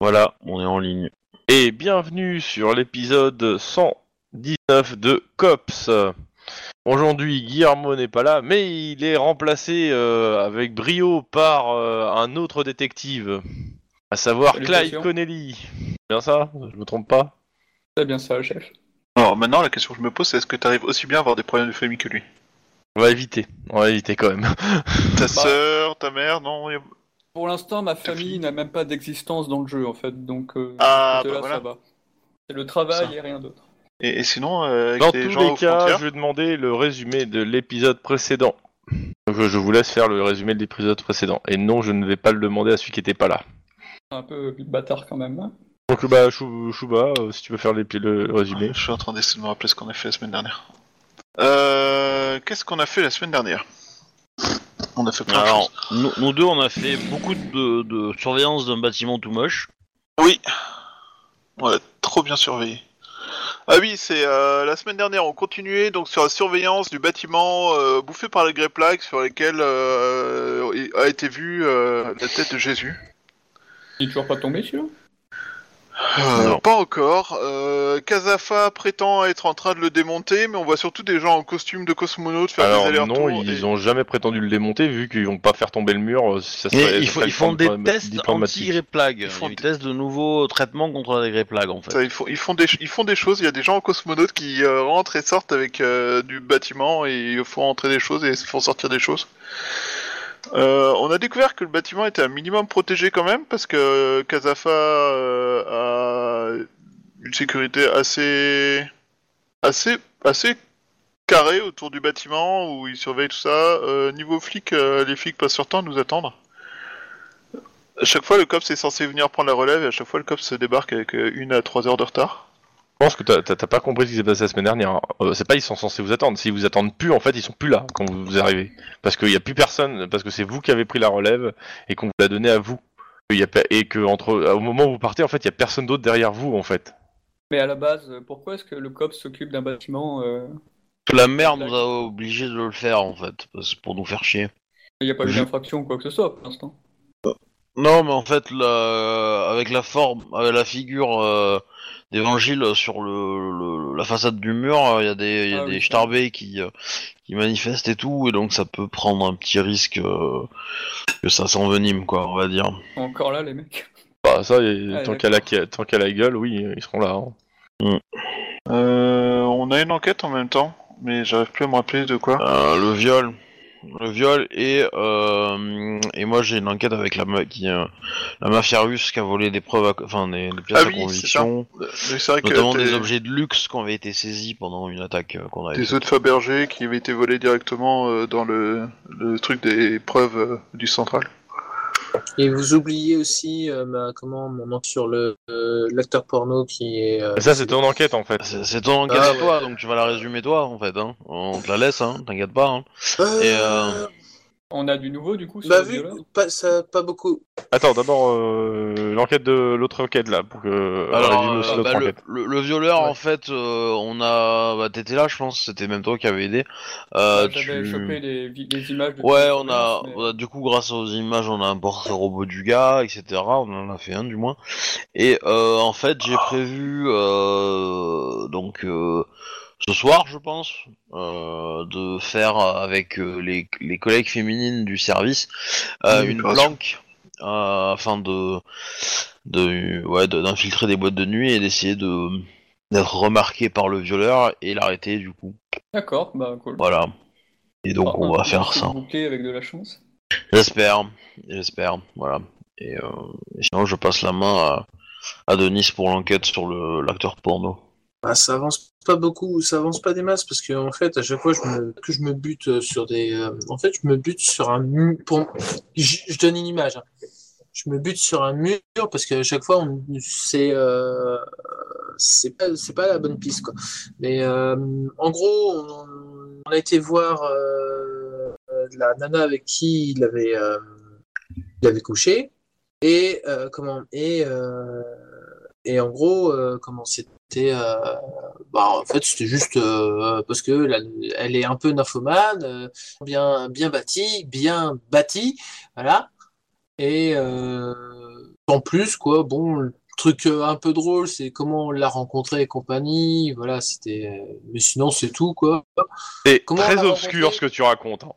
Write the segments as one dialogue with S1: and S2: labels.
S1: Voilà, on est en ligne. Et bienvenue sur l'épisode 119 de Cops. Aujourd'hui, Guillermo n'est pas là, mais il est remplacé euh, avec brio par euh, un autre détective, à savoir Clyde
S2: Salutations.
S1: Connelly. Bien ça Je me trompe pas
S2: C'est bien ça, chef.
S3: Alors maintenant, la question que je me pose, c'est est-ce que tu arrives aussi bien à avoir des problèmes de famille que lui
S1: On va éviter, on va éviter quand même.
S3: Ta sœur, ta mère, non y a-
S2: Pour l'instant, ma famille n'a même pas d'existence dans le jeu, en fait, donc euh,
S3: Ah,
S2: de
S3: bah
S2: là,
S3: voilà.
S2: ça va. C'est le travail
S3: Ça.
S2: et rien d'autre.
S3: Et, et sinon, euh, avec
S1: Dans
S3: des
S1: tous
S3: gens
S1: les
S3: aux
S1: cas,
S3: frontières
S1: je vais demander le résumé de l'épisode précédent. Donc, euh, je vous laisse faire le résumé de l'épisode précédent. Et non, je ne vais pas le demander à celui qui n'était pas là.
S2: Un peu bâtard quand même. hein.
S1: Donc bah Chou- Chouba, euh, si tu veux faire les- le, le résumé.
S3: Ouais, Je suis en train d'essayer de me rappeler ce qu'on a fait la semaine dernière. Euh, Qu'est-ce qu'on a fait la semaine dernière On a fait plein de
S4: Alors,
S3: choses.
S4: nous, nous deux, on a fait beaucoup de, de surveillance d'un bâtiment tout moche.
S3: Oui On l'a trop bien surveillé. Ah oui, c'est euh, la semaine dernière, on continuait donc sur la surveillance du bâtiment euh, bouffé par les grey plaques sur lesquelles euh, a été vue euh, la tête de Jésus.
S2: Il est toujours pas tombé, celui-là
S3: Euh,
S1: Non.
S3: pas encore. Euh, Kazafa prétend être en train de le démonter, mais on voit surtout des gens en costume de cosmonautes faire des
S1: Alors
S3: allers-retours.
S1: non, ils
S3: et-
S1: ont jamais prétendu le démonter vu qu'ils vont pas faire tomber le mur. euh, Ça serait,
S4: ils,
S1: ça
S4: font-
S1: serait
S4: ils font des
S1: diploma-
S4: tests
S1: diplomatique.
S4: anti-réplague.
S3: Ils
S4: Ils
S3: font
S4: font des
S3: des-
S4: tests de nouveaux traitements contre les réplagues, en fait.
S3: ça, ils, font, ils, font des, ils font des choses, il y a des gens en cosmonautes qui euh, rentrent et sortent avec euh, du bâtiment et ils font entrer des choses et ils font sortir des choses. Euh, on a découvert que le bâtiment était un minimum protégé quand même parce que Kazafa euh, a une sécurité assez, assez, assez carrée autour du bâtiment où ils surveillent tout ça. Euh, niveau flic, euh, les flics passent sur temps à nous attendre. À chaque fois, le COPS est censé venir prendre la relève et à chaque fois, le COPS se débarque avec euh, une à trois heures de retard.
S1: Je pense que t'as- t'as t'as pas compris ce qui s'est passé la semaine dernière. hein. Euh, c'est pas ils sont censés vous attendre. S'ils vous attendent plus, en fait, ils sont plus là quand vous, vous arrivez. Parce qu'il y a plus personne. Parce que c'est vous qui avez pris la relève et qu'on vous l'a donnée à vous. Il y a pas- et que entre au moment où vous partez, en fait, il y a personne d'autre derrière vous, en fait.
S2: Mais à la base, euh, pourquoi est-ce que le COP s'occupe d'un bâtiment euh,
S4: Parce que La mère nous a obligés de le faire, en fait, parce- pour nous faire chier.
S2: Il n'y a pas eu
S4: Je-
S2: d'infraction ou quoi que ce soit pour l'instant.
S4: Non, mais en fait, la- avec la forme, avec la figure euh, d'évangile sur le, le- la façade du mur, euh, il y a des, y a
S2: Ah oui,
S4: des
S2: ça.
S4: starbés qui, euh, qui manifestent et tout, et donc ça peut prendre un petit risque euh, que ça s'envenime, quoi, on va dire.
S2: Encore là, les mecs.
S1: Bah ça, et-
S2: Ouais,
S1: tant qu'à la tant qu'à la gueule, oui, ils seront là. hein.
S3: Euh, on a une enquête en même temps, mais j'arrive plus à me rappeler de quoi.
S4: Euh, le viol. Le viol et, euh, et moi j'ai une enquête avec la, ma- qui, euh, la mafia russe qui a volé des preuves, à co- enfin des, des pièces
S3: Ah
S4: à
S3: oui, c'est
S4: conviction,
S3: Euh, mais c'est vrai que
S4: notamment
S3: t'as
S4: des objets de luxe qui avaient été saisis pendant une attaque euh, qu'on avait
S3: des
S4: faite.
S3: œufs de Fabergé qui avaient été volés directement euh, dans le, le truc des preuves euh, du central.
S5: Et vous oubliez aussi euh, ma, comment, mon nom sur le euh, l'acteur porno qui est. euh,
S1: Ça, c'est ton enquête, en fait.
S4: C'est c'est ton enquête
S5: Ah
S4: à
S5: ouais.
S4: toi, donc tu vas la résumer toi en fait. Hein. On te la laisse, hein, t'inquiète pas. Hein.
S5: Euh,
S4: Et, euh,
S2: On a du nouveau, du coup, sur
S5: Bah,
S2: le
S5: vu,
S2: violeur
S5: pas, ça, pas beaucoup.
S1: Attends, d'abord euh, l'enquête de l'autre enquête là, pour que.
S4: Alors,
S1: résume aussi
S4: euh,
S1: notre
S4: bah, le,
S1: enquête.
S4: le- le violeur
S5: Ouais.
S4: en fait, euh, on a. Bah, t'étais là, je pense, c'était même toi qui avais aidé. Euh,
S2: J'avais
S4: tu-
S2: chopé les, vi- les images de
S4: Ouais,
S2: la
S4: on a,
S2: surveillance, mais
S4: on a- du coup grâce aux images, on a importé le robot du gars, etc. On en a fait un du moins. Et euh, en fait, j'ai prévu euh, donc euh, ce soir, je pense, euh, de faire avec euh, les, les collègues féminines du service euh,
S3: Une
S4: une
S3: opération.
S4: planque euh, afin de de ouais de- d'infiltrer des boîtes de nuit et d'essayer de d'être remarqué par le violeur et l'arrêter du coup.
S2: D'accord, bah cool.
S4: Voilà. Et donc
S2: Ah,
S4: on
S2: un
S4: va
S2: petit
S4: faire
S2: coup de
S4: ça.
S2: bouclé avec de la chance.
S4: J'espère, j'espère, voilà. Et euh, sinon, je passe la main à, à Denis pour l'enquête sur le l'acteur porno.
S5: Bah, ça avance pas beaucoup, ça avance pas des masses parce que en fait, à chaque fois je me- que je me bute euh, sur des. euh, en fait, je me bute sur un mur. Pour... Je, je donne une image. hein. Je me bute sur un mur parce qu'à chaque fois, on... c'est. euh, C'est pas, c'est pas la bonne piste, quoi. Mais euh, en gros, on, on a été voir euh, euh, la nana avec qui il avait, euh, il avait couché. Et euh, comment. Et. euh, et en gros, euh, comment c'était. euh, bah, en fait, c'était juste euh, parce que la- elle est un peu nymphomane, euh, bien, bien bâtie, bien bâtie, voilà. Et euh, en plus, quoi, bon, le truc euh, un peu drôle, c'est comment on l'a rencontré et compagnie. Voilà, c'était. euh, Mais sinon, c'est tout, quoi.
S1: C'est
S5: Comment on
S1: très
S5: l'a
S1: obscur
S5: rencontré
S1: ce que tu racontes. hein.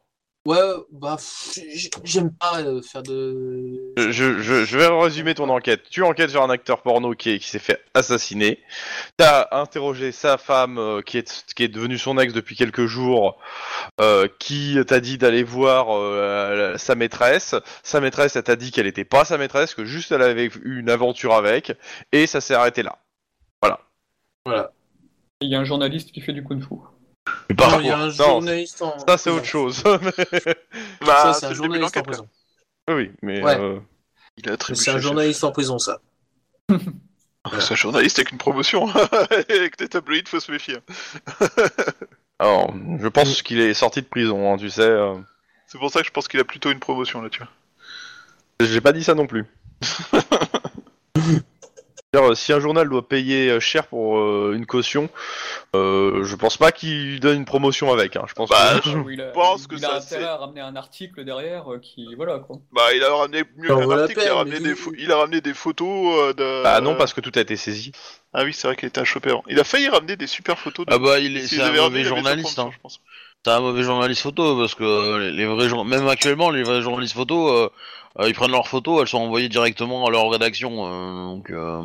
S5: Ouais, bah, pff, j'ai- j'aime pas euh, faire de.
S1: Je, je- je vais résumer ton enquête. Tu enquêtes sur un acteur porno qui, est- qui s'est fait assassiner. T'as interrogé sa femme euh, qui est, qui est devenue son ex depuis quelques jours, euh, qui t'a dit d'aller voir euh, la- sa maîtresse. Sa maîtresse, elle t'a dit qu'elle n'était pas sa maîtresse, que juste elle avait eu une aventure avec, et ça s'est arrêté là.
S2: Il y a un journaliste qui fait du kung fu.
S1: Mais
S5: Non,
S1: par
S5: il y a
S1: contre,
S5: un
S1: non,
S5: journaliste en.
S1: ça c'est autre chose.
S3: Bah,
S5: Ça, c'est un
S3: le début de
S5: journaliste en
S3: l'enquête,
S5: prison.
S1: oui, mais
S5: Ouais.
S1: euh,
S3: quoi. Il a
S5: Mais
S3: attribué
S5: C'est un
S3: ça.
S5: journaliste en prison, ça.
S3: Ah, C'est un journaliste avec une promotion. avec des tabloïds, faut se méfier.
S1: alors, je pense qu'il est sorti de prison, hein, tu sais. euh.
S3: C'est pour ça que je pense qu'il a plutôt une promotion là-dessus.
S1: J'ai pas dit ça non plus. C'est-à-dire, euh, Si un journal doit payer euh, cher pour euh, une caution, euh, je pense pas qu'il donne une promotion avec. hein. Je pense
S3: Bah,
S1: que-
S2: Ah Oui, il a,
S3: pense que
S2: il
S3: ça,
S2: a
S3: c'est-
S2: intérêt à ramener un article derrière euh, qui. Voilà quoi.
S3: Bah, il a ramené mieux
S5: Ça
S3: qu'un
S5: vaut la
S3: article, il a
S5: peine,
S3: ramené,
S5: mais
S3: des,
S5: oui.
S3: pho- il a ramené des photos euh, de.
S1: Bah non, parce que tout a été saisi.
S3: Ah oui, c'est vrai qu'il était un chopper. Il a failli ramener des super photos de.
S4: Ah bah, il est,
S3: S'ils
S4: c'est un
S3: avaient ramené,
S4: mauvais
S3: il avait
S4: journaliste,
S3: 130,
S4: hein.
S3: je pense.
S4: C'est un mauvais journaliste photo, parce que euh, les- les vrais jour- même actuellement, les vrais journalistes photo, euh, euh, ils prennent leurs photos, elles sont envoyées directement à leur rédaction, euh, donc... euh,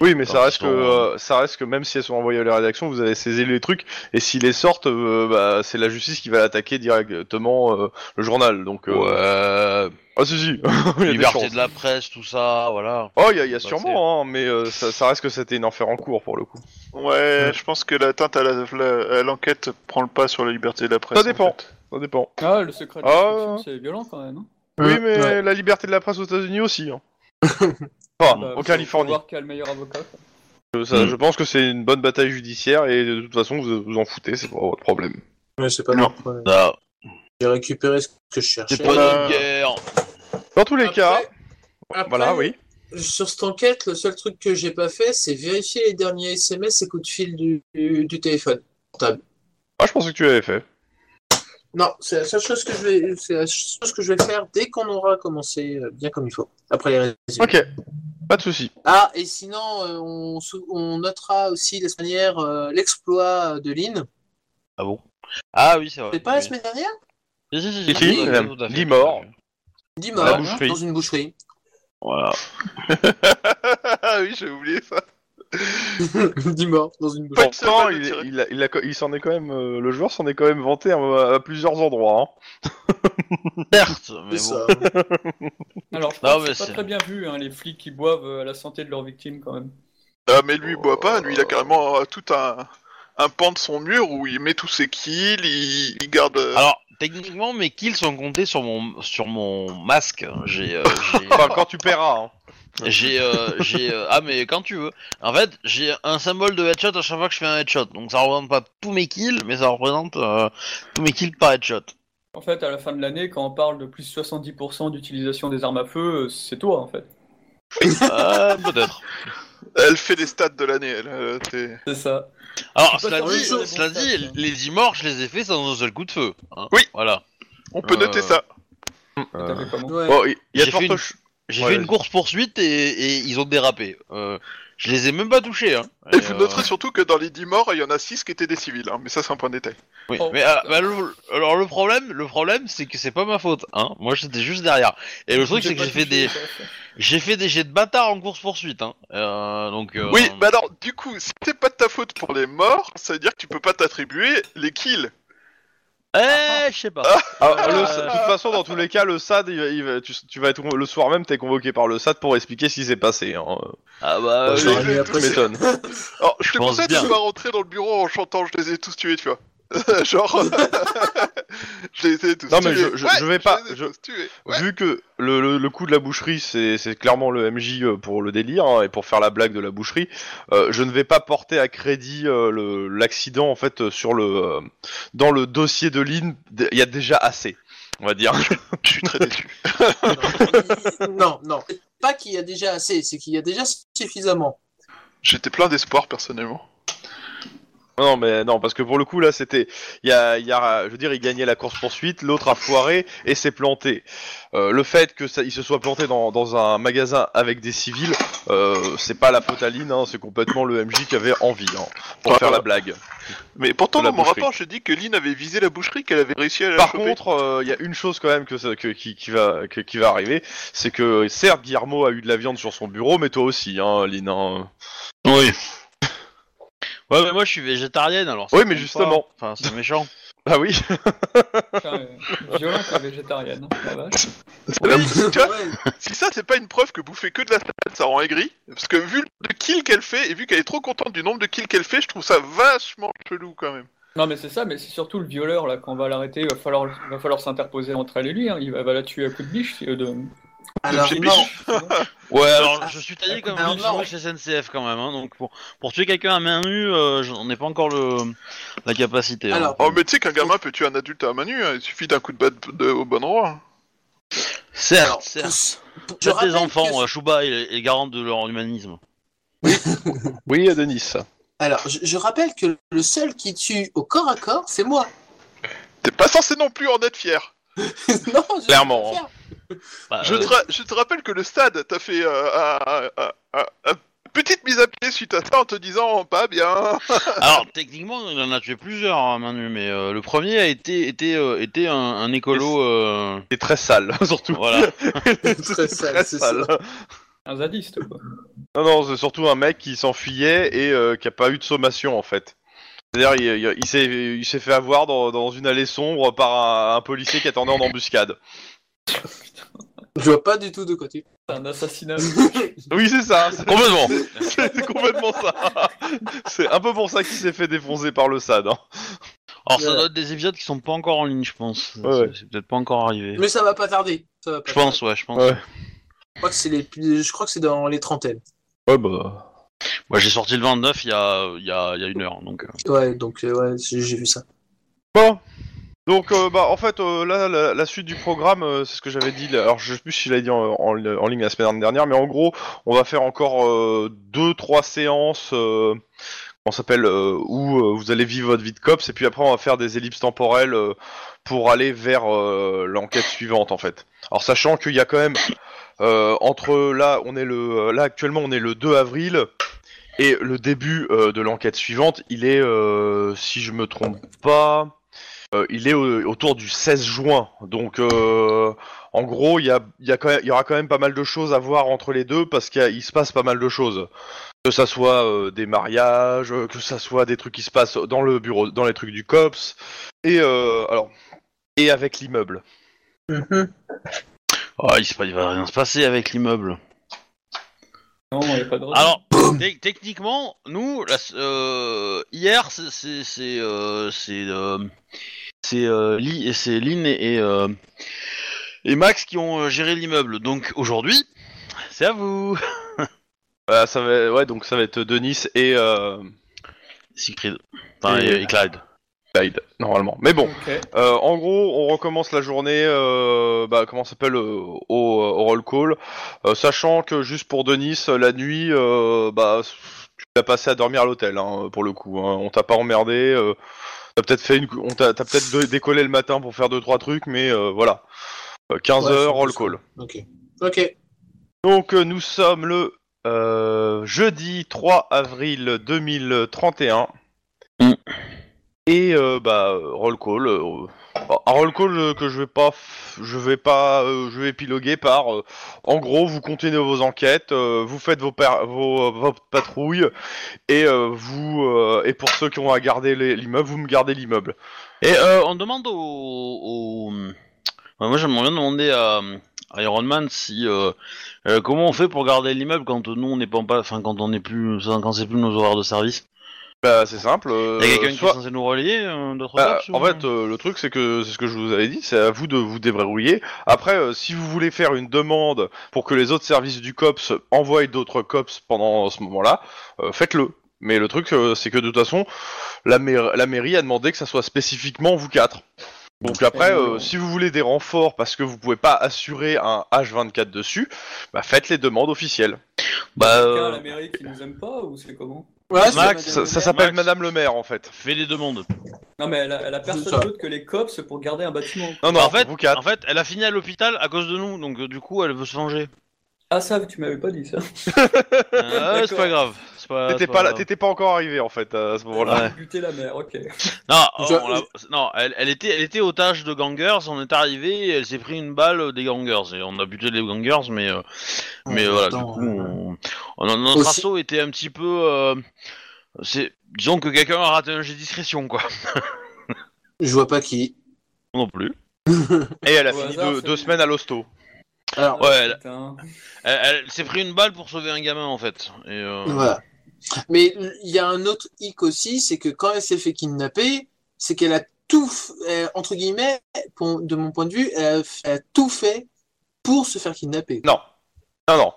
S1: Oui, mais ça
S4: Enfin,
S1: reste, que,
S4: ils sont-
S1: euh, ça reste que même si elles sont envoyées à la rédaction, vous avez saisi les trucs, et s'ils les sortent, euh, bah, c'est la justice qui va attaquer directement euh, le journal. Donc, euh,
S4: ouais,
S1: Ah si si, Il y a des
S4: liberté
S1: chances.
S4: de la presse, tout ça, voilà.
S1: Oh, il y a, il y a
S4: Bah,
S1: sûrement, hein, mais euh, ça, ça reste que c'était une enfer en cours pour le coup.
S3: Ouais, je pense que l'atteinte à la- la- à l'enquête prend le pas sur la liberté de la presse.
S1: Ça
S3: en
S1: dépend.
S3: fait.
S1: Ça dépend.
S2: Ah, le secret de
S1: Ah,
S2: l'instruction,
S1: ouais.
S2: c'est violent quand même. hein.
S1: Oui, mais
S5: Euh, Ouais.
S1: la liberté de la presse aux États-Unis aussi. Hein. Enfin,
S2: Bah,
S1: en
S2: faut
S1: Californie.
S2: voir qui a le meilleur avocat. quoi.
S1: Je- ça-
S4: Mm.
S1: Je pense que c'est une bonne bataille judiciaire et de toute façon vous vous en foutez, c'est pas votre problème.
S5: Ouais, c'est pas
S3: Non.
S5: mon problème.
S4: Ça,
S5: J'ai récupéré ce que je cherchais.
S4: C'est pas une guerre
S1: Dans tous les
S5: Après-
S1: cas,
S5: après,
S1: voilà, Ah oui.
S5: Sur cette enquête, le seul truc que j'ai pas fait, c'est vérifier les derniers SMS et coups de fil du, du- du téléphone.
S1: Ah, je pensais que tu l'avais fait.
S5: Non, c'est la seule chose que je vais, c'est la chose que je vais faire dès qu'on aura commencé euh, bien comme il faut. Après les résultats.
S1: Ok, pas de souci.
S5: Ah, et sinon, euh, on, sou- on notera aussi la semaine dernière euh, l'exploit de Lynn.
S4: Ah bon Ah oui, c'est vrai.
S5: C'est pas la
S4: Oui.
S5: semaine dernière?
S4: Si, si, si,
S1: Si, si,
S4: si, tout à fait, tout à fait.
S1: dit mort.
S5: Dix
S1: La
S5: morts hein,
S1: boucherie.
S5: dans une boucherie.
S4: Voilà.
S3: Ah oui, j'ai oublié ça.
S5: Dix morts dans une boucherie.
S1: Pourtant,
S3: seule balle
S1: il,
S3: de tirer.
S1: il a- il a- il s'en est quand même, euh, le joueur s'en est quand même vanté hein, à, à plusieurs endroits. hein.
S4: Certes, mais
S5: C'est
S4: bon.
S5: ça.
S2: Alors, je
S4: Non,
S2: crois que
S4: mais
S2: c'est
S4: c'est-
S2: pas très bien vu, hein, les flics qui boivent euh, à la santé de leurs victimes quand même.
S3: Ah, mais lui, il boit pas. Lui, il a carrément euh, tout un, un pan de son mur où il met tous ses kills, il, il garde. euh,
S4: Alors, techniquement, mes kills sont comptés sur mon, sur mon masque. J'ai. euh, j'ai-
S1: Enfin, quand tu paieras. hein.
S4: j'ai. euh, j'ai, euh, ah, mais quand tu veux. En fait, j'ai un symbole de headshot à chaque fois que je fais un headshot. Donc, ça représente pas tous mes kills, mais ça représente euh, tous mes kills par headshot.
S2: En fait, à la fin de l'année, quand on parle de plus 70% d'utilisation des armes à feu, euh, c'est toi en fait.
S4: Euh, Peut-être.
S3: Elle fait des stats de l'année, elle. euh, t'es-
S2: C'est ça.
S4: Alors,
S2: C'est pas
S4: cela
S2: sur
S4: dit,
S2: les jeux, les
S4: cela
S2: bons
S4: dit,
S2: stats, hein.
S4: les immorts, je les ai faits sans un seul coup de feu. hein.
S3: Oui.
S4: Voilà.
S3: On peut noter
S4: Euh,
S3: ça.
S2: Et
S1: Ah.
S2: t'as fait comment
S5: Ouais.
S1: Bon, il il y a
S4: J'ai
S1: de fortes
S4: fait une-
S1: ch-
S4: J'ai
S1: Ouais,
S4: fait une
S1: vas-y.
S4: course poursuite et, et ils ont dérapé. Euh, je les ai même pas touchés. Hein.
S3: Et
S4: Et,
S3: vous
S4: euh,
S3: noterez surtout que dans les 10 morts, il y en a 6 qui étaient des civils, hein, mais ça c'est un point de détail.
S4: oui.
S2: Oh,
S4: Mais, euh,
S2: putain.
S4: bah, le- alors le problème, le problème, c'est que c'est pas ma faute. Hein. Moi, j'étais juste derrière. Et le truc, c'est que
S2: pas
S4: j'ai fait
S2: touché,
S4: des,
S2: ça, ça.
S4: j'ai fait des jets de bâtard en course poursuite. Hein. Euh, donc. euh,
S3: Oui, bah alors, du coup, si c'est pas de ta faute pour les morts, ça veut dire que tu peux pas t'attribuer les kills.
S4: Eh, je sais pas.
S1: Ah, le-
S4: Euh,
S1: de toute façon, dans tous les cas, le SAD, il va- il va- tu, tu vas être le soir même, t'es convoqué par le SAD pour expliquer ce qui s'est passé. hein.
S4: Ah bah.
S5: Je
S4: oui.
S5: l'aurais mis après,
S1: Tu m'étonnes.
S3: Alors, je te
S4: pense
S3: conseille
S4: bien.
S3: de pas rentrer dans le bureau en chantant je les ai tous tués, tu vois. Genre, je les ai tous
S1: Non,
S3: tués.
S1: mais je- je- je vais pas-
S3: les ai
S1: je-
S3: tous tués. Ouais.
S1: Vu que le, le, le coup de la boucherie, c'est c'est clairement le MJ euh, pour le délire hein, et pour faire la blague de la boucherie, euh, je ne vais pas porter à crédit euh, le- l'accident en fait euh, sur le euh, dans le dossier de Lynn. d- Il y a déjà assez, on va dire.
S3: Je suis très déçu.
S5: Non, non. C'est Pas qu'il y a déjà assez, c'est qu'il y a déjà suffisamment.
S3: J'étais plein d'espoir personnellement.
S1: Non, mais non, parce que pour le coup, là, c'était. Il y a, il y a, je veux dire, il gagnait la course-poursuite, l'autre a foiré et s'est planté. Euh, le fait que ça, il se soit planté dans, dans un magasin avec des civils, euh, c'est pas la faute à Lynn, hein, c'est complètement le MJ qui avait envie, hein, pour
S3: Ouais.
S1: faire la blague.
S3: Mais pourtant,
S1: De la
S3: dans mon
S1: boucherie.
S3: rapport, je dis que Lynn avait visé la boucherie, qu'elle avait réussi à la
S1: Par
S3: choper.
S1: contre, euh, il y a une chose quand même que, ça- que- qui, qui va, que- qui va arriver, c'est que certes, Guillermo a eu de la viande sur son bureau, mais toi aussi, hein, Lynn. hein.
S4: Oui. Ouais, mais moi je suis végétarienne alors. ça
S1: Oui, mais
S4: compte
S1: justement.
S4: pas. Enfin, c'est méchant.
S1: Ah oui
S2: Putain, euh, violente la végétarienne, hein. la vache.
S3: C'est la-
S5: Oui,
S3: tu vois,
S5: ouais.
S3: si ça, c'est pas une preuve que bouffer que de la salade, ça rend aigri. Parce que vu le nombre de kills qu'elle fait, et vu qu'elle est trop contente du nombre de kills qu'elle fait, je trouve ça vachement chelou quand même.
S2: Non, mais c'est ça, mais c'est surtout le violeur, là, quand on va l'arrêter, il va falloir, il va falloir s'interposer entre elle et lui, hein. il va, va la tuer à coups de biche. euh, de...
S5: Alors,
S3: J'ai
S5: non,
S4: Ouais, alors je suis taillé comme
S5: Alors,
S4: une
S5: non.
S4: souris chez SNCF quand même. Hein, donc pour, pour tuer quelqu'un à main nue, euh, j'en- on n'est pas encore le la capacité. hein.
S5: Alors.
S3: Oh, mais tu sais qu'un gamin peut tuer un adulte à main nue, hein, il suffit d'un coup de batte de- au bon endroit.
S4: certes,
S5: alors,
S4: certes.
S5: pour- je
S4: Faites des
S5: rappelle
S4: enfants,
S5: que-
S4: euh, Chouba il est, est garant de leur humanisme.
S1: Oui, à Denis.
S5: Alors, je, je rappelle que le seul qui tue au corps à corps, c'est moi.
S3: T'es pas censé non plus en être fier.
S5: non, je
S1: Clairement,
S5: préfère.
S4: Bah,
S3: Je,
S4: euh,
S3: te, ra- je te rappelle que le stade t'a fait euh, un- un- un- un- petite mise à pied suite à ça en te disant oh, pas bien.
S4: Alors techniquement, il en a tué plusieurs à main nue, mais euh, le premier a été était euh, était un, un écolo. euh,
S1: C'est très sale, surtout.
S4: voilà.
S5: Très sale, c'est ça.
S2: Un zadiste, quoi.
S1: Non, non, c'est surtout un mec qui s'enfuyait et euh, qui a pas eu de sommation en fait. C'est-à-dire, il, il- il s'est, il s'est fait avoir dans, dans une allée sombre par un, un policier qui attendait en embuscade.
S5: Je vois pas du tout de côté.
S2: C'est un assassinat.
S1: Oui, c'est ça, c'est,
S4: Complètement.
S1: c'est complètement ça. C'est un peu pour ça qu'il s'est fait défoncer par le SAD. hein.
S4: Alors ça
S5: Voilà.
S4: doit être des épisodes qui sont pas encore en ligne, je pense.
S1: Ouais, ouais.
S4: C'est- C'est peut-être pas encore arrivé.
S5: Mais ça va pas tarder. Ça va pas
S4: Je
S5: tarder.
S4: pense, ouais, je pense.
S1: Ouais.
S5: Je crois que c'est les- je crois que c'est dans les trentaines.
S1: Ouais, bah.
S4: Moi, j'ai sorti le 29 il y a, il y a, il y a une heure, donc. euh.
S5: Ouais, donc euh, ouais, j'ai j'ai vu ça.
S1: Bon. Donc, euh, bah, en fait, euh, là, la, la suite du programme, euh, c'est ce que j'avais dit. là. Alors, je sais plus si je l'ai dit en, en- en ligne la semaine dernière, mais en gros, on va faire encore euh, deux, trois séances. euh, on s'appelle euh, où euh, vous allez vivre votre vie de cops, et puis après, on va faire des ellipses temporelles euh, pour aller vers euh, l'enquête suivante, en fait. Alors, sachant qu'il y a quand même euh, entre là, on est le, là actuellement, on est le 2 avril. Et le début euh, de l'enquête suivante, il est, euh, si je me trompe pas, euh, il est au- autour du 16 juin, donc euh, en gros, il y, a, il y, a quand même- il y aura quand même pas mal de choses à voir entre les deux parce qu'il y a- il se passe pas mal de choses. Que ça soit euh, des mariages, euh, que ça soit des trucs qui se passent dans le bureau, dans les trucs du COPS, et, euh, alors, et avec l'immeuble.
S5: Mhm.
S4: Oh, il, se pa- il va rien se passer avec l'immeuble.
S2: Non, il n'y a pas de raison.
S4: Alors, te- techniquement, nous, la s- euh, hier, c'est. C'est. C'est. euh, c'est, euh, c'est, euh, Li- et c'est Lynn et. et, euh, et Max qui ont euh, géré l'immeuble. Donc aujourd'hui, c'est à vous.
S1: Euh, ça va, ouais, donc ça va être Denis et euh,
S4: Siegfried. Enfin, et, et Clyde.
S1: Clyde, normalement. Mais bon,
S2: Ok.
S1: Euh, en gros, on recommence la journée, euh, bah, comment ça s'appelle, euh, au, au roll call, Euh, sachant que juste pour Denis, la nuit, euh, bah, tu l'as passé à dormir à l'hôtel, hein, pour le coup. hein. On t'a pas emmerdé, euh, t'as peut-être fait une, on t'a, t'as peut-être dé- décollé le matin pour faire deux trois trucs, mais euh, voilà. Euh, 15
S5: Ouais,
S1: heures,
S5: c'est
S1: roll
S5: bon,
S1: call.
S5: Ok. Ok.
S1: Donc euh, nous sommes le euh, jeudi 3 avril 2031.
S4: Mm.
S1: Et euh, bah euh, roll call, euh, un roll call euh, que je vais pas, f- je vais pas, euh, je vais épiloguer par. euh, en gros, vous continuez vos enquêtes, euh, vous faites vos, par- vos, euh, vos patrouilles et euh, vous euh, et pour ceux qui ont à garder les- l'immeuble, vous me gardez l'immeuble.
S4: Et euh, on demande au. au- Ouais, moi j'aimerais bien demander à, à Iron Man si euh, euh, comment on fait pour garder l'immeuble quand nous on n'est pas, enfin quand on n'est plus, quand c'est plus nos horaires de service.
S1: Bah c'est simple. euh,
S4: Il y a quelqu'un
S1: soit-
S4: qui est censé nous relayer euh, d'autres
S1: Bah,
S4: cops, ou-
S1: en fait, euh, le truc, c'est que c'est ce que je vous avais dit, c'est à vous de vous débrouiller. Après, euh, si vous voulez faire une demande pour que les autres services du COPS envoient d'autres COPS pendant ce moment-là, euh, faites-le. Mais le truc, euh, c'est que de toute façon, la, maire- la mairie a demandé que ça soit spécifiquement vous quatre. Donc après, euh, si vous voulez des renforts parce que vous pouvez pas assurer un H24 dessus, bah faites les demandes officielles.
S4: Bah,
S2: Quelqu'un à
S4: euh,
S2: la mairie qui nous aime pas ou c'est comment
S5: Ouais, c'est
S4: Max,
S5: madame
S1: Ça,
S5: le
S1: ça
S5: maire.
S1: s'appelle
S4: Max.
S1: Madame le maire en fait.
S4: Fais des demandes.
S2: Non, mais elle a, elle a
S5: C'est
S2: personne
S5: ça.
S2: d'autre que les cops pour garder un bâtiment.
S1: Non, non,
S4: Bah, en, fait,
S1: vous quatre.
S4: en fait, elle a fini à l'hôpital à cause de nous, donc euh, du coup, elle veut se venger.
S2: Ah, ça, tu m'avais pas dit ça.
S4: Euh, ouais, c'est
S2: D'accord.
S4: pas grave. C'est pas-
S1: T'étais
S4: c'est
S1: pas, là-
S4: grave.
S1: t'étais pas encore arrivé en fait à ce moment-là.
S4: Ouais.
S2: Ah, Buter la mère, ok.
S4: Non,
S5: Je-
S4: on l'a- non, elle, elle était, elle était otage de gangers. On est arrivé, elle s'est pris une balle euh, des gangers et on a buté les gangers, mais euh, mais
S5: Oh,
S4: voilà.
S5: attends,
S4: du coup,
S5: euh,
S4: on- on- notre
S5: Aussi-
S4: assaut était un petit peu, euh, c'est, disons que quelqu'un a raté un jet de discrétion quoi.
S5: Je vois pas qui.
S4: Non plus.
S1: Et elle a
S2: Au
S1: fini
S2: hasard,
S1: deux,
S2: c'est
S1: deux
S2: lui.
S1: semaines à l'hosto.
S5: Alors,
S4: Ouais, elle-
S2: Putain.
S4: Elle, elle s'est pris une balle pour sauver un gamin en fait. Et, euh,
S5: voilà. Mais il y a un autre hic aussi, c'est que quand elle s'est fait kidnapper, c'est qu'elle a tout, f- euh, entre guillemets, pour- de mon point de vue, elle a, f- elle a tout fait pour se faire kidnapper.
S1: Non, non, non.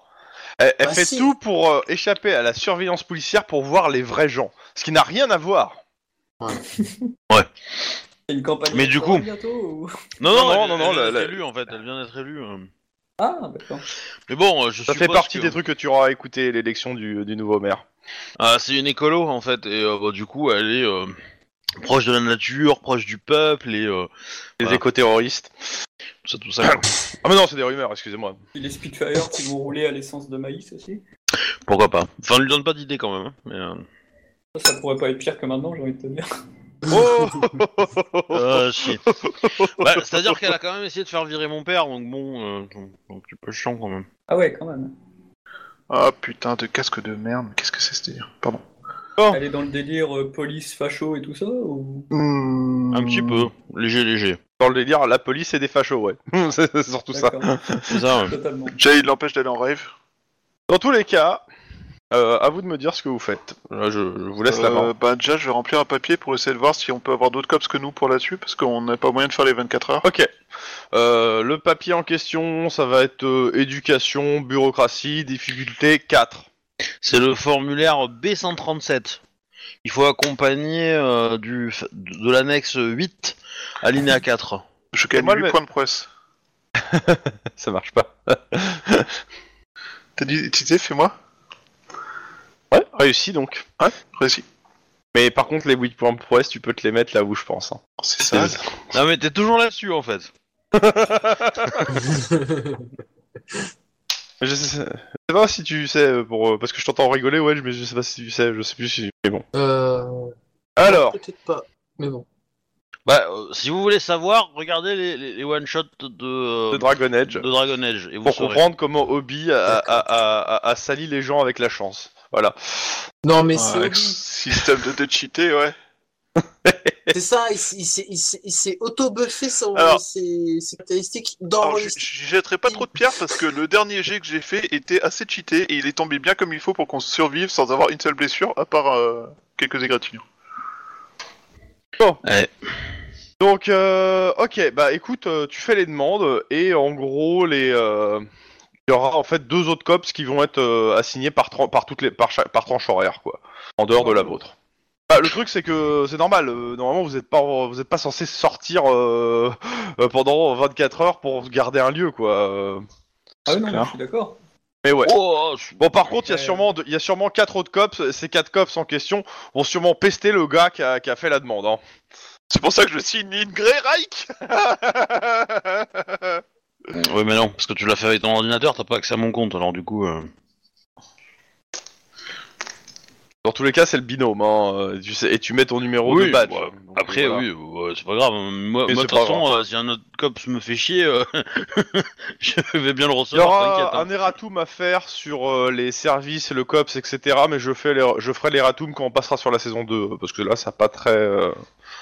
S1: Elle, elle
S5: Bah
S1: fait
S5: si.
S1: tout pour euh, échapper à la surveillance policière pour voir les vrais gens, ce qui n'a rien à voir.
S2: C'est une campagne.
S4: Mais du coup-
S2: Bientôt, ou-
S4: Non non
S1: Non,
S4: elle-
S1: non,
S4: elle
S1: non,
S4: vient
S1: la-
S4: d'être
S1: la-
S4: élue en fait. Elle vient d'être élue. euh.
S2: Ah, d'accord.
S4: Mais bon, euh, je
S1: Ça fait
S4: suppose
S1: partie
S4: que-
S1: des trucs que tu auras écouté l'élection du, du nouveau maire.
S4: Ah, c'est une écolo en fait, et euh, bah, du coup elle est euh, proche de la nature, proche du peuple et euh,
S1: Les
S4: Voilà.
S1: éco-terroristes.
S4: tout ça, tout ça. quoi.
S1: Ah mais non, c'est des rumeurs, excusez-moi.
S2: Et les Spitfire qui vont rouler à l'essence de maïs aussi.
S4: Pourquoi pas Enfin, on lui donne pas d'idée quand même. hein, Mais, euh,
S2: Ça, ça pourrait pas être pire que maintenant, j'ai envie de te dire.
S1: Oh
S4: euh, si. Bah, C'est-à-dire qu'elle a quand même essayé de faire virer mon père, donc bon, euh, donc- donc un petit peu chiant quand même.
S2: Ah ouais, quand même.
S3: Ah putain de casque de merde, mais qu'est-ce que c'est ce délire Pardon.
S2: Elle est dans le délire euh, police, facho et tout ça ou...
S3: Hmm.
S4: Un petit peu, léger, léger.
S1: Dans le délire, la police et des fachos, ouais. c'est c'est surtout ça.
S2: D'accord,
S4: C'est ça. ouais.
S2: Totalement.
S3: Déjà, il l'empêche d'aller en rêve.
S1: Dans tous les cas, euh, à vous de me dire ce que vous faites. Là, je, je vous laisse la main.
S3: Euh, bah déjà, je vais remplir un papier pour essayer de voir si on peut avoir d'autres cops que nous pour là-dessus, parce qu'on n'a pas moyen de faire les 24 heures.
S1: Ok. Euh, le papier en question, ça va être euh, éducation, bureaucratie, difficulté 4.
S4: C'est le formulaire B137. Il faut accompagner euh, du, de l'annexe 8, alinéa 4.
S3: Je gagne
S1: moi,
S3: 8
S1: le-
S3: points de presse.
S1: Ça marche pas.
S3: T'as dit, tu disais, fais-moi
S1: Ouais, réussi donc.
S3: Réussi.
S1: Mais par contre, les 8 points de prouesse, tu peux te les mettre là où je pense. hein.
S3: Oh, C'est ça.
S4: Non mais t'es toujours là-dessus en fait.
S1: Je sais, je sais pas si tu sais, euh, pour, euh, parce que je t'entends rigoler, ouais, mais je sais pas si tu sais, je sais plus si. Mais bon.
S5: Euh,
S1: Alors,
S5: Peut-être pas. Mais bon.
S4: Bah, euh, si vous voulez savoir, regardez les, les, les one-shots de,
S1: de
S4: euh,
S1: Dragon Edge,
S4: de Dragon Edge. Et vous
S1: pour
S4: saurez.
S1: comprendre comment Obi a, a, a- a- a sali les gens avec la chance. Voilà.
S5: Non, mais
S3: Ah,
S5: c'est
S3: avec ce système de te cheater, ouais.
S5: C'est ça, il, s- il s'est- il s'est- il s'est auto-buffé son-
S3: Alors-
S5: ses, ses caractéristiques
S3: Alors, je-
S5: d'enregistrement.
S3: je jetterai pas trop de pierres parce que le dernier jet que j'ai fait était assez cheaté et il est tombé bien comme il faut pour qu'on survive sans avoir une seule blessure, à part euh, quelques égratignures.
S1: Donc, euh, ok, bah écoute, euh, tu fais les demandes et en gros, les. euh, Il y aura en fait deux autres cops qui vont être euh, assignés par, tran- par, toutes les, par, cha- par tranche horaire, quoi. En dehors de la vôtre. Bah, le truc, c'est que c'est normal. euh, normalement, vous n'êtes pas, vous êtes pas censé sortir euh, euh, pendant 24 heures pour garder un lieu, quoi. euh.
S2: Ah oui, non,
S3: clair.
S2: je suis d'accord.
S1: Mais ouais.
S4: Oh, oh,
S1: Bon, par contre, il y a
S2: Ouais.
S1: sûrement, deux- il y a sûrement quatre autres cops. Ces quatre cops en question vont sûrement pester le gars qui a, qui a fait la demande. Hein.
S3: C'est pour ça que je signe Lynn Grey Reich
S4: c'est- ouais, mais non, parce que tu l'as fait avec ton ordinateur, t'as pas accès à mon compte, alors du coup. euh,
S1: Dans tous les cas, c'est le binôme. Hein, euh, tu sais, et tu mets ton numéro
S4: Oui,
S1: de badge.
S4: ouais.
S1: Donc,
S4: Après,
S1: voilà.
S4: oui, ouais, c'est pas grave. hein. Moi, moi,
S1: Mais
S4: de
S1: c'est
S4: toute
S1: pas
S4: façon, euh, si un autre cops me fait chier, euh, je vais bien le
S1: Il y
S4: recevoir, t'inquiète.
S1: aura
S4: hein.
S1: un erratum à faire sur euh, les services, le COPS, etc. Mais je, fais les, je ferai l'erratum quand on passera sur la saison 2, euh, parce que là, ça n'a pas très. euh,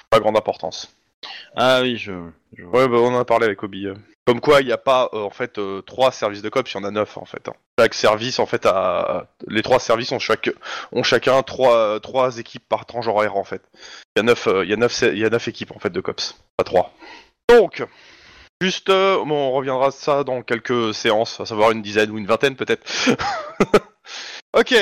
S1: pas grande importance.
S4: Ah oui, je. je-
S1: Ouais, bah, on en a parlé avec Obi. euh. Comme quoi, il n'y a pas, euh, en fait, euh, trois services de COPS, il y en a neuf, en fait. hein. Chaque service, en fait, a. Les trois services ont, chaque... ont chacun trois, euh, trois équipes par tranche horaire, en fait. Il y, a neuf, euh, il y, a neuf sé- il y a neuf équipes, en fait, de COPS. Pas trois. Donc. Juste, euh, bon, on reviendra à ça dans quelques séances, à savoir une dizaine ou une vingtaine peut-être. ok,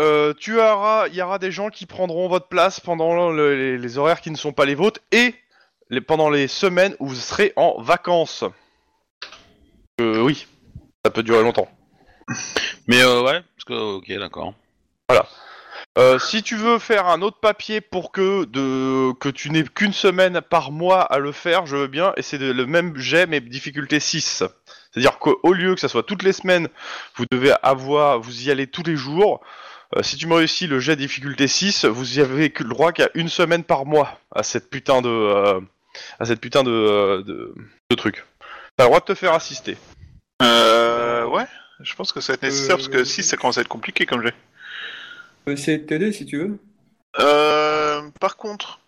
S1: Euh, tu auras, il y aura des gens qui prendront votre place pendant le- les, les horaires qui ne sont pas les vôtres et les- pendant les semaines où vous serez en vacances. Euh, oui, ça peut durer longtemps.
S4: Mais euh, ouais, parce que, ok, d'accord.
S1: Euh, si tu veux faire un autre papier pour que de que tu n'aies qu'une semaine par mois à le faire, je veux bien, et c'est de- le même jet mais difficulté 6. C'est-à-dire qu'au lieu que ça soit toutes les semaines, vous devez avoir vous y allez tous les jours. euh, si tu me réussis le jet difficulté 6, vous y avez que le droit qu'à une semaine par mois à cette putain de euh, à cette putain de euh, de, de truc. T'as le droit de te faire assister.
S3: Euh, ouais, je pense que ça va être nécessaire parce que
S2: Euh,
S3: 6 ça commence à être compliqué comme j'ai.
S2: Je peux essayer de t'aider si tu veux.
S3: Euh, par contre,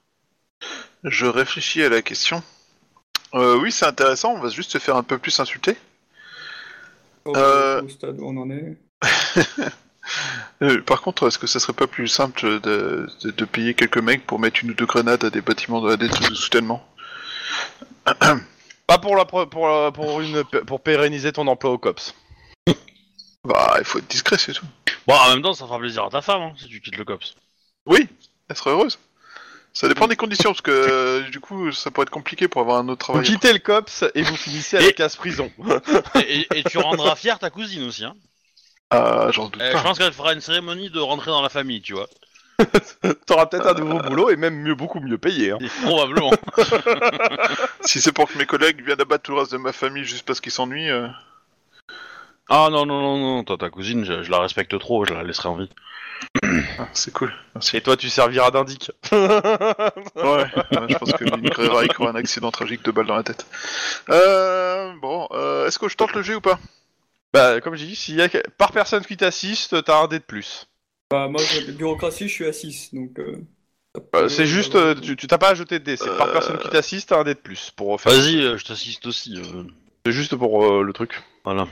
S3: je réfléchis à la question. Euh, oui, c'est intéressant, on va juste se faire un peu plus insulter.
S2: Au,
S3: Euh.
S2: au stade où on en est.
S3: Euh, par contre, est-ce que ça serait pas plus simple de, de- de payer quelques mecs pour mettre une ou deux grenades à des bâtiments de, à des trucs de soutènement
S1: Pas pour la pro- pour la- pour une pour pérenniser ton emploi au cops.
S3: Bah, il faut être discret, c'est tout.
S4: Bon, en même temps, ça fera plaisir à ta femme hein, si tu quittes le COPS.
S3: Oui, elle serait heureuse. Ça dépend des conditions, parce que euh, du coup, ça pourrait être compliqué pour avoir un autre
S1: Vous
S3: travail.
S1: quittez le cops et vous finissez à la
S4: Et-
S1: casse prison.
S4: Et, et- et tu rendras fière ta cousine aussi. Hein.
S3: Ah, j'en doute
S4: Euh,
S3: pas.
S4: je pense qu'elle fera une cérémonie de rentrer dans la famille, tu vois.
S1: T'auras peut-être un nouveau boulot et même mieux, beaucoup mieux payé. Hein.
S4: Et Probablement.
S3: Si c'est pour que mes collègues viennent abattre tout le reste de ma famille juste parce qu'ils s'ennuient, euh,
S4: Ah non, non, non, non, toi, ta cousine, je, je la respecte trop, je la laisserai en vie.
S3: ah, c'est cool.
S1: Et toi, tu serviras d'indic.
S3: Ouais, ouais, je pense que Lynn Greyrail aura un accident tragique de balle dans la tête. Euh, bon, euh, est-ce que je tente le jeu ou pas
S1: bah, comme j'ai dit, s'il y a que- par personne qui t'assiste, t'as un dé de plus.
S2: Bah, moi, je- bureaucratie, je suis à 6, donc. euh, ça
S1: Euh,
S2: peut-
S1: c'est juste, euh, tu, tu t'as pas à jeter de dé. C'est par
S3: Euh.
S1: personne qui t'assiste, t'as un dé de plus pour faire.
S4: Vas-y, euh, je t'assiste aussi. euh,
S1: C'est juste pour euh, le truc.
S4: voilà.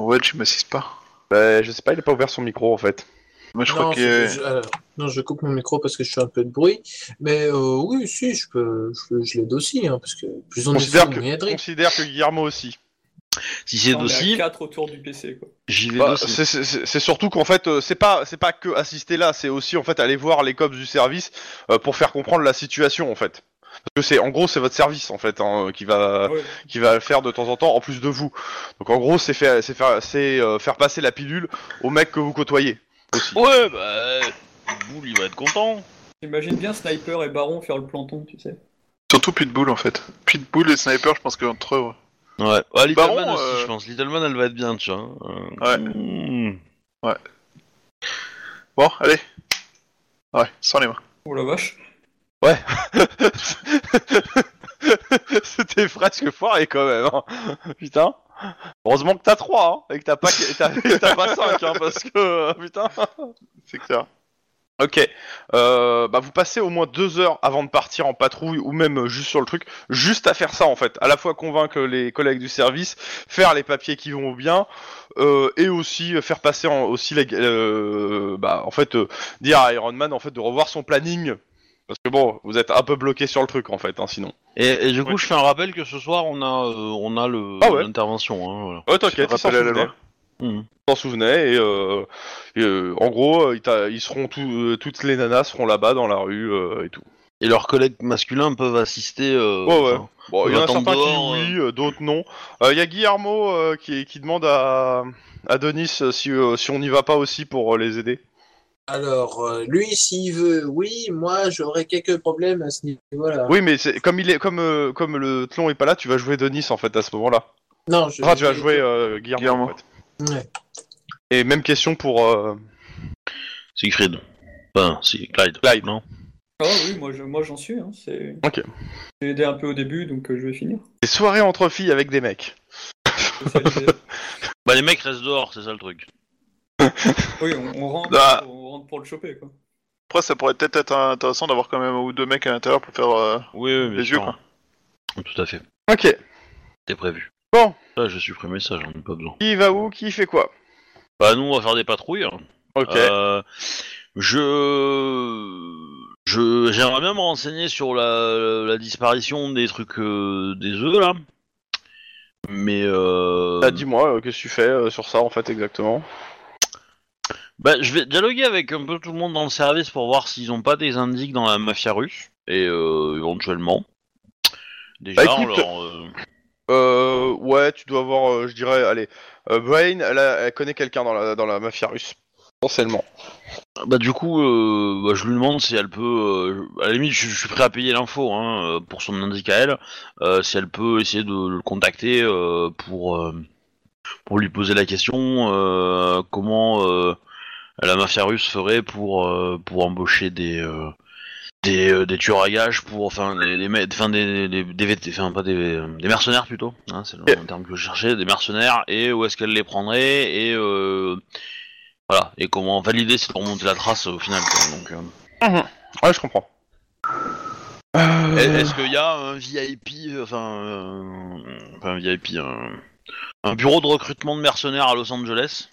S3: Ouais, tu m'assistes pas.
S1: Bah, je sais pas, il a pas ouvert son micro en fait.
S3: Moi, je
S5: non,
S3: crois
S5: faut
S3: qu'il
S5: que
S3: est...
S5: je... alors, non, je coupe mon micro parce que je fais un peu de bruit. Mais euh, oui, si, je peux, je, je l'aide aussi, hein, parce que plus on est
S1: Considère
S5: fou,
S1: que,
S5: on y est drôle.
S1: considère que Guillermo aussi.
S4: Si
S2: on
S4: c'est
S2: est à
S4: docile,
S2: 4 autour du PC, quoi.
S4: j'y vais
S1: Bah,
S4: docile.
S1: c'est- c'est c'est- c'est surtout qu'en fait, euh, c'est pas, c'est pas que assister là, c'est aussi en fait aller voir les cops du service euh, pour faire comprendre la situation en fait. Parce que c'est, en gros, c'est votre service en fait hein, qui va.
S2: Ouais.
S1: qui va le faire de temps en temps en plus de vous. Donc en gros, c'est faire, c'est faire, c'est euh, faire passer la pilule au mec que vous côtoyez. Aussi.
S4: Ouais, bah. euh, Boule, il va être content.
S2: J'imagine bien Sniper et Baron faire le planton, tu sais.
S3: Surtout Pitbull, en fait. Pitbull et Sniper, je pense qu'entre eux... ouais.
S4: Ouais, ouais Little
S3: Baron,
S4: Man aussi,
S3: euh,
S4: je pense. Little Man, elle va être bien, tu vois. Euh,
S3: Ouais. Bon, allez. Ouais, sans les mains.
S2: Oh la vache.
S1: C'était presque foiré quand même. hein. Putain. Heureusement que t'as 3 hein, et que t'as pas, et t'as, et t'as pas 5 hein, parce que euh, putain.
S3: C'est clair.
S1: Ok. Euh, bah vous passez au moins deux heures avant de partir en patrouille ou même euh, juste sur le truc, juste à faire ça en fait. À la fois convaincre les collègues du service, faire les papiers qui vont bien, euh, et aussi faire passer en, aussi les, euh, bah en fait euh, dire à Iron Man en fait de revoir son planning parce que bon vous êtes un peu bloqué sur le truc en fait hein, sinon.
S4: Et, et du coup, je fais un rappel que ce soir, on a, euh, on a le,
S1: Ah ouais.
S4: l'intervention. Hein, voilà.
S1: Oh
S3: t'inquiète, ils s'en Mm. Rappel à la loi.
S4: Mhm.
S1: Ils s'en souvenaient et, euh, et, euh, en gros euh, ils, t'a- ils seront tous- euh, toutes les nanas seront là-bas dans la rue euh, et tout.
S4: Et leurs collègues masculins peuvent assister. euh,
S1: Ouais, ouais.
S4: enfin,
S1: Bon,
S4: On
S1: il y en a
S4: attend
S1: certains
S4: dehors,
S1: qui oui, euh, d'autres non. Euh, Il y a Guillermo euh, qui, qui demande à, à Denis euh, si, euh, si on n'y va pas aussi pour euh, les aider.
S5: Alors, euh, lui, s'il veut, oui, moi, j'aurais quelques problèmes à ce niveau-là.
S1: Oui, mais c'est, comme il est comme euh, comme le tlon est pas là, tu vas jouer Denis en fait à ce moment-là.
S5: Non, je...
S1: Enfin, tu vas jouer euh, Guillermo.
S3: Guillermo.
S1: en fait.
S5: Ouais.
S1: Et même question pour euh,
S4: Siegfried. Enfin, si, Clyde.
S1: Clyde.
S4: Non.
S2: Ah oui, moi je- moi, j'en suis. Hein. c'est-
S1: Ok.
S2: J'ai aidé un peu au début, donc euh, je vais finir.
S1: les soirées entre filles avec des mecs.
S2: C'est ça l'idée.
S4: Bah, les mecs restent dehors, c'est ça le truc.
S2: oui, on, on rentre,
S3: Ah.
S2: on rentre pour le choper, quoi.
S3: Après, ça pourrait peut-être être intéressant d'avoir quand même un ou deux mecs à l'intérieur pour faire... euh,
S4: Oui, oui, bien
S3: Les
S4: sûr.
S3: yeux, quoi.
S4: Tout à fait.
S1: Ok.
S4: T'es prévu.
S1: Bon.
S4: Là, j'ai supprimé ça, j'en ai pas besoin.
S1: Qui va où Qui fait quoi
S4: Bah, nous, on va faire des patrouilles. hein.
S1: Ok.
S4: Euh, je. Je, j'aimerais bien me renseigner sur la, la disparition des trucs euh, des œufs là, mais euh,
S1: Bah, dis-moi, euh, qu'est-ce que tu fais euh, sur ça en fait exactement
S4: Bah, je vais dialoguer avec un peu tout le monde dans le service pour voir s'ils ont pas des indices dans la mafia russe, et euh, éventuellement. Déjà,
S1: Bah, écoute-
S4: on leur, euh,
S1: Euh, ouais, tu dois avoir, euh, je dirais, allez, euh, Brain, elle, a- elle connaît quelqu'un dans la, dans la mafia russe. Potentiellement.
S4: Bah du coup, euh, bah, je lui demande si elle peut. euh, à la limite, je, je suis prêt à payer l'info hein, euh, pour son indice à elle. euh, si elle peut essayer de le contacter euh, pour euh, pour lui poser la question euh, comment euh, la mafia russe ferait pour euh, pour embaucher des euh, des, euh, des tueurs à gages pour enfin les, les mecs- enfin des des, des VT enfin pas des des mercenaires plutôt hein, c'est le terme que je cherchais des mercenaires et où est-ce qu'elle les prendrait et euh, voilà, et comment valider, c'est de remonter la trace euh, au final. quoi. Donc, euh,
S1: Ouais, je comprends. Euh,
S4: est- Est-ce qu'il y a un VIP, euh, enfin, euh, pas un VIP, un, un bureau de recrutement de mercenaires à Los Angeles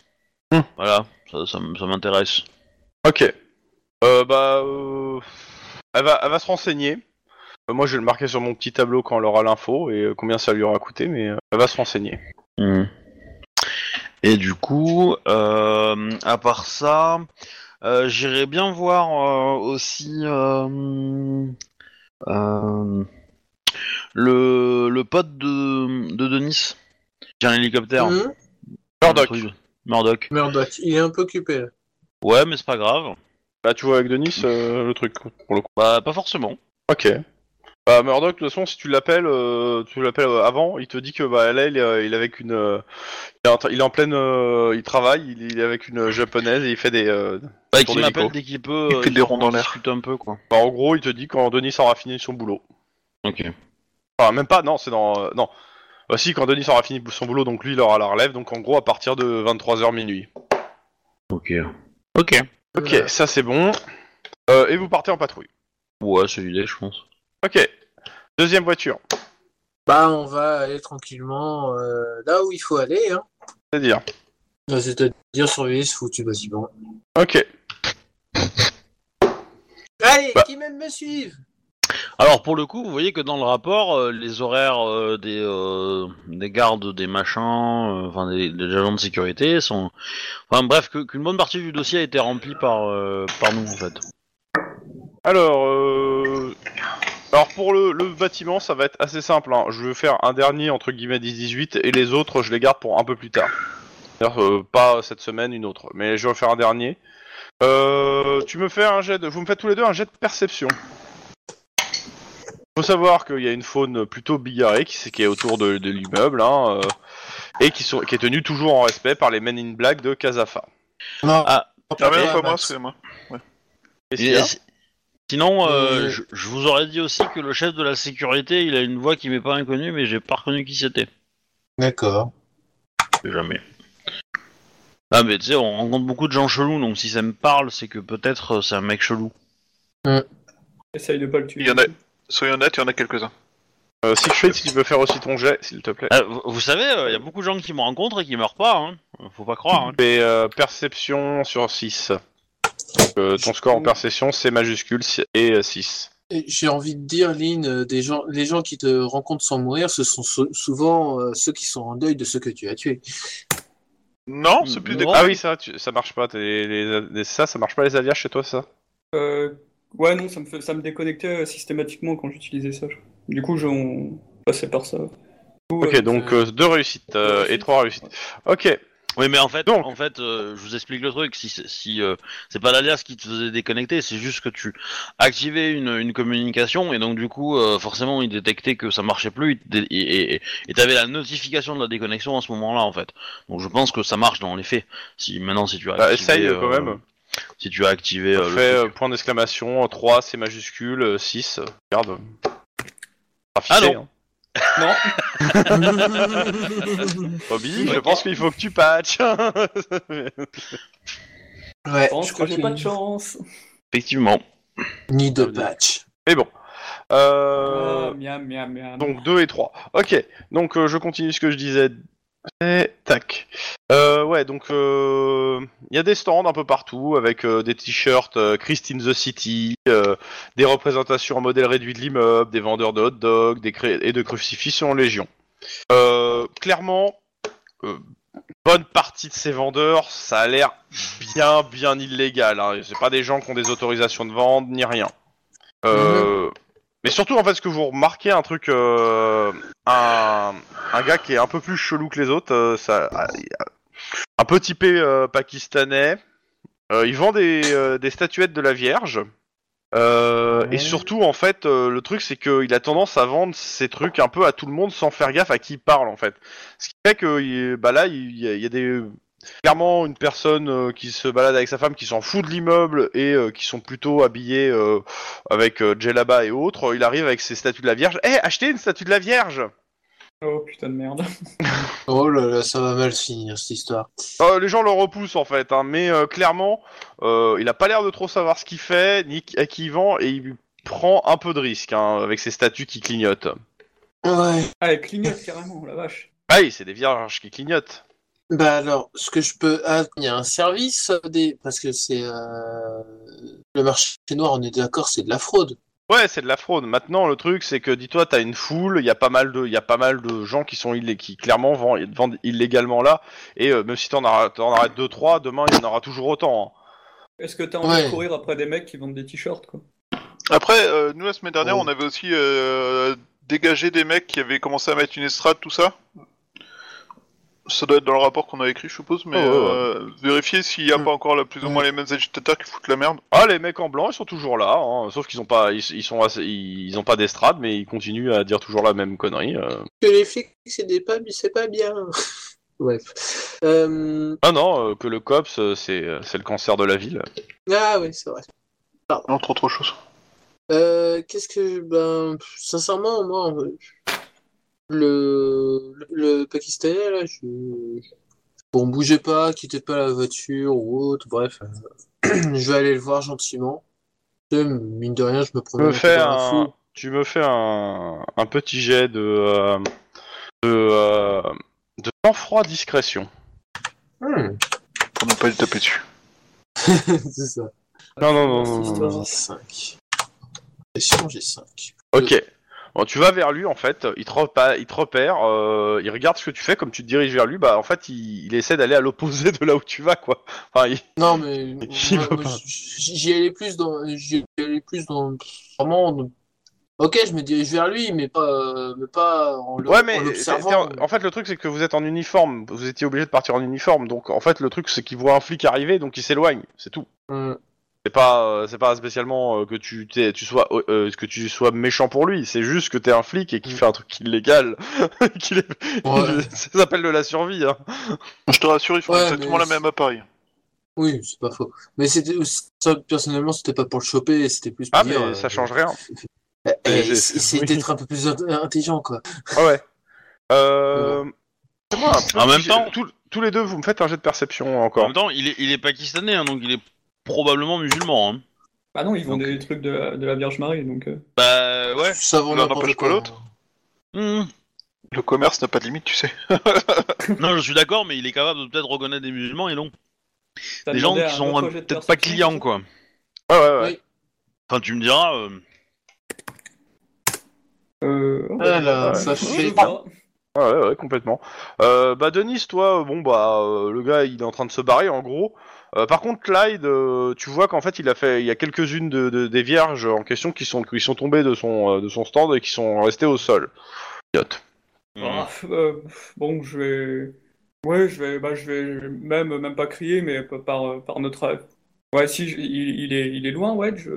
S1: Hmm.
S4: Voilà, ça, ça m- ça m'intéresse.
S1: Ok. Euh, bah, euh, elle, va, elle va se renseigner. Euh, moi, je vais le marquer sur mon petit tableau quand elle aura l'info et euh, combien ça lui aura coûté, mais euh, elle va se renseigner.
S4: Hmm. Et du coup, euh, à part ça, euh, j'irais bien voir euh, aussi euh, euh, le, le pote de, de Denis qui a un hélicoptère.
S5: Hum,
S1: Murdoch.
S4: Le truc- Murdoch.
S5: Murdoch, il est un peu occupé. là.
S4: Ouais, mais c'est pas grave.
S1: Bah, tu vois avec Denis euh, le truc pour le coup.
S4: Bah, pas forcément.
S1: Ok. Bah, Murdoch, de toute façon, si tu l'appelles, euh, tu l'appelles euh, avant, il te dit que bah là, il est, euh, il est avec une, euh, il, est en, tra- il est en pleine, euh, il travaille, il est, il est avec une japonaise et il fait des. euh, Pour
S4: Bah, qu'il
S1: l'hélico.
S4: m'appelle dès qu'il peut.
S3: Il fait des ronds
S4: on
S3: dans l'air.
S4: discute un peu, quoi.
S1: bah, en gros, il te dit quand Denis aura fini son boulot.
S4: Ok.
S1: Enfin, même pas, non, c'est dans. euh, non. Bah, si, quand Denis aura fini son boulot, donc lui, il aura la relève, donc en gros, à partir de 23h minuit.
S4: Ok. Ok.
S1: Ok,
S5: Voilà.
S1: ça c'est bon. Euh, et vous partez en patrouille.
S4: Ouais, c'est l'idée, je pense.
S1: Ok. Deuxième voiture.
S5: Bah, on va aller tranquillement euh, là où il faut aller. Hein.
S1: C'est-à-dire.
S5: Euh, C'est-à-dire surveiller ce foutu bâtiment.
S1: Ok.
S5: Allez,
S1: Bah.
S5: qui même me suivent
S4: Alors pour le coup, vous voyez que dans le rapport, euh, les horaires euh, des, euh, des gardes, des machins, euh, enfin des, des agents de sécurité sont, enfin bref, que- qu'une bonne partie du dossier a été remplie par euh, par nous en fait.
S1: Alors, euh... Alors pour le, le bâtiment, ça va être assez simple. hein. Je vais faire un dernier entre guillemets 10-18 et les autres, je les garde pour un peu plus tard. C'est-à-dire, euh, pas cette semaine, une autre. Mais je vais en faire un dernier. Euh, tu me fais un jet de... Vous me faites tous les deux un jet de perception. Faut savoir qu'il y a une faune plutôt bigarrée qui, qui est autour de, de l'immeuble hein, euh, et qui, sont, qui est tenue toujours en respect par les Men in Black de Kazafa.
S5: Non.
S4: Ah,
S3: Ah, mais non,
S5: Ah,
S3: pas moi,
S5: Max.
S3: c'est moi.
S1: Qu'est-ce
S4: Et-
S1: qu'il y a
S4: si- Sinon, euh,
S5: Euh,
S4: je, je vous aurais dit aussi que le chef de la sécurité, il a une voix qui m'est pas inconnue, mais j'ai pas reconnu qui c'était.
S5: D'accord.
S4: Jamais. Ah mais tu sais, on rencontre beaucoup de gens chelous, donc si ça me parle, c'est que peut-être euh, c'est un mec chelou.
S2: Essaye de pas le tuer.
S3: Il y en a- Soyez honnête, il y en a quelques-uns.
S1: Euh, Siegfried, si tu peux faire aussi ton jet, s'il te plaît.
S4: Ah, vous- vous savez, il y a beaucoup de gens qui me rencontrent et qui meurent pas. Hein. Faut pas croire. Hein.
S1: Et euh, perception sur 6. Euh, ton score en perception, c'est majuscule si- et euh, 6.
S5: Et J'ai envie de dire, Lynn, euh, des gens, les gens qui te rencontrent sans mourir, ce sont sou- souvent euh, ceux qui sont en deuil de ceux que tu as tués.
S3: Non, Oh,
S5: Mm.
S3: c'est plus des.
S4: Non.
S1: Ah oui, ça, tu- ça marche pas. t'es- les- les- ça, ça marche pas les alias chez toi, ça
S2: Euh, ouais, non, ça me, fait- ça me déconnectait euh, systématiquement quand j'utilisais ça. je crois. Du coup, je, on passait par ça. Du coup,
S1: Ok,
S2: euh,
S1: donc 2 réussites euh, et 3 réussites. Ok,
S4: Oui, mais en fait,
S1: Donc.
S4: en fait, euh, je vous explique le truc. Si, c'est- si euh, c'est pas l'alias qui te faisait déconnecter, c'est juste que tu activais une, une communication et donc du coup, euh, forcément, il détectait que ça marchait plus il te dé- et et- et t'avais la notification de la déconnexion à ce moment-là, en fait. Donc je pense que ça marche dans les faits. Si maintenant, si tu as
S1: bah,
S4: activé,
S1: essaye
S4: euh,
S1: quand même.
S4: Si tu as activé, euh, le
S1: Fais
S4: truc.
S1: euh, point d'exclamation, 3 c'est majuscule, 6, regarde.
S4: Ah
S1: Raffité, hein.
S4: non.
S2: Non,
S1: Bobby, je pense qu'il faut que tu patches.
S5: ouais,
S2: je pense
S5: Eh, je crois
S2: que j'ai pas de
S5: qu'il-
S2: chance.
S4: effectivement.
S5: ni de patch.
S1: Mais bon. Euh...
S2: Ah, miam, miam, miam.
S1: Donc 2 et 3. Ok, donc euh, je continue ce que je disais. Et tac. Euh, ouais, donc euh, il y a des stands un peu partout avec euh, des t-shirts euh, Christine the City, euh, des représentations en modèle réduit de l'immeuble, des vendeurs de hot dogs des cré- et de crucifix en légion. Euh, clairement, euh, bonne partie de ces vendeurs, ça a l'air bien, bien illégal. Hein. C'est pas des gens qui ont des autorisations de vente ni rien. Euh, mais surtout, en fait, ce que vous remarquez, un truc, euh, un, un gars qui est un peu plus chelou que les autres, euh, ça, un peu typé euh, pakistanais, Euh, il vend des, euh, des statuettes de la Vierge. Euh, Et surtout, en fait, euh, le truc, c'est qu'il a tendance à vendre ses trucs un peu à tout le monde sans faire gaffe à qui il parle, en fait. Ce qui fait que il- bah là, il y a, il y a des clairement une personne euh, qui se balade avec sa femme qui s'en fout de l'immeuble et euh, qui sont plutôt habillés euh, avec euh, djellaba et autres. Il arrive avec ses statues de la Vierge. Eh, achetez une statue de la Vierge
S2: Oh putain de merde.
S5: Oh là là, ça va mal finir cette histoire.
S1: Euh, les gens le repoussent en fait, hein, mais euh, clairement, euh, il a pas l'air de trop savoir ce qu'il fait, ni qui- à qui il vend, et il prend un peu de risque hein, avec ses statues qui clignotent.
S5: Ouais.
S2: Ah, elle clignote carrément, la vache.
S1: Ah oui, c'est des vierges qui clignotent.
S5: Bah alors, ce que je peux... Ah, il y a un service euh, des... Parce que c'est... euh, Le marché noir, on est d'accord, c'est de la fraude.
S1: Ouais, c'est de la fraude. Maintenant, le truc, c'est que dis-toi, t'as une foule, il y a pas mal de, il y a pas mal de gens qui sont illé- qui clairement vend- vendent illégalement là, et euh, même si t'en arrêtes, t'en arrêtes deux, trois, demain il y en aura toujours autant. hein.
S2: Est-ce que t'as envie
S5: Ouais.
S2: de courir après des mecs qui vendent des t-shirts, quoi
S3: Après, euh, nous, la semaine dernière,
S5: Oh.
S3: on avait aussi euh, dégagé des mecs qui avaient commencé à mettre une estrade, tout ça. Ça doit être dans le rapport qu'on a écrit, je suppose, mais
S1: Oh, ouais, ouais.
S3: euh, vérifier s'il n'y a
S5: Mm.
S3: pas encore là, plus ou moins les mêmes agitateurs qui foutent la merde.
S1: Ah, les mecs en blanc, ils sont toujours là, hein, sauf qu'ils ont pas, ils, ils sont, assez- ils, ils ont pas d'estrade, mais ils continuent à dire toujours la même connerie. euh.
S5: Que les flics, c'est des pubs, c'est pas bien. Bref. Euh,
S1: Ah non, euh, que le COPS, euh, c'est euh, c'est le cancer de la ville.
S5: Ah oui, c'est vrai.
S3: Entre autres choses.
S5: Euh, qu'est-ce que ben pff, sincèrement moi euh, le le pakistanais là je bon bougez pas quittez pas la voiture ou autre bref euh, je vais aller le voir gentiment Tu sais, mine de rien je me
S1: Tu me
S5: promène
S1: fais
S5: peu dans la
S1: un,
S5: foule.
S1: tu me fais un, un petit jet de, euh, de, euh, de sang-froid discrétion.
S5: Hmm,
S3: Pour ne pas lui taper dessus.
S5: c'est ça
S1: Non, non, non,
S2: Cette
S1: non, non,
S2: histoire.
S5: 5 Pression, j'ai 5
S1: Ok. Bon, tu vas vers lui en fait, il te, repa- il te repère, euh, il regarde ce que tu fais, comme tu te diriges vers lui, bah en fait il, il essaie d'aller à l'opposé de là où tu vas quoi. Enfin, il-
S5: non mais
S1: Il
S5: moi,
S1: va
S5: moi,
S1: pas.
S5: j- j'y allais plus dans j'y allais plus dans vraiment Ok, je me dirige vers lui, mais pas, euh, mais pas en le-
S1: Ouais, mais
S5: en
S1: c'est-
S5: l'observant.
S1: c'est en, en fait, le truc, c'est que vous êtes en uniforme. Vous étiez obligé de partir en uniforme. Donc, en fait, le truc, c'est qu'il voit un flic arriver, donc il s'éloigne. C'est tout.
S5: Hmm.
S1: C'est pas, euh, c'est pas spécialement euh, que tu, t'es- tu sois, euh, que tu sois méchant pour lui. C'est juste que t'es un flic et qu'il fait un truc illégal. qu'il est-
S5: Ouais.
S1: ça s'appelle de la survie. Hein.
S3: Je te rassure, ils font
S5: Ouais,
S3: exactement la
S5: mais
S3: même à Paris.
S5: Oui, c'est pas faux. Mais c'était ça, personnellement, c'était pas pour le choper, c'était plus pour
S1: Ah, mais
S5: dire. euh,
S1: ça change rien.
S5: eh, eh,
S1: c'est-
S5: c'est c'est
S1: oui.
S5: d'être un peu plus int- intelligent, quoi.
S1: Ah ouais. Euh... fais-moi un petit
S4: En même
S1: jet-
S4: temps-
S1: tous- tous les deux, vous me faites un jet de perception
S4: En
S1: encore.
S4: même temps, il est, il est pakistanais, hein, donc il est probablement musulman. Hein.
S2: Bah non, ils vendent
S4: Donc-
S2: des trucs de la, de la Vierge Marie, donc... euh.
S4: Bah ouais.
S5: Ça vaut
S3: L'un
S5: n'importe
S3: n'empêche pas
S5: quoi.
S3: l'autre.
S4: Hmm.
S3: Le commerce n'a pas de limite, tu sais.
S4: Non, je suis d'accord, mais il est capable de peut-être reconnaître des musulmans et non.
S2: T'as
S4: Des gens
S2: demandé
S4: qui
S2: un
S4: sont
S2: autre
S4: euh,
S2: jet de
S4: peut-être pas
S2: perception,
S4: clients,
S2: c'est ça
S4: quoi.
S1: Ouais, ouais, ouais.
S5: Oui.
S4: Enfin, tu me diras. euh,
S2: Euh... oh,
S5: Ah là,
S1: Ouais.
S5: ça
S2: je
S5: fait.
S2: sais pas.
S1: Ouais, Ah ouais, ouais, complètement. Euh, bah, Denis, toi, euh, bon, bah, euh, le gars, il est en train de se barrer, en gros. Euh, par contre, Clyde, euh, tu vois qu'en fait, il a fait, il y a quelques-unes de, de- des vierges en question qui sont, qui sont tombées de son, euh, de son stand et qui sont restées au sol. Idiote.
S4: hmm. Mmh.
S2: Ah, euh, bon, je vais. Ouais, je vais, bah, je vais même, même pas crier, mais par, par notre. Ouais, si, je- il, il est, il est loin, ouais. Je...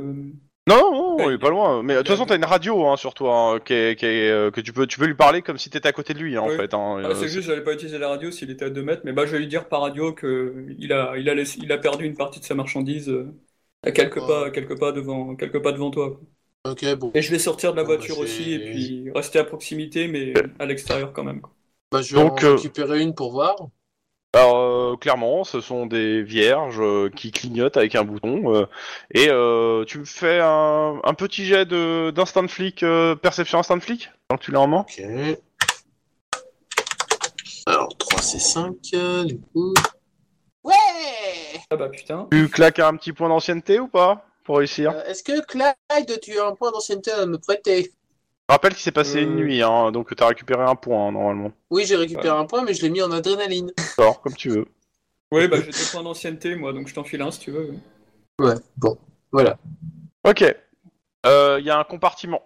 S1: Non, non, non,
S2: Ouais,
S1: il est pas loin. Mais de toute
S2: il a-
S1: façon, t'as une radio hein, sur toi hein, qui est- qui est, euh, que tu peux, tu peux lui parler comme si t'étais à côté de lui, hein, en
S2: Ouais.
S1: fait. hein.
S2: Ah,
S1: Euh,
S2: c'est juste, j'allais pas utiliser la radio s'il était à 2 mètres, mais bah, je vais lui dire par radio que il a, il a, laissé- il a perdu une partie de sa marchandise euh, à quelques pas, à quelques pas devant, quelques pas devant toi. quoi.
S5: Ok, bon.
S2: Et je vais sortir de la
S5: Bon, bah,
S2: voiture
S5: c'est-
S2: aussi, et puis rester à proximité, mais à l'extérieur quand même. quoi.
S5: Bah, je vais
S1: Donc,
S5: en
S1: euh,
S5: récupérer une pour voir.
S1: Alors euh, clairement, ce sont des vierges euh, qui clignotent avec un bouton. euh, et euh, tu me fais un, un petit jet de d'instinct flic, euh, perception instinct flic, tant que tu l'as en main.
S5: Ok. Alors, 3 c'est 5, euh, du coup. Ouais!
S2: Ah bah putain.
S1: Tu claques un petit point d'ancienneté ou pas pour réussir
S5: Euh, Est-ce que Clyde, tu as un point d'ancienneté à me prêter?
S1: Rappelle qu'il s'est passé une
S2: Euh.
S1: nuit, hein, donc t'as récupéré un point hein, normalement.
S5: Oui, j'ai récupéré un point, mais je l'ai mis en adrénaline.
S1: D'accord, comme tu veux.
S2: Oui, bah j'ai deux points d'ancienneté, moi, donc je t'en file un si tu veux.
S5: Ouais, bon, voilà.
S1: Ok. Euh, Il y a un compartiment.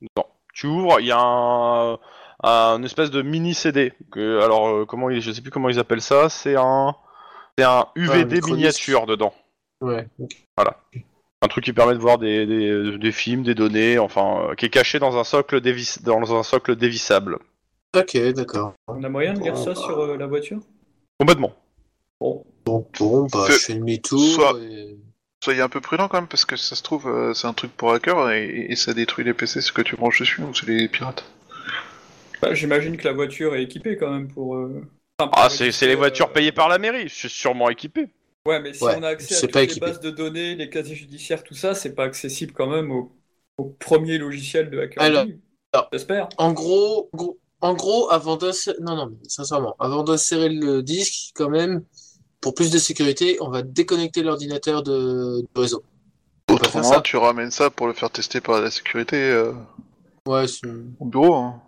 S1: dedans. Tu ouvres, il y a un, un espèce de mini CD. que- alors euh, comment, il- je sais plus comment ils appellent ça. C'est un, c'est un UVD
S5: micro-disque.
S1: miniature dedans.
S5: Ouais. ok.
S1: Un truc qui permet de voir des, des- des films, des données, enfin, euh, qui est caché dans un socle dévis- dans un socle dévissable.
S5: Ok, d'accord.
S2: On a moyen de lire ça sur euh, la voiture?
S1: Complètement.
S2: Bon.
S5: Bon, bon, bah,
S3: Fais-
S5: je fais demi-tour.
S3: Soit-
S5: et-
S3: Soyez un peu prudent quand même, parce que si ça se trouve, euh, c'est un truc pour hacker et, et ça détruit les PC ce que tu branches dessus, ou c'est les pirates.
S2: Bah, j'imagine que la voiture est équipée quand même pour. euh, enfin, pour
S1: Ah, c'est c'est les
S2: euh,
S1: voitures payées par la mairie, c'est sûrement équipé.
S2: Ouais, mais si
S5: Ouais,
S2: on a accès à
S5: c'est
S2: toutes
S5: pas
S2: les
S5: équipé.
S2: bases de données, les casiers judiciaires, tout ça, c'est pas accessible quand même au, au premier logiciel de hacker.
S5: Alors-
S2: Anonymous.
S5: alors-
S2: J'espère.
S5: En gros, gros- en gros, avant d'insérer, non, non, mais sincèrement, avant d'insérer le disque, quand même, pour plus de sécurité, on va déconnecter l'ordinateur de... du réseau. On peut faire
S3: Autrement,
S5: Bah, ça.
S3: tu ramènes ça pour le faire tester par la sécurité euh,
S5: Ouais, c'est...
S3: au bureau. hein.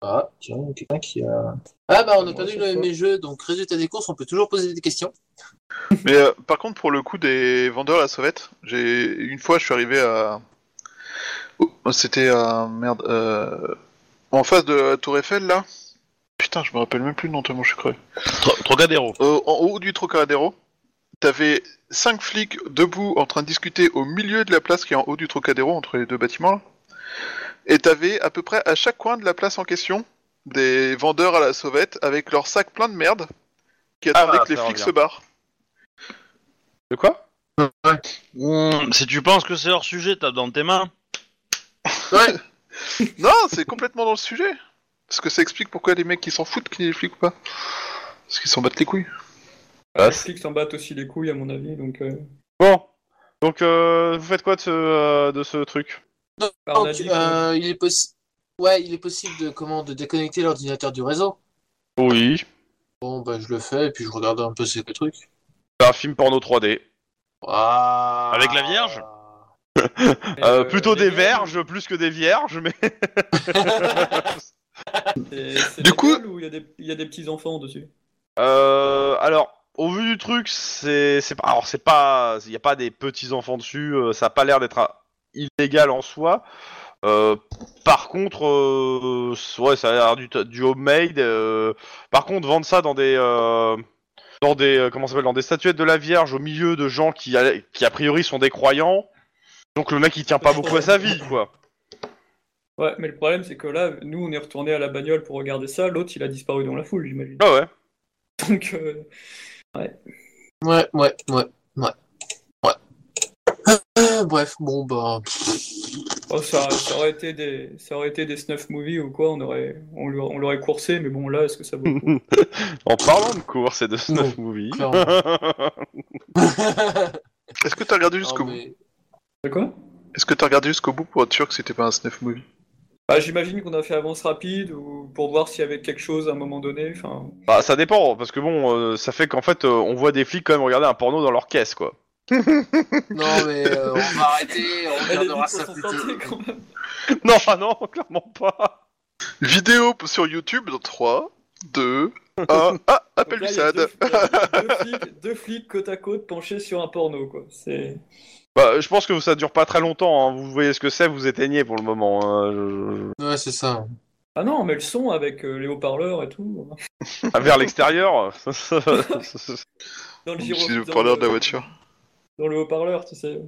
S5: Ah, tiens, il y a quelqu'un qui a... Ah bah, on a
S2: Moi,
S5: perdu
S2: ça
S5: le
S2: saute.
S5: mes jeux, donc résultat des courses, on peut toujours poser des questions.
S3: Mais euh, par contre, pour le coup des vendeurs à la sauvette, j'ai une fois, je suis arrivé à, Oh, c'était à merde, euh, en face de la Tour Eiffel là. Putain, je me rappelle même plus le nom tellement je suis crevé.
S4: Tro- Trocadéro.
S3: Euh, en haut du Trocadéro, t'avais cinq flics debout en train de discuter au milieu de la place qui est en haut du Trocadéro entre les deux bâtiments. là. Et t'avais à peu près à chaque coin de la place en question des vendeurs à la sauvette avec leur sac plein de merde qui attendaient que les
S1: Ah, ça
S3: flics
S1: revient.
S3: se barrent.
S1: De quoi
S4: Mmh, si tu penses que c'est hors sujet, t'as dans tes mains.
S5: Ouais,
S3: Non, c'est complètement dans le sujet. Parce que ça explique pourquoi les mecs qui s'en foutent qu'il y ait des flics ou pas. Parce qu'ils s'en battent les couilles.
S1: Ah,
S2: Les flics Euh, s'en battent aussi les couilles, à mon avis. Donc, euh,
S1: Bon. Donc, euh, vous faites quoi de ce, euh, de ce truc
S2: bah, on a
S5: donc,
S2: dit qu'on-
S5: euh, il est possible... Ouais, il est possible de, comment, de déconnecter l'ordinateur du réseau.
S1: Oui.
S5: Bon, bah, je le fais, et puis je regarde un peu ces trucs.
S1: Un film porno 3D.
S5: Ah.
S4: Avec la Vierge
S2: mais,
S1: Euh,
S2: euh,
S1: plutôt
S2: les
S1: des
S2: gars,
S1: verges plus que des vierges, mais.
S2: c'est- c'est
S3: Du
S2: légal
S3: coup-
S2: ou il y a des- il y a des petits enfants dessus?
S1: Euh, alors, au vu du truc, c'est, c'est pas, alors c'est pas, il y a pas des petits enfants dessus, euh, ça a pas l'air d'être un- illégal en soi. Euh, par contre, euh, ouais, ça a l'air du, du homemade. euh, par contre, vendre ça dans des, euh, dans des, euh, comment ça s'appelle, dans des statuettes de la Vierge au milieu de gens qui, a, qui a priori sont des croyants. Donc le mec il tient pas beaucoup à sa vie, quoi.
S2: Ouais, mais le problème, c'est que là, nous, on est retourné à la bagnole pour regarder ça. L'autre, il a disparu dans la foule, j'imagine.
S1: Ah ouais.
S2: Donc, euh,
S5: Ouais, ouais, ouais, ouais, ouais. Euh, bref, bon bah, pff,
S2: oh, ça, ça aurait été des, ça aurait été des snuff movies ou quoi. On aurait, on l'aurait on l'aurait coursé, mais bon, là, est-ce que ça vaut le coup?
S1: En parlant de course et de snuff movie.
S3: Est-ce que t'as regardé
S5: non,
S3: jusqu'au bout
S5: mais-
S2: C'est quoi?
S3: Est-ce que t'as regardé jusqu'au bout pour être sûr que c'était pas un snuff movie
S2: Bah, j'imagine qu'on a fait avance rapide ou pour voir s'il y avait quelque chose à un moment donné. Enfin,
S1: Bah ça dépend, parce que bon, euh, ça fait qu'en fait euh, on voit des flics quand même regarder un porno dans leur caisse quoi.
S5: non mais euh, on va arrêter, on
S2: elle est
S5: regardera
S2: vite
S5: ça
S2: pour
S5: plus
S2: s'en
S5: tard.
S2: sortir, quand même.
S1: non, ah non, clairement pas.
S3: Vidéo sur YouTube dans 3, 2, 1. Ah,
S2: Donc
S3: appelle
S2: là, il y a deux,
S3: Lucade
S2: il y a deux flics, deux flics côte à côte penchés sur un porno, quoi. C'est,
S1: Bah je pense que ça dure pas très longtemps, hein. vous voyez ce que c'est, vous éteignez pour le moment. hein. Je-
S5: Ouais, c'est ça.
S2: ah non, mais le son avec euh, les haut-parleurs et tout. hein.
S1: je- Vers l'extérieur.
S2: Dans le gyro-
S3: J'ai le
S2: dans
S3: parleur
S2: le-
S3: de la voiture.
S2: Dans le haut-parleur, tu sais.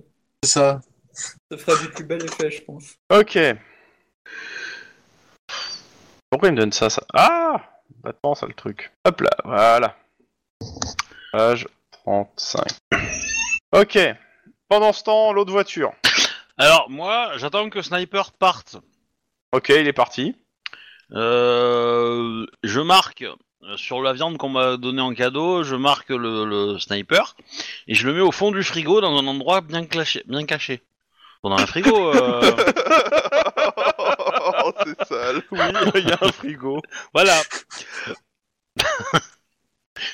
S5: C'est ça.
S2: Ça ferait du plus bel effet, je pense.
S1: ok. Pourquoi il me donne ça, ça Ah Maintenant ça le truc. Hop là, voilà. Page 35. Ok. Pendant ce temps, l'autre voiture.
S4: Alors, moi, j'attends que Sniper parte.
S1: Ok, il est parti.
S4: Euh, je marque euh, sur la viande qu'on m'a donnée en cadeau, je marque le, le sniper et je le mets au fond du frigo dans un endroit bien, claché, bien caché. Bon, Dans un frigo, euh,
S3: oh, c'est sale.
S1: Oui, il y a un frigo.
S4: voilà.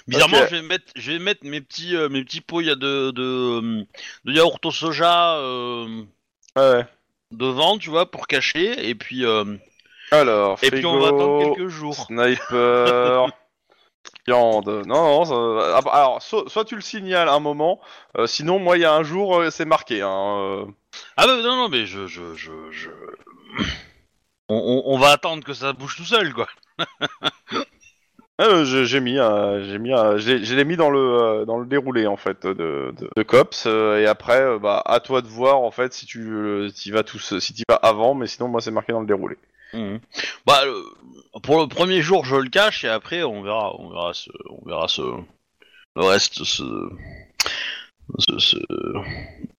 S4: Bizarrement,
S1: Ok.
S4: je vais mettre, je vais mettre mes petits, euh, mes petits pots il y a de, de, euh, de yaourt au soja euh,
S1: Ouais.
S4: devant, tu vois, pour cacher et puis euh,
S1: Alors,
S4: et
S1: frigo,
S4: puis on va attendre quelques jours.
S1: sniper, viande. Non, non, ça- ah, bah, alors, so- soit tu le signales un moment, euh, sinon, moi, il y a un jour, euh, c'est marqué. Hein, euh.
S4: Ah bah non non mais je je je, je... On, on- on va attendre que ça bouge tout seul quoi.
S1: Ah, euh, je- j'ai mis, un- j'ai mis, un- j'ai- je l'ai mis dans le euh, dans le déroulé en fait de, de, de cops euh, et après euh, bah à toi de voir en fait si tu euh, t'y vas tous si t'y vas avant mais sinon moi c'est marqué dans le déroulé.
S4: Mhm. Bah, le- pour le premier jour, je le cache et après, on verra, on verra ce, on verra ce, le reste, ce, ce- ce-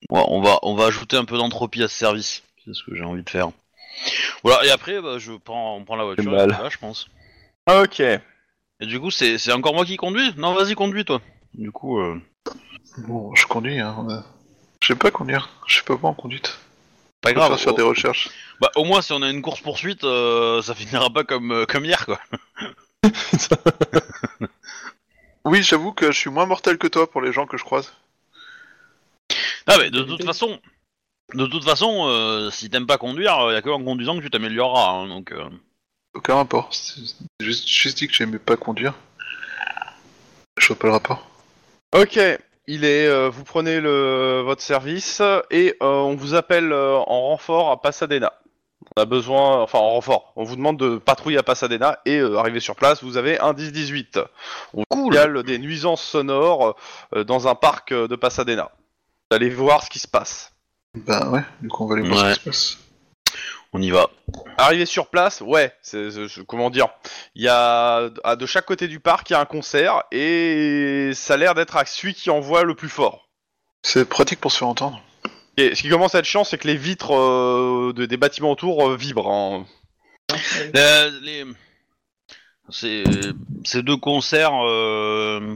S4: Ouais, on va, on va ajouter un peu d'entropie à ce service. C'est ce que j'ai envie de faire. Voilà. Et après, bah, je prends, on prend la voiture.
S1: J'ai
S4: et
S1: mal.
S4: on va, je pense.
S1: Ok.
S4: Et du coup, c'est, c'est encore moi qui conduis Non, vas-y, conduis toi. Du coup, euh,
S3: Bon, je conduis, hein. euh, Je sais pas conduire. Je sais pas pas en conduite.
S4: pas
S3: Je vais
S4: grave.
S3: faire, faire
S4: au-
S3: des recherches.
S4: Bah, au moins, si on a une course poursuite, ça finira pas comme, euh, comme hier, quoi.
S3: Oui, j'avoue que je suis moins mortel que toi pour les gens que je croise.
S4: Ah mais de toute façon, de toute façon, euh, si t'aimes pas conduire, il y a que en conduisant que tu t'amélioreras. hein, donc euh.
S3: Aucun rapport. C'est c'est juste, j'ai juste dit que j'aimais pas conduire. Je vois pas le rapport.
S1: Ok, il est. euh, vous prenez le, votre service et euh, on vous appelle euh, en renfort à Pasadena. On a besoin, enfin en renfort. On vous demande de patrouiller à Pasadena et euh, arrivé sur place, vous avez un 10-18. On cool. des nuisances sonores euh, dans un parc euh, de Pasadena. Vous allez voir ce qui se passe.
S3: Bah ouais, du coup on va aller voir
S4: Ouais.
S3: ce qui se passe.
S4: on y va.
S1: Arrivé sur place, ouais, c'est c'est- c'est- comment dire Il y a à de chaque côté du parc, il y a un concert et ça a l'air d'être à celui qui envoie le plus fort.
S3: C'est pratique pour se faire entendre.
S1: Et ce qui commence à être chiant, c'est que les vitres euh, de- des bâtiments autour euh, vibrent. hein.
S2: Ouais.
S4: Euh, les... Ces, ces deux concerts, euh,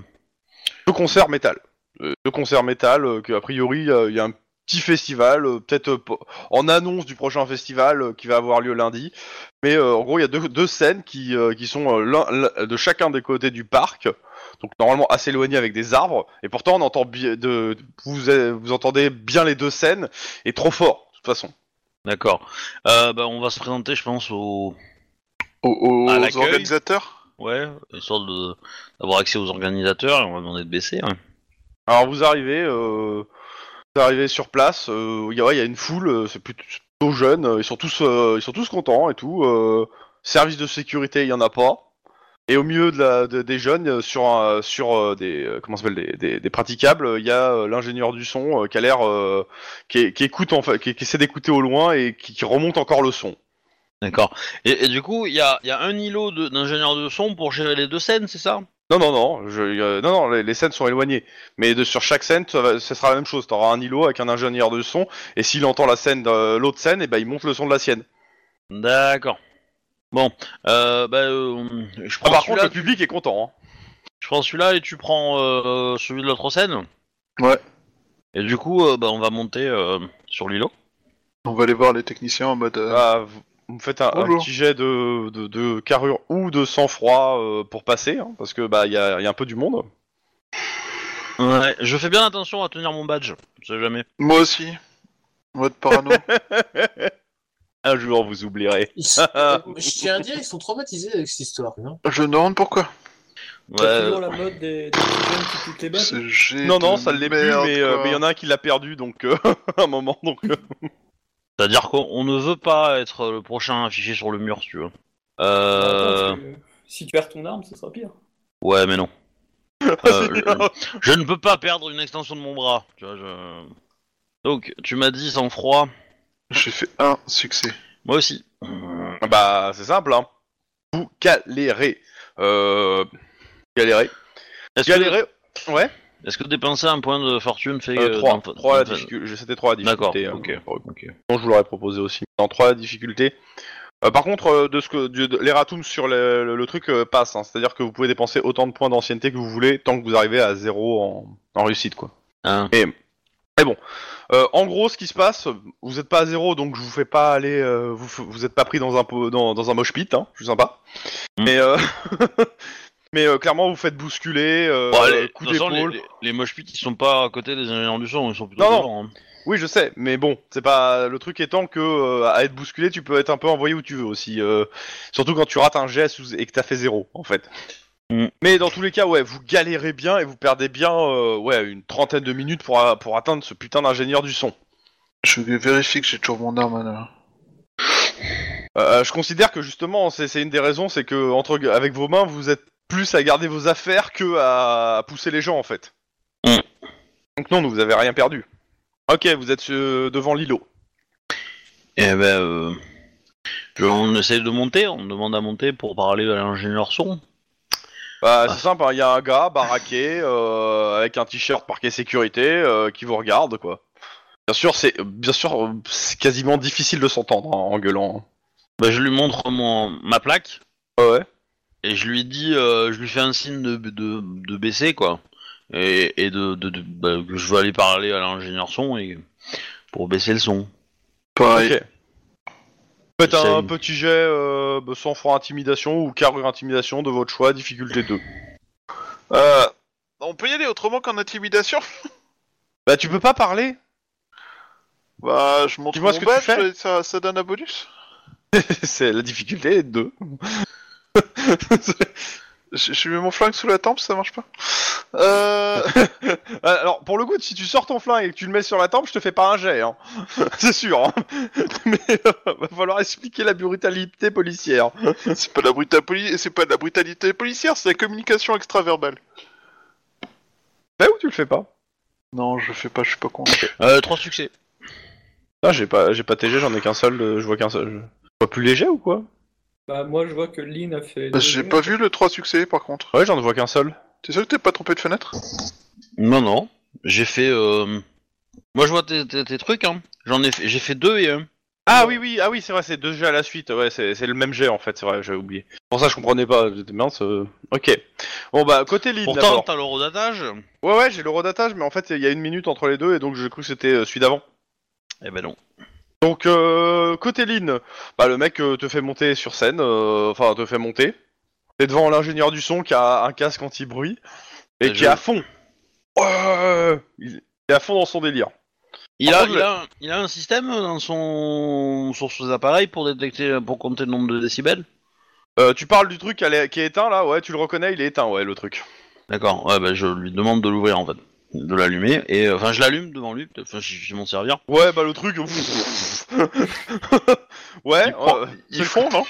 S1: Deux concerts métal. Euh, Deux concerts métal, euh, que, a priori, euh, il y a un petit festival, euh, peut-être euh, po- en annonce du prochain festival euh, qui va avoir lieu lundi. Mais euh, en gros, il y a deux, deux scènes qui, euh, qui sont euh, l'un- l'un- de chacun des côtés du parc. Donc normalement assez éloignées avec des arbres. Et pourtant, on entend bi- de, vous, euh, vous entendez bien les deux scènes, et trop fort, de toute façon.
S4: d'accord. Euh, bah, on va se présenter, je pense, au
S3: Aux, aux
S4: À l'accueil.
S3: organisateurs
S4: ouais, histoire de d'avoir accès aux organisateurs et on va demander de baisser. ouais.
S1: Alors vous arrivez, euh, vous arrivez sur place, euh, il y, a- ouais, il y a une foule, euh, c'est plutôt, c'est plutôt jeune, euh, ils sont tous, euh, ils sont tous contents et tout. euh, service de sécurité, il y en a pas. Et au milieu de la, de- des jeunes, euh, sur, un- sur euh, des, euh, comment ça s'appelle, des, des- des praticables, euh, il y a euh, l'ingénieur du son euh, qui a l'air, euh, qui, est- qui écoute en fait, qui, qui essaie d'écouter au loin et qui, qui remonte encore le son.
S4: D'accord. Et, et du coup, il y a, il y a un îlot de- d'ingénieurs de son pour gérer les deux scènes, c'est ça
S1: Non, non, non, je, euh, non, non, les, les scènes sont éloignées. Mais de, sur chaque scène, ça va- ce sera la même chose. T'auras un îlot avec un ingénieur de son, et s'il entend la scène, de- l'autre scène, et ben il monte le son de la sienne.
S4: D'accord. Bon, euh, bah, euh, je
S1: Ah,
S4: prends
S1: par
S4: celui-là,
S1: contre, le public est content. Hein.
S4: Je prends celui-là et tu prends euh, celui de l'autre scène.
S3: Ouais.
S4: Et du coup, euh, bah, on va monter euh, sur l'îlot.
S3: On va aller voir les techniciens en mode. euh,
S1: Ah, vous, vous me faites un, un
S3: Bonjour.
S1: petit jet de, de, de carrure ou de sang-froid euh, pour passer, hein, parce que bah il y a, il y a un peu du monde.
S4: Ouais. Je fais bien attention à tenir mon badge. Je sais jamais.
S3: Moi aussi. Mode parano.
S1: Un jour, vous oublierez.
S5: Ils sont- euh, Je tiens à dire, ils sont traumatisés avec cette histoire. hein. Non
S3: je me demande pourquoi.
S4: Ouais,
S2: C'est
S4: euh,
S2: toujours la mode des, des jeunes qui quittent les bacs.
S3: Ce jet
S1: Bah, Non, non,
S3: de
S1: ça l'est plus,
S3: merde,
S1: mais euh,
S3: quoi.
S1: mais il y en a un qui l'a perdu, donc euh, à un moment, donc. euh.
S4: C'est-à-dire qu'on on ne veut pas être le prochain affiché sur le mur, si tu veux. Euh,
S2: Bah, Attends, parce que Si tu perds ton arme, ce sera pire.
S4: Ouais, mais non.
S1: Ah,
S4: Euh,
S1: c'est
S4: je-
S1: bien.
S4: je ne peux pas perdre une extension de mon bras. Tu vois, je... Donc, tu m'as dit sans froid.
S3: J'ai fait un succès.
S4: Moi aussi.
S1: Bah, c'est simple, hein. Vous galérez. Euh... Galérez.
S4: Est-ce que,
S1: Galérez. Ouais.
S4: est-ce que dépenser un point de fortune fait...
S1: Euh,
S4: euh,
S1: trois.
S4: d'un-
S1: Trois à la
S4: d'un-
S1: difficulté. Je- C'était 3 à
S4: D'accord,
S1: difficulté.
S4: ok,
S1: euh, pour-
S4: ok.
S1: Non, je vous l'aurais proposé aussi. Dans 3 à difficulté. Euh, par contre, euh, de ce que du- de- les ratums sur le, le- le truc euh, passe, hein. c'est-à-dire que vous pouvez dépenser autant de points d'ancienneté que vous voulez tant que vous arrivez à zéro en, en réussite, quoi.
S4: Hein.
S1: Euh, en gros, ce qui se passe, vous n'êtes pas à zéro, donc je vous fais pas aller, euh, vous f- vous êtes pas pris dans un po- dans, dans un mosh pit, hein, je suis sympa.
S4: Mm.
S1: Mais euh, mais euh, clairement, vous faites bousculer, euh,
S4: Bon, allez,
S1: coup
S4: de toute façon, Bah, les,
S1: d'épaule.
S4: les, les mosh pits, ils sont pas à côté des ingénieurs du son, ils sont plutôt
S1: Non, non.
S4: devant. hein.
S1: Oui, je sais, mais bon, c'est pas le truc étant que euh, à être bousculé, tu peux être un peu envoyé où tu veux aussi. euh, Surtout quand tu rates un geste ou- et que t'as fait zéro, en fait.
S4: Mm.
S1: Mais dans tous les cas, ouais, vous galérez bien et vous perdez bien, euh, ouais, une trentaine de minutes pour, a- pour atteindre ce putain d'ingénieur du son.
S3: Je vais vérifier que j'ai toujours mon arme à la-
S1: Euh, je considère que justement, c'est c'est une des raisons, c'est que entre gu- avec vos mains, vous êtes plus à garder vos affaires que à, à pousser les gens en fait.
S4: Mm.
S1: Donc non, vous avez rien perdu. Ok, vous êtes euh, devant l'îlot.
S4: Eh ben, euh, puis on essaie de monter, on demande à monter pour parler à l'ingénieur son.
S1: Bah, c'est simple, il y a un gars baraqué euh, avec un t-shirt parquet sécurité euh, qui vous regarde quoi. Bien sûr, c'est bien sûr euh, c'est quasiment difficile de s'entendre hein, en gueulant.
S4: Bah, je lui montre mon, ma plaque
S1: Ouais.
S4: et je lui dis, euh, je lui fais un signe de, de, de baisser quoi, et, et de, de- de- bah, que je veux aller parler à l'ingénieur son et pour baisser le son.
S3: Pareil.
S1: Ok. Faites un
S4: J'essaye.
S1: petit jet euh, bah, sans froid intimidation ou carrure intimidation de votre choix, difficulté 2.
S3: Euh, on peut y aller autrement qu'en intimidation
S1: Bah tu peux pas parler
S3: Bah, je montre
S1: Dis-moi
S3: mon
S1: ce que tu
S3: badge
S1: fais.
S3: et ça, ça donne un bonus.
S1: C'est la difficulté 2.
S3: J'ai j'ai mis mon flingue sous la tempe, ça marche pas. Euh...
S1: Alors pour le coup, si tu sors ton flingue et que tu le mets sur la tempe, je te fais pas un jet, hein. c'est sûr. hein. Mais euh, va falloir expliquer la brutalité policière.
S3: C'est pas de la bruta- poli- c'est pas de la brutalité policière, c'est de la communication extraverbale.
S1: Fais ou tu le fais pas
S3: Non, je fais pas, je suis pas con.
S4: Euh, trois succès.
S1: Ah j'ai pas j'ai pas TG, j'en ai qu'un seul, euh, je vois qu'un seul. Je vois plus léger ou quoi
S2: Bah, moi, je vois que Lynn a fait.
S3: Bah, J'ai pas vu le 3 succès par contre.
S1: Ah Ouais, j'en vois qu'un seul.
S3: T'es sûr que t'es pas trompé de fenêtre
S4: Non non, j'ai fait. euh, Moi je vois tes, tes- tes trucs hein. J'en ai, fait- j'ai fait deux et un.
S1: Ah oui oui, ah oui, c'est vrai, c'est deux jets à la suite. Ouais, c'est c'est le même jet en fait, c'est vrai, j'avais oublié. Pour ça je comprenais pas, j'étais mince. euh, OK. Bon bah côté lead
S4: Pourtant
S1: d'abord.
S4: t'as le rodatage.
S1: Ouais ouais, j'ai le redatage mais en fait, il y a une minute entre les deux et donc j'ai cru que c'était euh, celui d'avant.
S4: Eh ben non.
S1: Donc euh, côté Lynn, bah le mec euh, te fait monter sur scène, euh, enfin te fait monter. T'es devant l'ingénieur du son qui a un casque anti-bruit et
S4: Et
S1: qui
S4: je-
S1: est à fond. Ouais, il est à fond dans son délire.
S4: Il
S1: Par
S4: a,
S1: contre,
S4: il,
S1: le-
S4: a, un- il a un système dans son sur ses appareils pour détecter, pour compter le nombre de décibels.
S1: Euh, tu parles du truc qui est qui est éteint là, ouais, tu le reconnais, il est éteint, ouais, le truc.
S4: D'accord. Ouais, bah, je lui demande de l'ouvrir en fait, de l'allumer et euh, enfin je l'allume devant lui. peut-être, Enfin, je je vais m'en servir.
S1: Ouais, bah le truc. ouais, euh,
S3: Ils font, non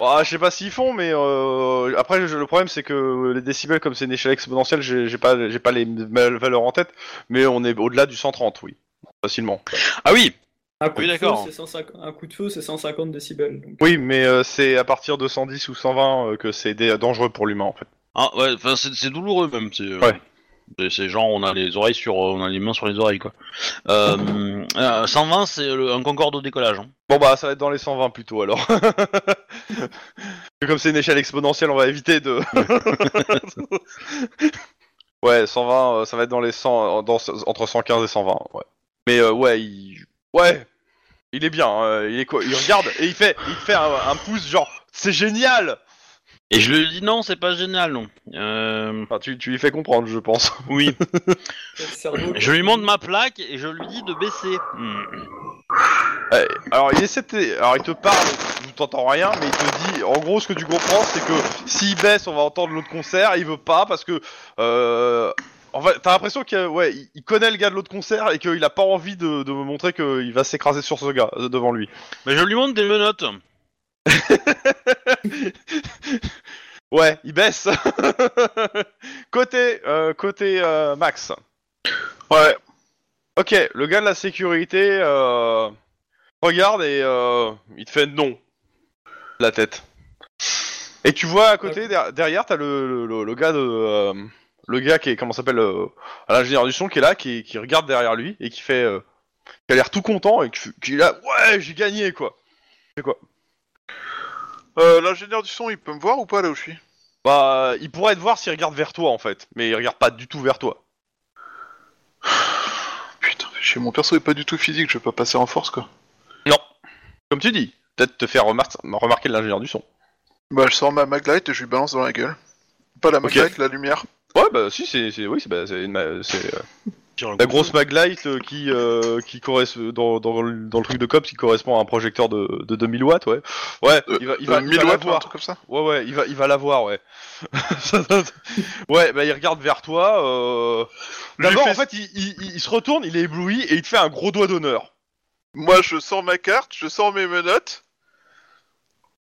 S1: bah, je sais pas s'ils font, mais euh, après je- le problème c'est que les décibels, comme c'est une échelle exponentielle, j'ai j'ai pas, j'ai pas les m- valeurs en tête, mais on est au-delà du 130, oui, facilement.
S4: Ah oui.
S2: Un coup
S4: Oui,
S2: de feu,
S4: d'accord.
S2: c'est 150 Un coup de feu, c'est 150 décibels. donc.
S1: Oui, mais euh, c'est à partir de 110 ou 120 euh, que c'est dé- dangereux pour l'humain en fait.
S4: Ah ouais. Enfin c'est c'est douloureux même. C'est, euh,
S1: Ouais.
S4: c'est- C'est genre on a les oreilles sur, euh, on a les mains sur les oreilles quoi. Euh, euh, 120 c'est le- un Concorde au décollage. hein.
S1: Bon bah ça va être dans les 120 plutôt alors. Comme c'est une échelle exponentielle, on va éviter de. ouais, 120, euh, ça va être dans les 100, euh, dans- entre 115 et 120. Ouais. Mais euh, ouais, il... ouais, il est bien. euh, il est quoi Il regarde et il fait, il fait un, un pouce genre, c'est génial.
S4: Et je lui dis non c'est pas génial non. Euh,
S1: Enfin, tu, tu lui fais comprendre, je pense.
S4: oui.
S2: Le cerveau-
S4: je lui montre ma plaque et je lui dis de baisser. Hmm.
S1: Ouais, Alors il essaie de t- alors il te parle, tu t'entends rien, mais il te dit, en gros ce que tu comprends c'est que s'il baisse on va entendre l'autre concert, il veut pas parce que... Euh, en fait t'as l'impression qu'il ouais, il- il connaît le gars de l'autre concert et qu'il a pas envie de, de me montrer qu'il va s'écraser sur ce gars euh, devant lui.
S4: Mais je lui montre des menottes.
S1: Ouais, il baisse. côté euh, côté euh, Max.
S3: Ouais.
S1: Ok, le gars de la sécurité euh, regarde et euh, il te fait non. de La tête. Et tu vois à côté, der- derrière, t'as le, le, le gars de. euh, le gars qui est. Comment ça s'appelle euh, à L'ingénieur du son qui est là, qui, qui regarde derrière lui et qui fait. euh, qui a l'air tout content et qui, fait- qui est là. Ouais, j'ai gagné quoi
S3: Euh, L'ingénieur du son, il peut me voir ou pas là où je suis
S1: Bah, il pourrait te voir s'il regarde vers toi en fait, mais il regarde pas du tout vers toi.
S3: Putain, chez mon perso est pas du tout physique, je vais pas passer en force quoi.
S1: Comme tu dis, peut-être te faire remar- remarquer de l'ingénieur du son.
S3: Bah, je sors ma maglite et je lui balance dans la gueule. Pas la maglite, la lumière.
S1: Ouais, bah si, c'est. c'est- Oui, c'est bah, c'est une ma- c'est, euh,
S4: Tire le
S1: La
S4: coup.
S1: grosse maglite euh, qui, euh, qui correspond dans, dans, le- dans le truc de cops qui correspond à un projecteur de, de 2000 watts, ouais. Ouais,
S3: Euh,
S1: il va, il
S3: Euh,
S1: va, il
S3: 1000
S1: va
S3: watts, ou un
S1: l'avoir.
S3: truc comme ça
S1: Ouais, ouais, il va, il va l'avoir, ouais. ouais, bah il regarde vers toi. Euh...
S3: Lui
S1: D'abord,
S3: fait-
S1: en fait, il, il, il- il se retourne, il est ébloui et il te fait un gros doigt d'honneur.
S3: Moi, je sors ma carte, je sors mes menottes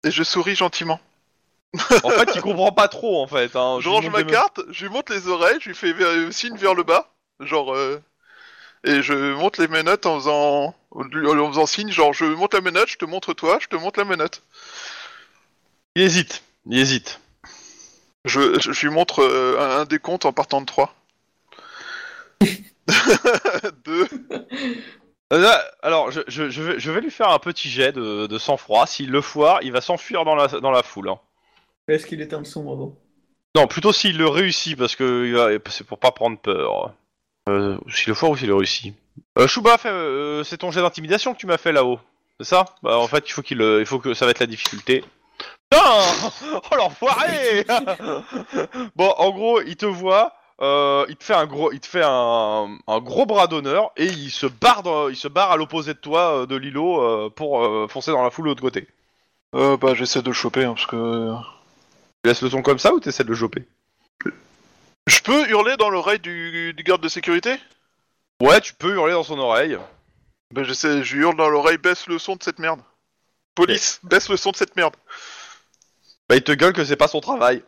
S3: et je souris gentiment.
S1: En fait, il comprend pas trop, en fait. Hein.
S3: je
S1: Tout le
S3: range
S1: monde
S3: ma
S1: déme-
S3: carte, je lui monte les oreilles, je lui fais ver- euh, signe vers le bas, genre. euh, et je monte les menottes en faisant, en faisant signe, genre je monte la menotte, je te montre toi, je te montre la menotte.
S1: Il hésite, il hésite.
S3: Je, je, je lui montre euh, un, un décompte en partant de 3. 2.
S1: Euh, là, alors, je, je- je vais, je vais lui faire un petit jet de, de sang-froid. S'il le foire, il va s'enfuir dans la, dans la foule. hein.
S2: Mais Est-ce qu'il était en sombre avant?
S1: Non, plutôt s'il le réussit, parce que il va- c'est pour pas prendre peur. Euh, s'il le foire ou s'il le réussit. Euh, Chouba, fais- euh, c'est ton jet d'intimidation que tu m'as fait là-haut. C'est ça Bah, en fait, il faut qu'il, euh, il faut que ça va être la difficulté. Putain Oh l'enfoiré Bon, en gros, il te voit, euh, il te fait un gros, il te fait un, un gros bras d'honneur et il se barre, dans- il se barre à l'opposé de toi euh, de l'îlot euh, pour euh, foncer dans la foule de l'autre côté.
S3: Euh, bah j'essaie de le choper, hein, parce que.
S1: Tu laisses le son comme ça ou t'essaies de le choper
S3: Je peux hurler dans l'oreille du, du garde de sécurité
S1: Ouais, tu peux hurler dans son oreille.
S3: Bah j'essaie, je lui hurle dans l'oreille, baisse le son de cette merde. Police, baisse le son de cette merde.
S1: Bah, il te gueule que c'est pas son travail.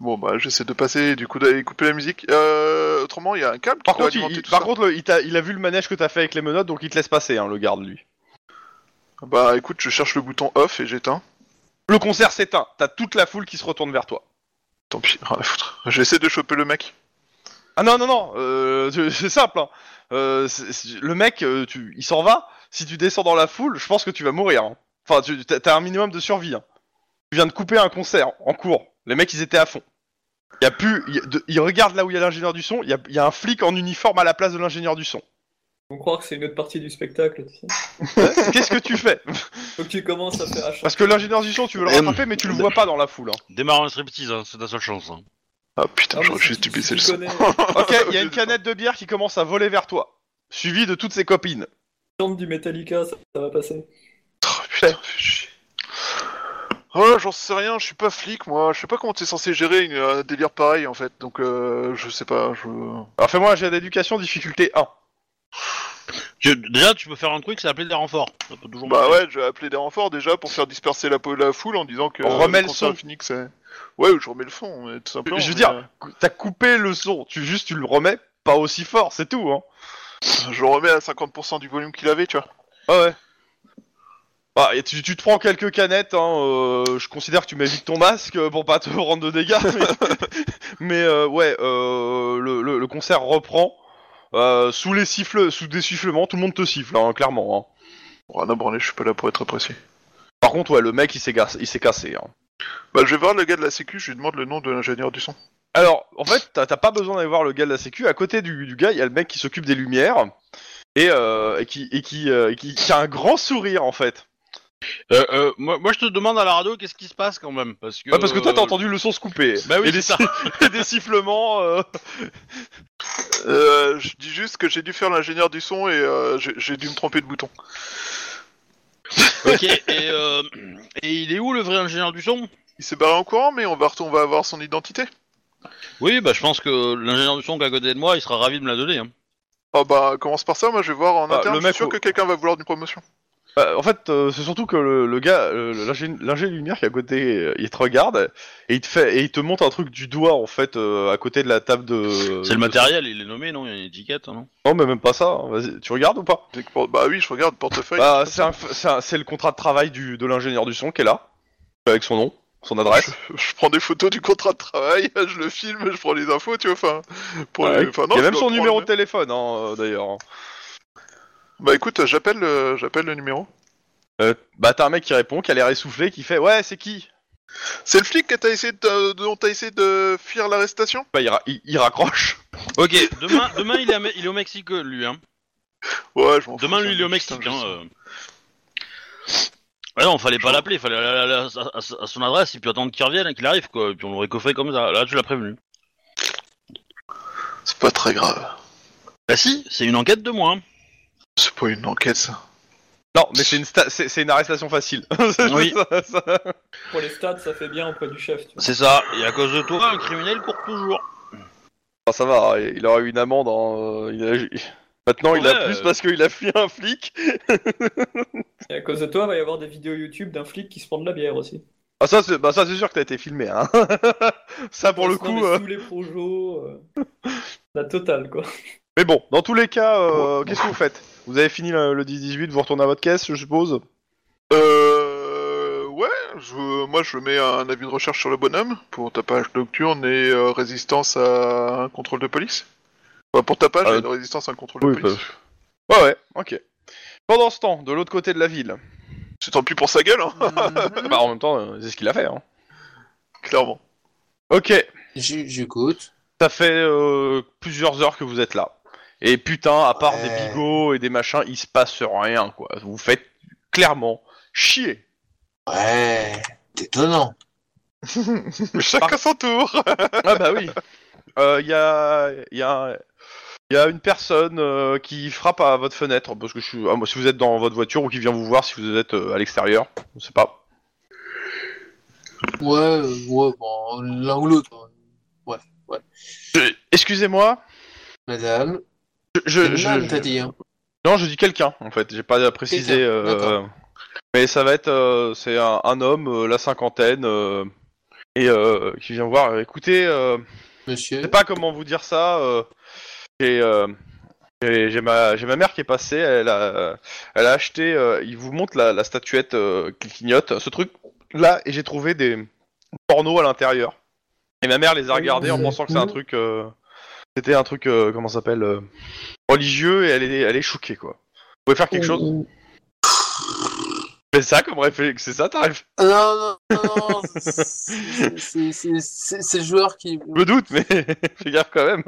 S3: Bon bah j'essaie de passer, du coup d'aller couper la musique. Euh, autrement, il y a un câble qui
S1: par
S3: doit
S1: contre, il,
S3: alimenter
S1: il-
S3: tout
S1: par
S3: ça.
S1: contre le- il, t'a- il a vu le manège que t'as fait avec les menottes, donc il te laisse passer, hein, le garde, lui.
S3: Bah écoute, je cherche le bouton off et j'éteins.
S1: Le concert s'éteint, t'as toute la foule qui se retourne vers toi.
S3: Tant pis, rien à foutre. J'essaie de choper le mec.
S1: Ah non, non, non, euh, c'est- c'est simple. hein. Euh, c'est- c'est- le mec, euh, tu, il s'en va. Si tu descends dans la foule, je pense que tu vas mourir. hein. Enfin, tu, t'as t'as un minimum de survie. hein. Tu viens de couper un concert en cours. Les mecs, ils étaient à fond. Il y a plus, il y a- de- ils regardent là où il y a l'ingénieur du son. Il y a, il y a un flic en uniforme à la place de l'ingénieur du son.
S2: On croire que c'est une autre partie du spectacle, tu sais.
S1: Qu'est-ce que tu fais
S2: Faut que tu commences à faire à chaque-
S1: Parce que l'ingénieur du son, tu veux le rattraper, mais tu le vois pas dans la foule. hein.
S4: Démarre un striptease, hein, c'est ta seule chance. hein.
S3: Ah putain,
S2: Ah, mais
S3: j'aurais
S2: si
S3: juste
S2: tu-
S3: dû baisser le
S2: si tu
S3: son.
S2: connais-
S1: Ok, il y a une canette de bière qui commence à voler vers toi, suivie de toutes ses copines.
S2: chante du Metallica, ça, ça va passer.
S3: Oh, putain, fais chier. Oh, j'en sais rien, je suis pas flic moi, je sais pas comment t'es censé gérer une- un délire pareil en fait, donc euh, je sais pas, je...
S1: Alors fais-moi un jet d'éducation, difficulté 1.
S4: Tu- déjà, tu peux faire un truc, c'est appeler des renforts. Ça peut toujours
S3: Bah
S4: marcher.
S3: ouais, j'ai appelé des renforts déjà pour faire disperser la, po- la foule en disant que...
S1: On remet le
S3: concert
S1: son.
S3: Phoenix, c'est- Ouais, ou je remets le fond, mais tout simplement.
S1: Je veux
S3: mais, euh,
S1: dire, cou- t'as coupé le son, tu juste tu le remets pas aussi fort, c'est tout. Hein.
S3: euh, je remets à 50% du volume qu'il avait, tu vois.
S1: Ah ouais. Ah, et tu, tu te prends quelques canettes, hein, euh, je considère que tu mets vite ton masque euh, pour pas te rendre de dégâts. Mais, mais, euh, ouais, euh, le, le- le concert reprend. Euh, sous les siffles, sous des sifflements, tout le monde te siffle, hein, clairement. hein.
S3: Bon, rien à branler, je suis pas là pour être apprécié.
S1: Par contre, ouais, le mec il s'est gassé- il s'est cassé. hein.
S3: Bah je vais voir le gars de la sécu, je lui demande le nom de l'ingénieur du son.
S1: Alors, en fait, t'as t'as pas besoin d'aller voir le gars de la sécu. À côté du, du gars, il y a le mec qui s'occupe des lumières et, euh, et qui, et qui, euh, et qui, qui a un grand sourire en fait.
S4: Euh, euh, moi, moi, je te demande à la radio qu'est-ce qui se passe quand même. Parce que,
S1: Ouais, parce que toi, t'as
S4: euh,
S1: entendu le son se couper.
S4: Bah oui,
S1: et, des,
S4: c'est ça.
S1: et des sifflements. euh.
S3: Euh, je dis juste que j'ai dû faire l'ingénieur du son et euh, j'ai- j'ai dû me tromper de bouton.
S4: Ok, et, euh, et il est où le vrai ingénieur du son
S3: Il s'est barré en courant, mais on va, ret- on va avoir son identité.
S4: Oui, bah je pense que l'ingénieur du son qui est à côté de moi, il sera ravi de me la donner. hein.
S3: Ah bah commence par ça, moi je vais voir en
S1: Ah,
S3: interne,
S1: le
S3: je
S1: mec
S3: suis sûr
S1: au-
S3: que quelqu'un va vouloir une promotion.
S1: Bah, en fait, euh, c'est surtout que le, le gars, euh, l'ingé l'ingé de lumière qui est à côté, euh, il te regarde et il te fait et il te montre un truc du doigt en fait euh, à côté de la table de.
S4: C'est le
S1: de-
S4: matériel, il est nommé, non Il y a une étiquette, non
S1: Non, mais même pas ça. hein. Vas-y, tu regardes ou pas
S3: Dès que por- Bah oui, je regarde, portefeuille.
S1: Bah, c'est un f- c'est un- c'est le contrat de travail du, de l'ingénieur du son qui est là, avec son nom, son adresse.
S3: Je prends des photos du contrat de travail, je le filme, je prends les infos, tu vois, enfin... Pour
S1: Ah Ouais,
S3: les- enfin,
S1: Il
S3: non,
S1: y a
S3: je
S1: même
S3: dois
S1: son
S3: prendre
S1: numéro
S3: le-
S1: de téléphone, hein, euh, d'ailleurs.
S3: Bah écoute, j'appelle le... j'appelle le numéro.
S1: Euh, bah, t'as un mec qui répond, qui a l'air essoufflé, qui fait Ouais, c'est qui
S3: C'est le flic que t'as essayé de... dont t'as essayé de fuir l'arrestation
S1: Bah, il, ra- il- il raccroche.
S4: Ok, demain, demain il, est à Me- il est au Mexique, lui. Hein.
S3: Ouais,
S1: Oh,
S3: je m'en fous,
S4: Demain, lui,
S3: ça,
S4: il est au
S3: putain,
S4: Mexique.
S3: je
S4: Hein,
S3: sais.
S4: euh. Ah non, fallait pas l'appeler, fallait aller à, la- à- à- à son adresse et puis attendre qu'il revienne et qu'il arrive, quoi. Et puis on l'aurait coffré comme ça. Là, tu l'as prévenu.
S1: euh.
S3: C'est pas très grave.
S4: Bah si, c'est une enquête de moi. hein.
S3: C'est pas une enquête, ça.
S1: Non, mais c'est une, sta- c'est- c'est une arrestation facile. C'est
S4: Oui.
S1: ça, ça.
S2: Pour les stats, ça fait bien auprès du chef, tu vois.
S4: C'est ça. Et à cause de toi, un criminel court toujours.
S1: Ah, ça va, il aura eu une amende. hein, euh, il a- Maintenant, il a
S4: Ouais,
S1: plus
S4: euh.
S1: parce qu'il a fui un flic.
S2: Et à cause de toi, il va y avoir des vidéos YouTube d'un flic qui se prend de la bière aussi.
S1: Ah ça, c'est bah, ça, c'est sûr que t'as été filmé. Hein. ça pour le
S2: Parce qu'on
S1: coup.
S2: est
S1: euh,
S2: Sous les projos. euh, La totale, quoi.
S1: Mais bon, dans tous les cas, euh, qu'est-ce que vous faites Vous avez fini le, le 10-18, vous retournez à votre caisse, je suppose.
S3: Euh. Ouais, je, moi je mets un avis de recherche sur le bonhomme pour tapage nocturne et euh, résistance à un contrôle de police. Enfin, pour tapage
S1: Euh,
S3: et de résistance à un contrôle de police.
S1: Ouais, ouais, ok. Pendant ce temps, de l'autre côté de la ville.
S3: C'est tant pis pour sa gueule, hein,
S1: Bah en même temps, euh, c'est ce qu'il a fait. Hein.
S3: clairement.
S1: Ok,
S5: J- J'écoute.
S1: ça fait euh, plusieurs heures que vous êtes là. Et putain, à part des
S5: Ouais.
S1: bigots et des machins, il se passe rien, quoi. Vous faites clairement chier.
S5: Ouais, c'est étonnant.
S3: Chacun son tour
S1: Ah bah oui. Il y, a, y, a, y a une personne euh, qui frappe à votre fenêtre, parce que je suis, ah, moi, si vous êtes dans votre voiture ou qui vient vous voir si vous êtes euh, à l'extérieur, je sais pas.
S5: Ouais, euh, ouais, bon, l'un ou l'autre.
S1: Je-
S5: hein.
S1: Euh, Excusez-moi,
S5: Madame,
S1: je, je,
S5: madame,
S1: je-
S5: t'as dit. hein.
S1: non, je dis quelqu'un en fait, j'ai pas précisé.
S5: Quelqu'un,
S1: euh,
S5: d'accord.
S1: mais ça va être, euh, c'est un, un homme, euh, la cinquantaine, euh, et euh, qui vient voir. euh, Écoutez, euh, je sais
S5: Monsieur,
S1: pas comment vous dire ça. euh, j'ai, euh, j'ai- j'ai ma, j'ai ma mère qui est passée, elle a, elle a acheté. euh, il vous montre la, la statuette euh, qui clignote, ce truc là, et j'ai trouvé des pornos à l'intérieur. Et ma mère les a regardés en pensant que c'est un truc. euh, c'était un truc, euh, comment ça s'appelle euh, Religieux, et elle est, elle est choquée, quoi. Vous pouvez faire quelque chose C'est ça comme réflexe, c'est ça ta réflexe
S5: Ah, Non, non, non, non, c'est- c'est- c'est c'est- c'est le joueur qui.
S1: Je me doute, mais fais gaffe quand même.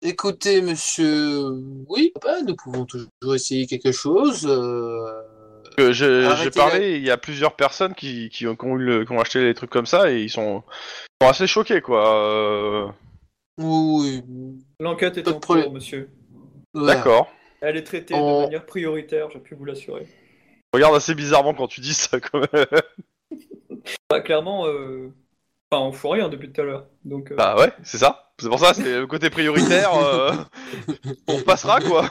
S5: Écoutez, monsieur, oui, bah, nous pouvons toujours essayer quelque chose. euh,
S1: Que je- J'ai
S5: Arrêtez
S1: parlé, il y a plusieurs personnes qui, qui ont, qui ont eu le- qui ont acheté des trucs comme ça et ils sont, ils sont assez choqués quoi. Euh,
S5: Oui,
S2: L'enquête est
S5: Pas de
S2: en
S5: problème.
S2: cours, monsieur.
S5: oui.
S1: D'accord.
S2: Elle est traitée
S5: On-
S1: Oh.
S2: de manière prioritaire, j'ai pu vous l'assurer.
S1: Regarde assez bizarrement quand tu dis ça quand même.
S2: Bah, clairement, euh... enfin, on fout rien depuis tout à l'heure. Donc, euh,
S1: Bah ouais, c'est ça. C'est pour ça, c'est le côté prioritaire. euh, on passera quoi.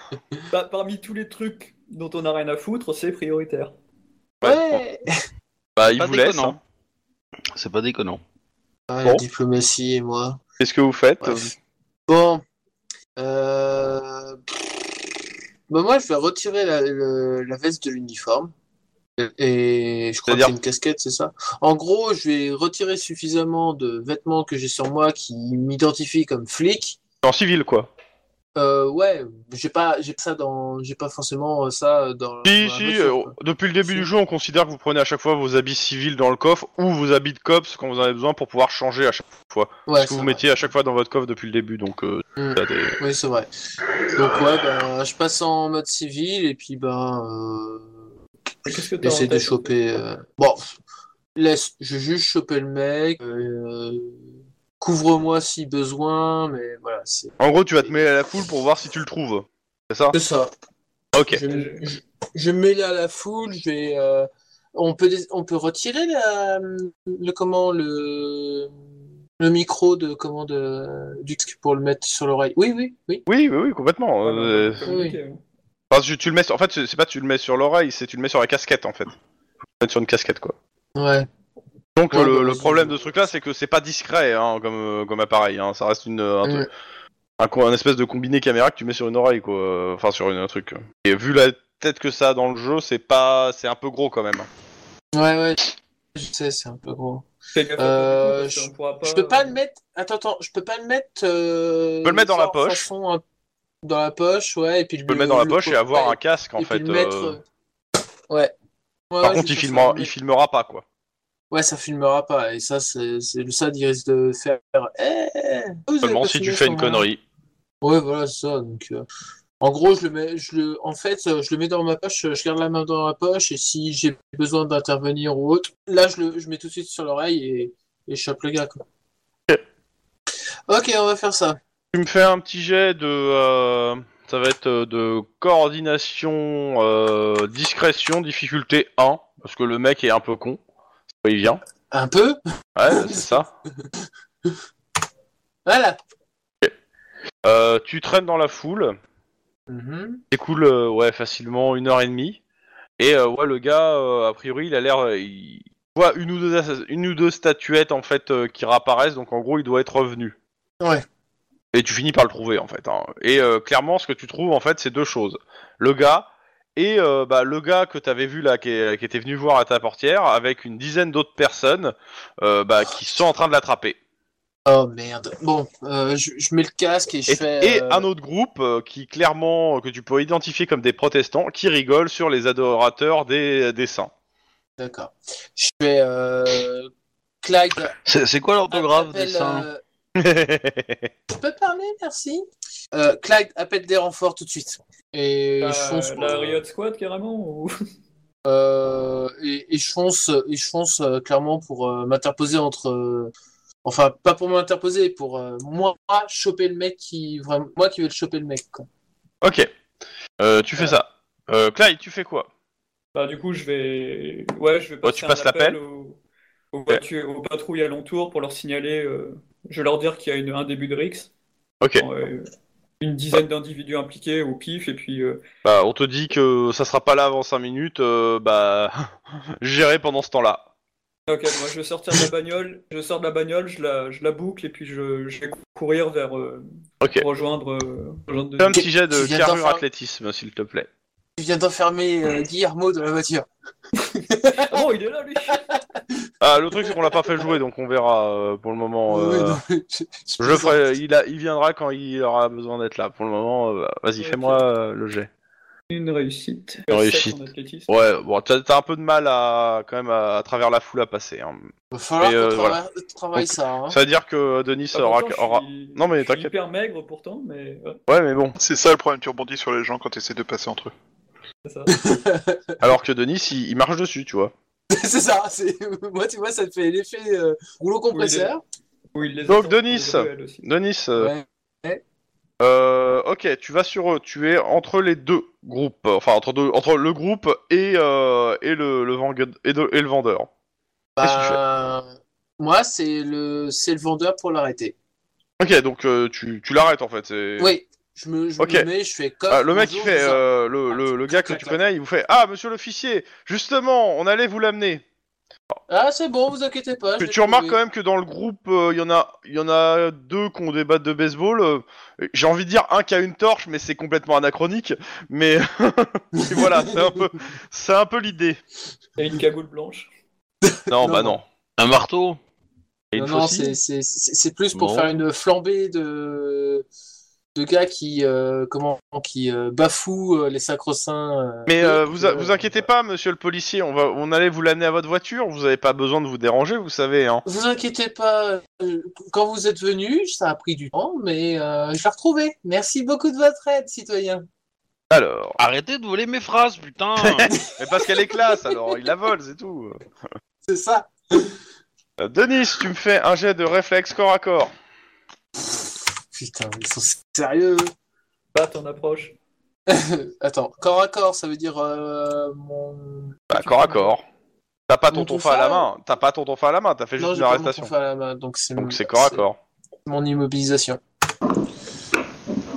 S2: bah, parmi tous les trucs dont on n'a rien à foutre, c'est prioritaire.
S5: Ouais.
S1: Bah ils
S4: Pas
S1: vous laissent.
S4: déconnant.
S1: hein.
S4: C'est pas déconnant.
S5: Ah,
S1: Bon.
S5: la diplomatie et moi.
S1: Qu'est-ce que vous faites
S5: Bref. Bon. Euh... Bah, moi, je vais retirer la, le- la veste de l'uniforme. Et je crois que
S1: C'est-à-dire
S5: c'est une casquette, c'est ça? En gros, je vais retirer suffisamment de vêtements que j'ai sur moi qui m'identifient comme flic.
S1: En civil quoi.
S5: Euh, ouais, j'ai pas, j'ai pas ça dans, j'ai pas forcément ça
S1: Si
S5: dans. dans la
S1: si.
S5: voiture,
S1: euh,
S5: quoi.
S1: depuis le début
S5: Si.
S1: du jeu, on considère que vous prenez à chaque fois vos habits civils dans le coffre ou vos habits de cops quand vous en avez besoin pour pouvoir changer à chaque fois. ce
S5: Ouais,
S1: que
S5: c'est
S1: vous
S5: vrai.
S1: mettiez à chaque fois dans votre coffre depuis le début, donc. euh,
S5: Hmm.
S1: t'as des-
S5: Oui, c'est vrai. Donc ouais, ben, je passe en mode civil et puis ben, euh,
S2: Mais Qu'est-ce que t'as en
S5: j'essaie de
S2: tête,
S5: choper. euh, Bon, laisse, je juste choper le mec. euh, Couvre-moi si besoin, mais voilà, c'est
S1: En gros, tu vas te mêler à la foule pour voir si tu le trouves. C'est ça
S5: c'est ça.
S1: Ok.
S5: Je, je, je me mets là à la foule. Je vais. euh, On peut dé- on peut retirer la, le comment le le micro de comment de du disque pour le mettre sur l'oreille. Oui, oui, oui.
S1: Oui, oui, oui, complètement.
S2: en fait
S1: euh,
S2: Voilà, communiquer, hein.
S1: enfin, tu, tu le mets. sur- En fait, c'est c'est pas tu le mets sur l'oreille, c'est tu le mets sur la casquette en fait. Tu le mets Sur une casquette quoi.
S5: Ouais.
S1: Donc
S5: Ouais,
S1: le,
S5: bah,
S1: le
S5: c'est-
S1: problème de ce truc-là, c'est que c'est pas discret hein, comme euh, comme appareil. hein, Ça reste une euh,
S5: Mm.
S1: un, truc- un co- un espèce de combiné caméra que tu mets sur une oreille quoi. euh, Enfin sur une- un truc. Et vu la tête que ça a dans le jeu, c'est pas c'est un peu gros quand même.
S5: Ouais, ouais. Je sais, c'est un peu gros.
S2: Fais gaffe à
S5: Euh,
S2: toi, du coup, parce qu'on pourra
S5: Je peux pas
S2: euh,
S5: le mettre. Attends, attends, je peux pas le mettre. Euh...
S1: Tu peux le mettre dans la
S5: en
S1: poche.
S5: façon un- Dans la poche, ouais, et puis
S1: Tu peux le mettre dans la poche et avoir un casque en
S5: Mm. et
S1: fait.
S5: puis le mettre.
S1: euh,
S5: euh, Ouais. Ouais,
S1: Par
S5: ouais,
S1: contre,
S5: je
S1: il
S5: vais faire
S1: filmera,
S5: ça.
S1: il filmera pas quoi.
S5: Ouais, ça filmera pas, et ça, c'est c'est le SAD, il risque de faire. Eh, vous avez
S1: Seulement
S5: pas
S1: si
S5: filmé
S1: tu fais une
S5: sur moi.
S1: connerie.
S5: Ouais, voilà, c'est ça. Donc, euh, en gros, je le mets, je le, en fait, euh, je le mets dans ma poche, euh, je garde la main dans ma poche, et si j'ai besoin d'intervenir ou autre, là, je le, je mets tout de suite sur l'oreille et, et je chope le gars, quoi. Ok, on va faire ça.
S1: Tu me fais un petit jet de. euh, ça va être euh, de coordination, euh, discrétion, difficulté 1. Parce que le mec est un peu con. C'est pas il vient.
S5: Un peu?
S1: Ouais, c'est ça.
S5: Voilà.
S1: Euh, tu traînes dans la foule.
S5: Mhm.
S1: découle euh, ouais facilement une heure et demie. Et euh, ouais, le gars, euh, a priori, il a l'air, euh, il voit une ou deux assa- une ou deux statuettes en fait euh, qui réapparaissent. Donc en gros, il doit être revenu.
S5: Ouais.
S1: Et tu finis par le trouver en fait. hein. Et euh, clairement, ce que tu trouves en fait, c'est deux choses. Le gars et euh, bah, le gars que t'avais vu là, qui, est- qui était venu voir à ta portière, avec une dizaine d'autres personnes, euh, bah, qui sont en train de l'attraper.
S5: Oh merde. Bon, euh, je, je mets le casque et je
S1: Et,
S5: fais.
S1: et
S5: euh,
S1: un autre groupe euh, qui clairement euh, que tu peux identifier comme des protestants qui rigolent sur les adorateurs des, des saints.
S5: D'accord. Je fais. euh, Clyde.
S4: C'est c'est quoi l'orthographe des
S5: appelle,
S4: saints
S5: euh, Je peux parler, merci. Euh, Clyde, appelle des renforts tout de suite. Et
S2: Euh,
S5: je fonce.
S2: la Riot Squad carrément ou...
S5: Euh, et, et je fonce, et je fonce euh, clairement pour euh, m'interposer entre. euh, enfin, pas pour m'interposer, pour euh, moi choper le mec qui vraiment, moi qui vais le choper le mec. Quoi.
S1: ok, Euh, tu fais ça. Euh, Clyde, tu fais quoi
S2: Bah du coup je vais ouais je vais passer
S1: tu
S2: un
S1: passes l'appel
S2: appel aux... aux voitures- aux patrouilles alentour pour leur signaler euh, je vais leur dire qu'il y a une- un début de Rix
S1: Ok,
S2: Euh, une dizaine d'individus impliqués au pif et puis euh,
S1: bah on te dit que ça sera pas là avant 5 minutes, euh, bah gérer pendant ce temps-là.
S2: ok moi je vais sortir de la bagnole je sors de la bagnole je la, je la boucle et puis je, je vais courir vers euh,
S1: Ok.
S2: rejoindre, euh, rejoindre
S1: Fais un
S2: Denis.
S1: petit jet de
S5: Tu viens
S1: carrure
S5: d'enfin-
S1: athlétisme s'il te plaît.
S5: Tu viens d'enfermer euh, Guillermo dans la voiture.
S2: Ah bon, il est là, lui
S1: Ah le truc c'est qu'on l'a pas fait jouer donc on verra euh, pour le moment.
S5: Oui,
S1: euh,
S5: non, mais je- je
S1: Je le
S5: plaisante.
S1: ferai, il, a- il viendra quand il aura besoin d'être là. Pour le moment, euh, vas-y,
S2: Ok.
S1: fais-moi euh, le jet.
S2: Une réussite.
S1: Une réussite.
S2: Sept en athlétisme.
S1: Ouais, bon, t'as t'as un peu de mal à quand même à, à travers la foule à passer. hein.
S5: Va falloir
S1: Et, euh,
S5: qu'on
S1: voilà.
S5: travaille, travaille
S1: Donc,
S5: ça. hein.
S1: Ça veut dire que Denis
S2: Ah,
S1: aura,
S2: pourtant, je
S1: aura-
S2: suis-
S1: Non, mais
S2: je suis
S1: t'inquiète.
S2: hyper maigre pourtant, mais ouais,
S1: Ouais, mais bon.
S3: C'est ça le problème, tu rebondis sur les gens quand tu essaies de passer entre eux.
S2: c'est ça.
S1: Alors que Denis, il, il marche dessus, tu vois.
S5: c'est ça. c'est- Moi, tu vois, ça te fait l'effet euh, rouleau compresseur.
S2: Ou il les
S1: Donc,
S2: attend pour
S1: Denis.
S2: les duels aussi.
S1: Denis, euh,
S5: Ouais.
S1: euh, ok, tu vas sur eux. Tu es entre les deux groupes, enfin entre deux, entre le groupe et euh, et le le, vangue- et de- et le vendeur. qu'est-ce que tu fais
S5: Ben, moi, c'est le, c'est le vendeur pour l'arrêter.
S1: Ok, donc euh, tu, tu l'arrêtes en fait. c'est-
S5: Oui, je me, je me
S1: Ok.
S5: mets, je fais comme.
S1: Ah, le mec qui
S5: bonjour, Ah,
S1: fait
S5: bonsoir.
S1: euh, le, le, le gars que tu connais, il vous fait ah monsieur l'officier, justement, on allait vous l'amener.
S5: Ah, c'est bon, vous inquiétez pas. je
S1: Tu,
S5: vais
S1: tu remarques
S5: trouver.
S1: quand même que dans le groupe, euh, il y en a, il y en a deux qui ont des battes de baseball. euh, J'ai envie de dire un qui a une torche, mais c'est complètement anachronique. Mais mais voilà, c'est un peu, c'est un peu l'idée.
S2: Et une cagoule blanche.
S1: Non,
S5: Non,
S1: bah
S5: non.
S1: non.
S4: Un marteau
S1: Et une
S5: Non, non, c'est-
S1: faucille
S5: c'est c'est- c'est plus pour
S4: Bon.
S5: faire une flambée de, de gars qui, euh, comment, qui euh, bafouent euh, les sacro-saints. euh,
S1: Mais
S5: et
S1: euh,
S5: que,
S1: vous, a- vous
S5: euh,
S1: inquiétez pas, monsieur le policier, on va, on allait vous l'amener à votre voiture. Vous avez pas besoin de vous déranger, vous savez. Hein.
S5: Vous inquiétez pas, euh, quand vous êtes venu, ça a pris du temps, mais euh, je l'ai retrouvé. Merci beaucoup de votre aide, citoyen.
S1: Alors,
S4: Arrêtez de voler mes phrases, putain
S1: mais parce qu'elle est classe, alors il la vole, c'est tout.
S5: C'est ça.
S1: Euh, Denis, tu me fais un jet de réflexe corps à corps.
S5: Putain, ils sont sérieux.
S2: Bat en approche.
S5: Attends, corps à corps, ça veut dire euh, mon.
S1: Bah, corps à corps. T'as pas ton
S5: Mon
S1: tonfa à la
S5: tonfa,
S1: main. T'as pas ton tonfa à la main. T'as fait
S5: Non,
S1: juste une
S5: j'ai pas mon
S1: arrestation.
S5: tonfa à la main, donc c'est mon-
S1: Donc c'est corps à
S5: c'est
S1: corps.
S5: mon immobilisation.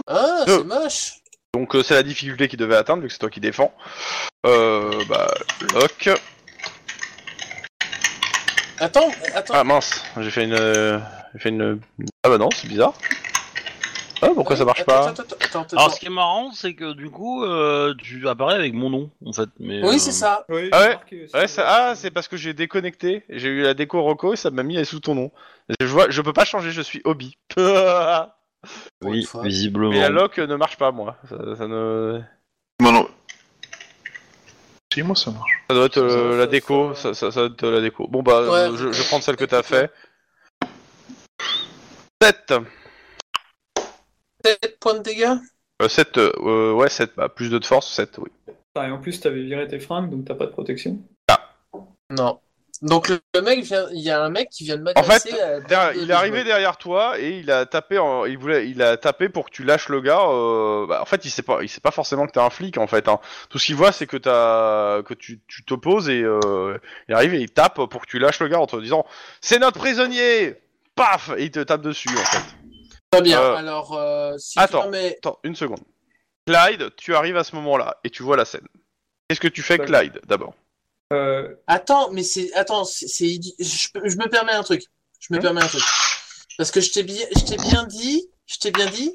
S5: Ah,
S1: Deux.
S5: c'est moche.
S1: Donc euh, c'est la difficulté qu'il devait atteindre vu que c'est toi qui défends. Euh, bah, lock.
S5: Attends, attends.
S1: Ah mince, j'ai fait une, euh, j'ai fait une. Ah bah non, c'est bizarre. Ah pourquoi ça marche pas
S5: Attends, attends, attends, attends,
S4: Alors,
S5: attends.
S4: ce qui est marrant, Ah, c'est que du coup, euh, tu apparais avec mon nom, en fait. Mais, euh,
S5: Oui, c'est ça.
S2: Oui,
S1: Ah
S2: j'ai
S1: ouais.
S2: marqué aussi,
S1: Ouais, ça-
S2: euh,
S1: ah c'est parce que j'ai déconnecté. J'ai eu la déco Rocco et ça m'a mis sous ton nom. Je vois, je peux pas changer, je suis hobby. Mais
S5: Pour une
S4: Oui,
S5: fois.
S4: visiblement.
S1: la lock ne marche pas moi. Ça, ça ne.
S3: Non, non. Si, moi ça marche.
S1: Ça doit être euh,
S2: Ça,
S1: la
S2: ça,
S1: déco, ça,
S2: ça-
S1: ça, ça doit être la déco. Bon bah,
S5: Ouais.
S1: je, je prends celle que t'as fait. 7
S5: 7 points de dégâts
S1: 7, euh, ouais 7, bah, plus 2 de force, 7, oui.
S2: Ah, et en plus, t'avais viré tes fringues, donc t'as pas de protection.
S5: Non. Donc le, le mec vient, il y a un mec qui vient de
S1: En fait,
S5: m'agresser. à-
S1: Derrière-
S5: deux-
S1: il
S5: deux
S1: est arrivé
S5: secondes.
S1: derrière toi et il a tapé, en- il voulait, il a tapé pour que tu lâches le gars. euh, bah, en fait, il sait pas, il sait pas forcément que t'es un flic en fait. hein. Tout ce qu'il voit, c'est que t'as, que tu, tu t'opposes et euh, il arrive et il tape pour que tu lâches le gars en te disant c'est notre prisonnier. Paf et il te tape dessus en fait.
S5: Très bien.
S1: Euh,
S5: Alors, euh, si
S1: attends.
S5: tu permets,
S1: Attends une seconde. Clyde, tu arrives à ce moment-là et tu vois la scène. Qu'est-ce que tu
S5: Bah,
S1: fais,
S2: D'accord.
S1: Clyde, d'abord
S2: Euh,
S5: Attends, mais c'est. Attends, c'est. c'est idi- Je, peux- je me permets un truc. Je
S1: Hein
S5: me
S2: Hmm
S5: permets un truc. Parce que je t'ai bien, je t'ai bien dit. Je t'ai bien dit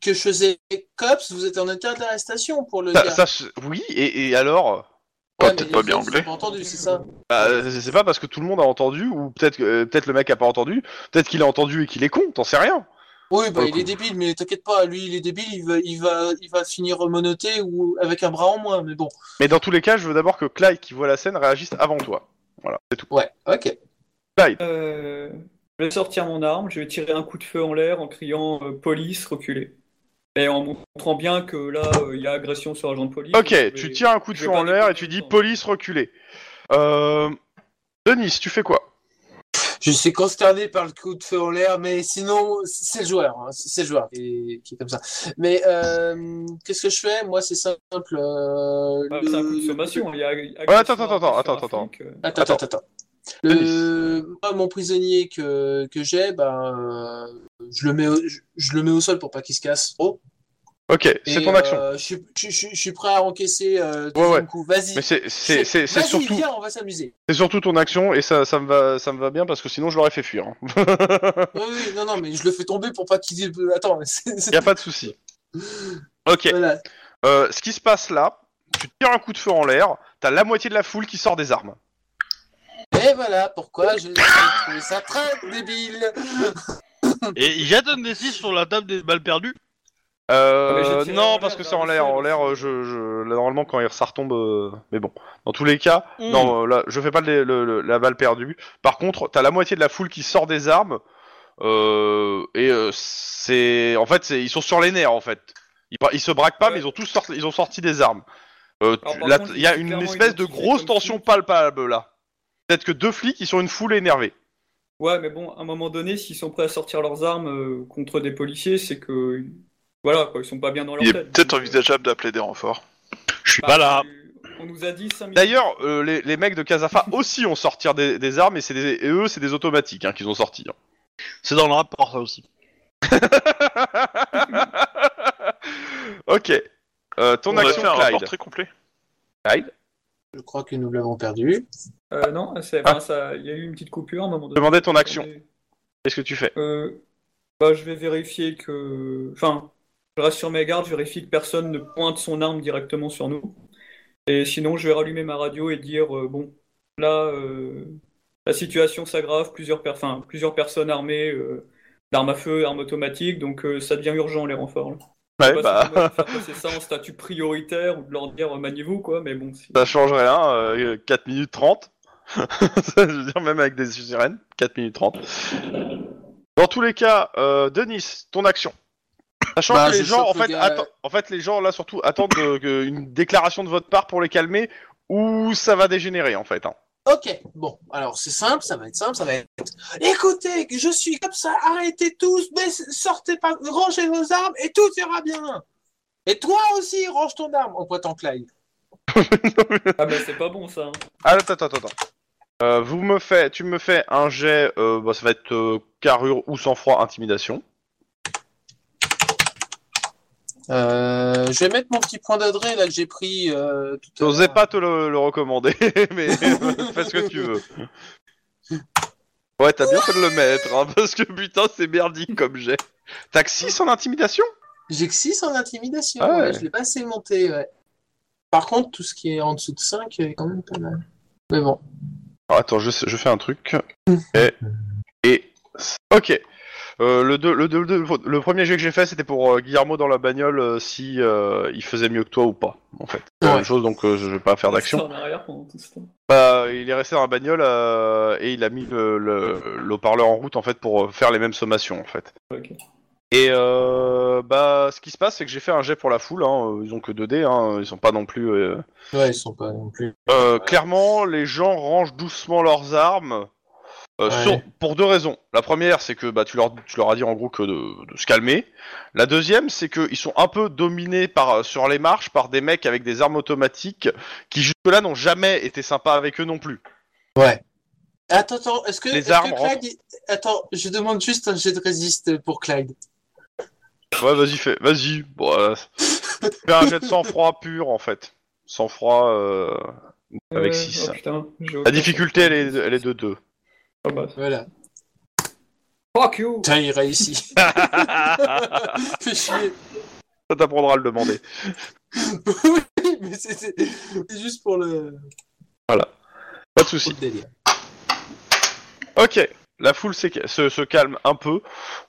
S5: que je faisais cops, vous êtes en état d'arrestation pour le
S1: Ça-
S5: gars.
S1: ça se- Oui, et, et alors
S3: Toi,
S5: mais
S3: t'es
S5: les
S3: pas bien
S5: autres, ils
S3: anglais.
S5: ont pas entendu, c'est ça.
S1: Bah, euh, c'est- c'est pas parce que tout le monde a entendu, ou peut-être que euh, peut-être le mec a pas entendu, peut-être qu'il a entendu et qu'il est con, t'en sais rien.
S5: Oui, bah
S1: Pour le
S5: il est débile, mais t'inquiète pas, lui il est débile, il va, il va, il va finir monoté ou avec un bras en moins, mais bon.
S1: Mais dans tous les cas, je veux d'abord que Clyde, qui voit la scène, réagisse avant toi. Voilà, c'est tout.
S5: Ouais, ok.
S2: euh, je vais sortir mon arme, je vais tirer un coup de feu en l'air en criant euh, police, reculez. Et en montrant bien que là, euh, il y a agression sur agent de police.
S1: Ok,
S2: donc je
S1: tu
S2: vais-
S1: tires un coup de
S2: je
S1: feu
S2: vais pas
S1: en l'air et
S2: déconner
S1: tu dis
S2: longtemps.
S1: police reculée. Euh... Denis, tu fais quoi
S5: Je suis consterné par le coup de feu en l'air, mais sinon, c'est le joueur, hein, c'est le joueur qui, qui est comme ça. Mais euh, qu'est-ce que je fais? Moi, c'est simple. euh,
S2: Ah,
S5: le-
S2: C'est un coup de sommation. Il y a agression
S1: attends, attends,
S2: sur un
S1: attends,
S2: flic,
S1: attends,
S2: euh,
S5: Attends, attends, attends. Le... Moi, mon prisonnier que, que j'ai, ben, euh, je le mets au... je, je le mets au sol pour pas qu'il se casse. Oh.
S1: Ok, c'est
S5: Et,
S1: ton action.
S5: euh, je, suis- je, suis- je suis prêt à encaisser euh,
S1: Ouais, ouais.
S5: deuxième coup. Vas-y.
S1: Mais c'est- c'est c'est- c'est
S5: Vas-y,
S1: surtout,
S5: viens, on va s'amuser.
S1: c'est surtout ton action et ça, ça, me va, ça me va bien parce que sinon je l'aurais fait fuir. hein.
S5: Oui, oui, non, non, mais je le fais tomber pour pas qu'il. Attends, c'est- c'est-
S1: y a pas de souci. Ok,
S5: voilà.
S1: Euh, ce qui se passe là, tu tires un coup de feu en l'air, t'as la moitié de la foule qui sort des armes.
S5: Et voilà pourquoi je j'ai trouvé ça très débile.
S4: Et il jette un des six sur la table des balles perdues.
S2: Ah, mais j'ai
S1: Euh,
S2: tiré en
S1: non,
S2: l'air,
S1: parce que c'est
S2: dans
S1: en
S2: le
S1: l'air,
S2: ciel
S1: en
S2: aussi.
S1: l'air, euh, je, je- là, normalement quand il- ça retombe, euh, mais bon, dans tous les cas,
S4: Mm.
S1: non, euh, là, je fais pas le- le- le- la balle perdue. Par contre, t'as la moitié de la foule qui sort des armes, euh, et euh, c'est, en fait, c'est, ils sont sur les nerfs en fait. Ils, par- ils se braquent pas,
S2: Ouais.
S1: mais ils ont tous sorti, ils ont sorti des armes. Euh, tu-
S2: Alors, par
S1: là,
S2: contre,
S1: il y a
S2: j'ai
S1: une
S2: clairement
S1: espèce de
S2: identifié
S1: grosse
S2: comme
S1: tension
S2: flic.
S1: palpable là. Peut-être que deux flics, ils sont une foule énervée.
S2: Ouais, mais bon, à un moment donné, s'ils sont prêts à sortir leurs armes euh, contre des policiers, c'est que. Voilà, quoi, ils sont pas bien dans leur
S3: Il est
S2: tête.
S3: peut-être
S2: Donc, euh,
S3: envisageable d'appeler des renforts.
S4: Je suis
S2: bah,
S4: pas là.
S2: tu- On nous a dit 5 minutes.
S1: D'ailleurs, euh, les, les mecs de Casafa aussi ont sorti des, des armes et, c'est des- et eux, c'est des automatiques hein, qu'ils ont sorti. hein.
S4: C'est dans le rapport ça aussi.
S1: ok. Euh, ton
S3: On a
S1: action,
S3: fait un rapport
S1: Clyde.
S3: très complet.
S5: Je crois que nous l'avons perdu.
S2: Euh, non, c'est-
S1: Ah.
S2: enfin, ça- il y a eu une petite coupure à un moment donné.
S1: Demandez ton action. Qu'est-ce que tu fais
S2: Euh, bah, je vais vérifier que. Enfin, je reste sur mes gardes, je vérifie que personne ne pointe son arme directement sur nous. Et sinon, je vais rallumer ma radio et dire euh, bon, là, euh, la situation s'aggrave, plusieurs, per- enfin, plusieurs personnes armées euh, d'armes à feu, armes automatiques, donc euh, ça devient urgent les renforts. là. Je
S1: Ouais,
S2: sais pas si
S1: bah,
S2: moi, je vais faire passer ça en statut prioritaire ou de leur dire euh, maniez-vous, quoi, mais bon. si-
S1: ça change rien. euh, 4 minutes 30. Je veux dire, même avec des sirènes, 4 minutes 30. Dans tous les cas, euh, Denis, ton action. Sachant
S5: Bah,
S1: que les
S5: je
S1: gens,
S5: chope
S1: en
S5: le
S1: fait,
S5: gars.
S1: atten- en fait, les gens là surtout attendent euh, que- une déclaration de votre part pour les calmer ou ça va dégénérer en fait. hein.
S5: Ok, bon, alors c'est simple, ça va être simple, ça va être. Écoutez, je suis comme ça, arrêtez tous, mais sortez pas, rangez vos armes et tout ira bien. Et toi aussi, range ton arme en pointant Clyde.
S2: Ah, mais c'est pas bon ça. hein.
S1: Ah, attends, attends, attends. Euh, vous me fais, tu me fais un jet, euh, bah, ça va être euh, carrure ou sang-froid, intimidation.
S5: Euh, je vais mettre mon petit point d'adresse là que j'ai pris. Euh, tout à
S1: J'osais
S5: l'heure.
S1: pas te le, le recommander, mais euh, fais ce que tu veux. Ouais, t'as bien fait de le mettre, hein, parce que putain, c'est merdique comme jet. T'as que 6 en intimidation
S5: J'ai que 6 en intimidation,
S1: Ah ouais.
S5: ouais, je l'ai pas assez monté, ouais. Par contre, tout ce qui est en dessous de 5 est quand même pas mal. Mais bon.
S1: Alors, Ah, Attends, je, je fais un truc. Et. et- ok. Euh, le, deux- le, deux- le deux- le premier jet que j'ai fait, c'était pour euh, Guillermo dans la bagnole, euh, si euh, il faisait mieux que toi ou pas, en fait. C'est la
S5: Ouais.
S1: même chose, donc euh, je vais pas faire d'action.
S2: en arrière pendant tout ce temps.
S1: Bah, il est resté dans la bagnole euh, et il a mis le, le, le haut-parleur en route en fait pour euh, faire les mêmes sommations en fait.
S2: Ok.
S1: Et euh, bah, ce qui se passe, c'est que j'ai fait un jet pour la foule. Hein, euh, ils ont que 2 dés, hein, ils sont pas non plus. euh,
S5: Ouais, ils sont pas non plus.
S1: euh, clairement, les gens rangent doucement leurs armes euh,
S5: Ouais.
S1: sur- pour deux raisons. La première, c'est que bah, tu, leur, tu leur as dit en gros que de, de se calmer. La deuxième, c'est qu'ils sont un peu dominés par, euh, sur les marches par des mecs avec des armes automatiques qui jusque-là n'ont jamais été sympas avec eux non plus.
S5: Ouais. Attends, attends, est-ce que,
S1: Les
S5: est-ce que
S1: armes
S5: Clyde. il- Attends, je demande juste un jet de résiste pour Clyde.
S1: Ouais, vas-y, fais, vas-y. Bon, euh, Fais un jet de sang-froid pur, en fait. Sang-froid euh, avec
S2: Euh,
S1: 6.
S2: oh, putain, j'ai
S1: La
S2: aucun-
S1: difficulté, elle est, elle est de 2.
S2: Ah bah,
S5: Voilà.
S2: Fuck you
S5: Putain, il réussit.
S1: Ça
S5: Fais chier.
S1: t'apprendra à le demander.
S5: oui, mais c'est c'est juste pour le,
S1: Pas de
S5: pour
S1: soucis.
S5: le délire.
S1: Ok, la foule s'éca- se, se calme un peu.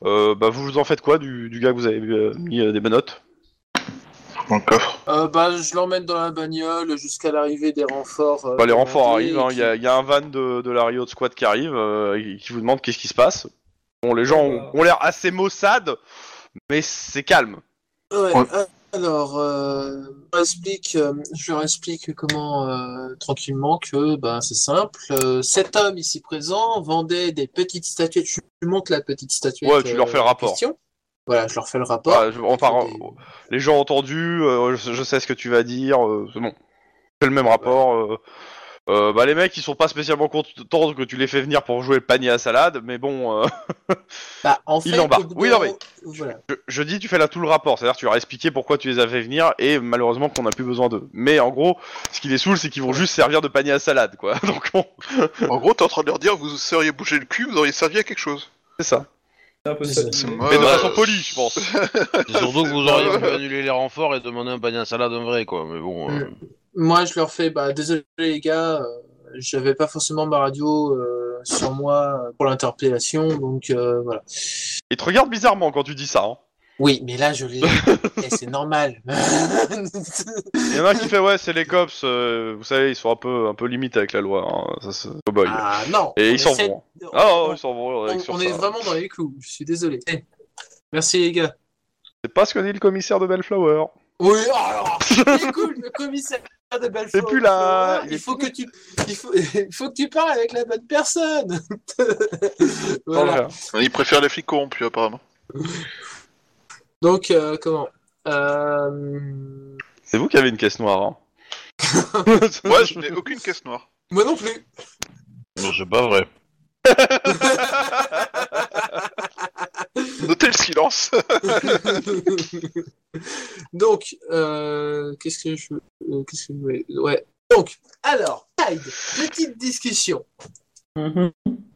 S1: Euh, bah, vous vous en faites quoi du, du gars que vous avez euh, mis euh, des menottes
S3: Dans le coffre.
S5: Euh, bah, je l'emmène dans la bagnole jusqu'à l'arrivée des renforts. euh,
S1: Bah, Les renforts
S5: et
S1: arrivent, hein. il
S5: puis-
S1: y, a- il y a un van de, de la Rio de Squad qui arrive euh, et qui vous demande qu'est-ce qui se passe. Bon, les gens ont, ont l'air assez maussades, mais c'est calme.
S5: Ouais,
S3: Ouais.
S5: euh, alors, euh, je leur explique, euh, je leur explique comment, euh, tranquillement, que ben, c'est simple. euh, cet homme ici présent vendait des petites statuettes. Je lui montre la petite statuette.
S1: Ouais, tu leur fais le
S5: en
S1: rapport.
S5: question. Voilà, je leur fais le rapport.
S1: Ah, je- enfin,
S5: Des-
S1: euh, les gens ont entendu, euh, je, je sais ce que tu vas dire, euh, c'est bon. C'est le même rapport. euh. Euh, bah, les mecs, ils sont pas spécialement contents que tu les fais venir pour jouer le panier à salade, mais bon. euh,
S5: Bah, en
S1: il
S5: fait,
S1: l'embarque.
S5: au bout
S1: Oui,
S5: d'un
S1: non, mais-
S5: moment- Voilà.
S1: Je, je dis, tu fais là tout le rapport, c'est-à-dire tu leur as expliqué pourquoi tu les as fait venir et malheureusement qu'on n'a plus besoin d'eux. Mais en gros, ce qui les saoule, c'est qu'ils vont juste servir de panier à salade, quoi. Donc bon,
S3: En gros, t'es en train de leur dire, vous seriez bougé le cul, vous auriez servi à quelque chose.
S1: c'est ça.
S2: C'est un peu
S5: C'est
S2: ça.
S5: ça.
S3: C'est
S5: Mais
S3: moi.
S1: Mais de
S4: bah,
S1: façon
S4: euh,
S1: polie, je pense.
S4: C'est Surtout que vous auriez
S3: pas-
S4: pu annuler les renforts et demander un panier à salade en vrai, quoi. Mais bon.
S5: Mm.
S4: euh,
S5: Moi, je leur fais, bah, désolé les gars, euh, j'avais pas forcément ma radio euh, sur moi euh, pour l'interpellation, donc euh, voilà.
S1: Ils te regardent bizarrement quand tu dis ça. Hein.
S5: Oui, mais là, je l'ai. Et c'est normal.
S1: Il y en a un qui fait ouais, c'est les cops. euh, vous savez, ils sont un peu un peu limites avec la loi. hein, Ça, c'est cow-boy.
S5: Ah non.
S1: et
S5: on
S1: ils s'en
S5: essaie-
S1: vont.
S5: on-
S1: Ah ouais,
S5: on-
S1: ils s'en vont.
S5: on,
S1: avec sur
S5: on
S1: ça.
S5: est vraiment dans les clous. Je suis désolé. Eh, Merci les gars.
S1: C'est pas ce que dit le commissaire de Bellflower.
S5: Oui. oh, alors, c'est cool, le commissaire de Belfort.
S1: C'est plus là, il
S5: Il
S1: est
S5: faut que tu, il faut, il faut que tu parles avec la bonne personne.
S1: Sans
S5: voilà.
S1: rien.
S3: Ils préfèrent les flics corrompus, apparemment.
S5: Donc euh, comment? Euh...
S1: C'est vous qui avez une caisse noire. Hein.
S3: Moi, je n'ai aucune caisse noire.
S5: Moi non plus.
S4: non, c'est pas vrai.
S3: Notez le silence.
S5: Donc, euh, qu'est-ce que je, euh, qu'est-ce que je voulais- ouais. Donc, alors, Tide, petite discussion.
S2: Mhm.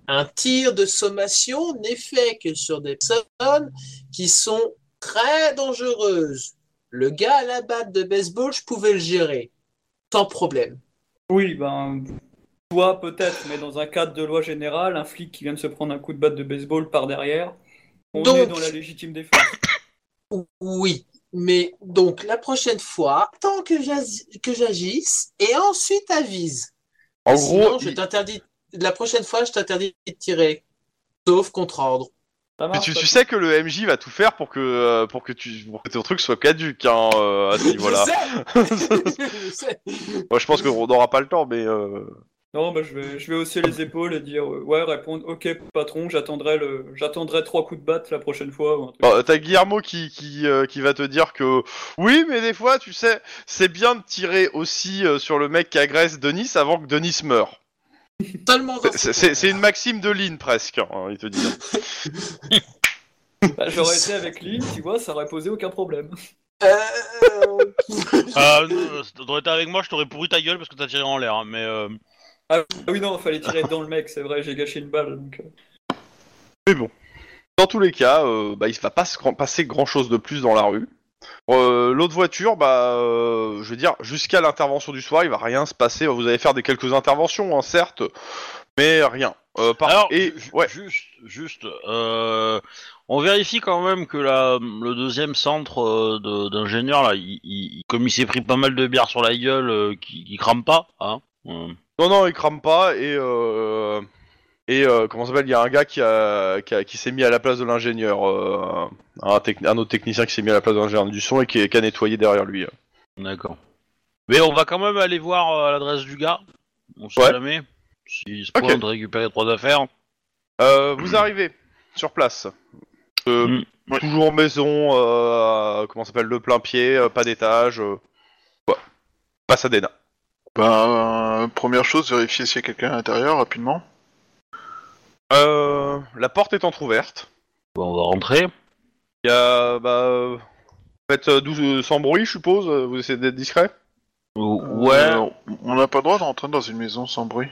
S5: Un tir de sommation n'est fait que sur des personnes qui sont très dangereuses. Le gars à la batte de baseball, je pouvais le gérer. Sans problème.
S2: Oui, ben, toi peut-être, mais dans un cadre de loi générale, un flic qui vient de se prendre un coup de batte de baseball par derrière, on
S5: Donc-
S2: est dans la légitime défense.
S5: Oui. Mais donc, la prochaine fois, tant que j'as- que j'agisse et ensuite avise.
S1: En
S5: Sinon,
S1: gros,
S5: je
S1: il-
S5: t'interdis. La prochaine fois, je t'interdis de tirer. Sauf contre ordre.
S2: Ça
S1: Mais
S2: marche,
S1: tu,
S2: ça
S1: tu sais que le MJ va tout faire pour que euh, pour que tu pour que ton truc soit caduque hein, euh, à ce niveau-là.
S5: Je sais. Je sais.
S1: Moi, je pense qu'on n'aura pas le temps, mais euh,
S2: Non, bah, je vais, je vais hausser les épaules et dire euh, ouais, répondre ok patron, j'attendrai le, j'attendrai trois coups de batte la prochaine fois ou un truc.
S1: bah, t'as Guillermo qui qui, euh, qui va te dire que oui, mais des fois, tu sais, c'est bien de tirer aussi euh, sur le mec qui agresse Denis avant que Denis meure.
S5: Totalement dans
S1: C'est-
S5: cette-
S1: C'est c'est une maxime de Lynn presque. hein, il te dit.
S2: Bah, j'aurais été avec lui, tu vois, ça aurait posé aucun problème.
S5: Euh,
S4: Ah, non, t'aurais été avec moi, je t'aurais pourri ta gueule parce que t'as tiré en l'air. hein, mais euh,
S2: Ah oui non, fallait tirer dans le mec, c'est vrai, j'ai gâché une balle donc. euh.
S1: Dans tous les cas, euh, bah, il va pas se grand- passer grand chose de plus dans la rue. Euh, L'autre voiture, bah, euh, je veux dire, jusqu'à l'intervention du soir, il va rien se passer. Vous allez faire des quelques interventions, hein, certes, mais rien. Euh, par-
S4: Alors,
S1: et
S4: ju-
S1: ouais,
S4: juste, juste, euh, on vérifie quand même que la, le deuxième centre euh, de- d'ingénieurs, là, il, il- comme il s'est pris pas mal de bière sur la gueule, euh, qui, qui crame pas, hein. euh,
S1: non, non, il crame pas et euh, et euh, comment ça s'appelle Il y a un gars qui a qui, a- qui s'est mis à la place de l'ingénieur, euh, un, techni- un autre technicien qui s'est mis à la place de l'ingénieur du son et qui, qui a nettoyé derrière lui.
S4: D'accord. Mais on va quand même aller voir euh, à l'adresse du gars. On sait
S1: Ouais.
S4: jamais. S'il se
S1: Ok.
S4: pointe récupérer trois affaires.
S1: Euh, vous arrivez sur place. Euh,
S4: Mm.
S3: Ouais.
S1: Toujours maison, euh, comment ça s'appelle, le plein pied, euh, pas d'étage. Euh, ouais. Pasadena.
S3: Ben, euh, première chose, vérifier s'il y a quelqu'un à l'intérieur rapidement.
S1: Euh, la porte est entrouverte.
S4: ben, Bon, on va rentrer.
S1: Il y a bah, euh, faites euh, douze- euh, sans bruit, je suppose. euh, Vous essayez d'être discret.
S4: Ouais.
S3: Euh, on n'a pas le droit d'entrer dans une maison sans bruit.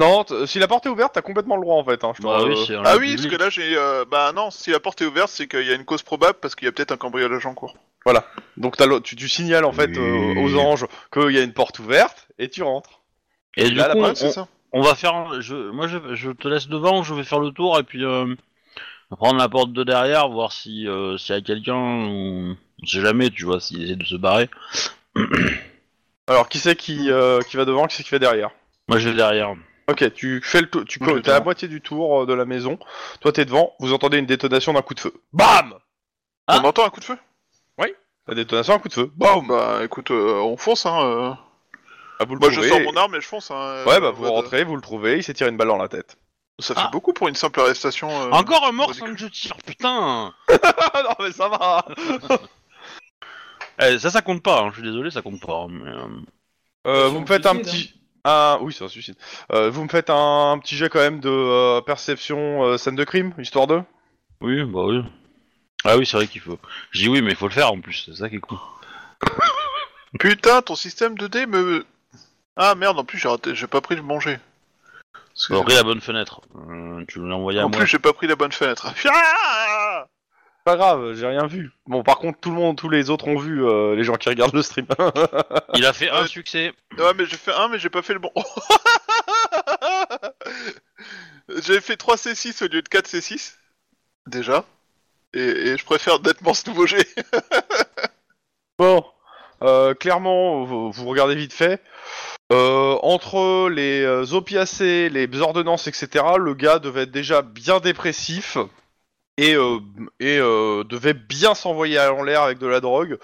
S1: Non, t- euh, si la porte est ouverte, t'as complètement le droit en fait. Hein, je te
S4: Bah
S1: re-
S4: oui, c'est un
S3: Ah oui, parce
S4: public.
S3: que là j'ai. euh, Bah non, si la porte est ouverte, c'est qu'il y a une cause probable parce qu'il y a peut-être un cambriolage en cours.
S1: Donc t'as le- tu, tu signales en fait
S4: Oui.
S1: euh, aux anges qu'il y a une porte ouverte et tu rentres.
S4: Et du
S1: Là, la
S4: coup,
S3: Ouais,
S1: porte,
S4: on,
S3: c'est ça.
S4: on va faire. un- Je, moi, je, je te laisse devant, je vais faire le tour et puis euh, on va prendre la porte de derrière, voir si euh, s'il y a quelqu'un. Ou... On sait jamais, tu vois, s'il essaie de se barrer.
S1: Alors qui c'est qui, euh, qui va devant, qui c'est qui fait derrière
S4: Moi, je vais derrière.
S3: Euh,
S1: Ok, tu fais le tour, tu
S3: Moi, je vais
S1: t'as la
S3: devant.
S1: moitié du tour euh, de la maison. Toi t'es devant, vous entendez une détonation d'un coup de feu. Bam
S4: Ah.
S3: On entend un coup de feu
S1: La détonation d'un coup de feu.
S3: Bah, bah écoute, euh, on fonce hein. euh.
S1: Ah, vous le
S3: Moi je
S1: trouvez,
S3: sors
S1: et-
S3: mon arme et je fonce hein.
S1: Ouais,
S3: euh,
S1: bah vous
S3: mode- euh,
S1: rentrez, vous le trouvez, il s'est tiré une balle dans la tête.
S3: Ça fait
S4: Ah.
S3: beaucoup pour une simple arrestation. euh.
S4: Encore un mort
S3: ridicule.
S4: sans que je tire, putain
S1: Ah non, mais ça va
S4: Eh, Ça, ça compte pas, hein, je suis désolé, ça compte pas. hein, mais, euh,
S1: Euh,
S2: C'est
S1: Vous me
S2: un
S1: faites un
S2: suicide,
S1: petit. Ah oui, c'est un suicide. Euh, vous me faites un, un petit jet quand même de euh, perception euh, scène de crime, histoire 2
S4: Oui, bah oui. Ah oui, c'est vrai qu'il faut. J'ai dit oui, mais il faut le faire en plus, c'est ça qui est cool.
S3: Putain, ton système de dés me. Ah merde, en plus j'ai raté, j'ai pas pris le bon jet. Parce que-
S4: T'as pris la bonne fenêtre. Euh, tu l'as envoyé à
S3: en
S4: moi.
S3: plus j'ai pas pris la bonne fenêtre. Ah
S1: Pas grave, j'ai rien vu. Bon, par contre, tout le monde, tous les autres ont vu euh, les gens qui regardent le stream.
S4: Il a fait un
S3: Ouais.
S4: succès.
S3: ouais mais j'ai fait un mais j'ai pas fait le bon. J'avais fait 3 C6 au lieu de 4 C6. Déjà. Et, et je préfère nettement ce nouveau jet.
S1: Bon, euh, clairement, vous, vous regardez vite fait. Euh, entre les euh, opiacés, les ordonnances, etc., le gars devait être déjà bien dépressif et, euh, et euh, devait bien s'envoyer en l'air avec de la drogue.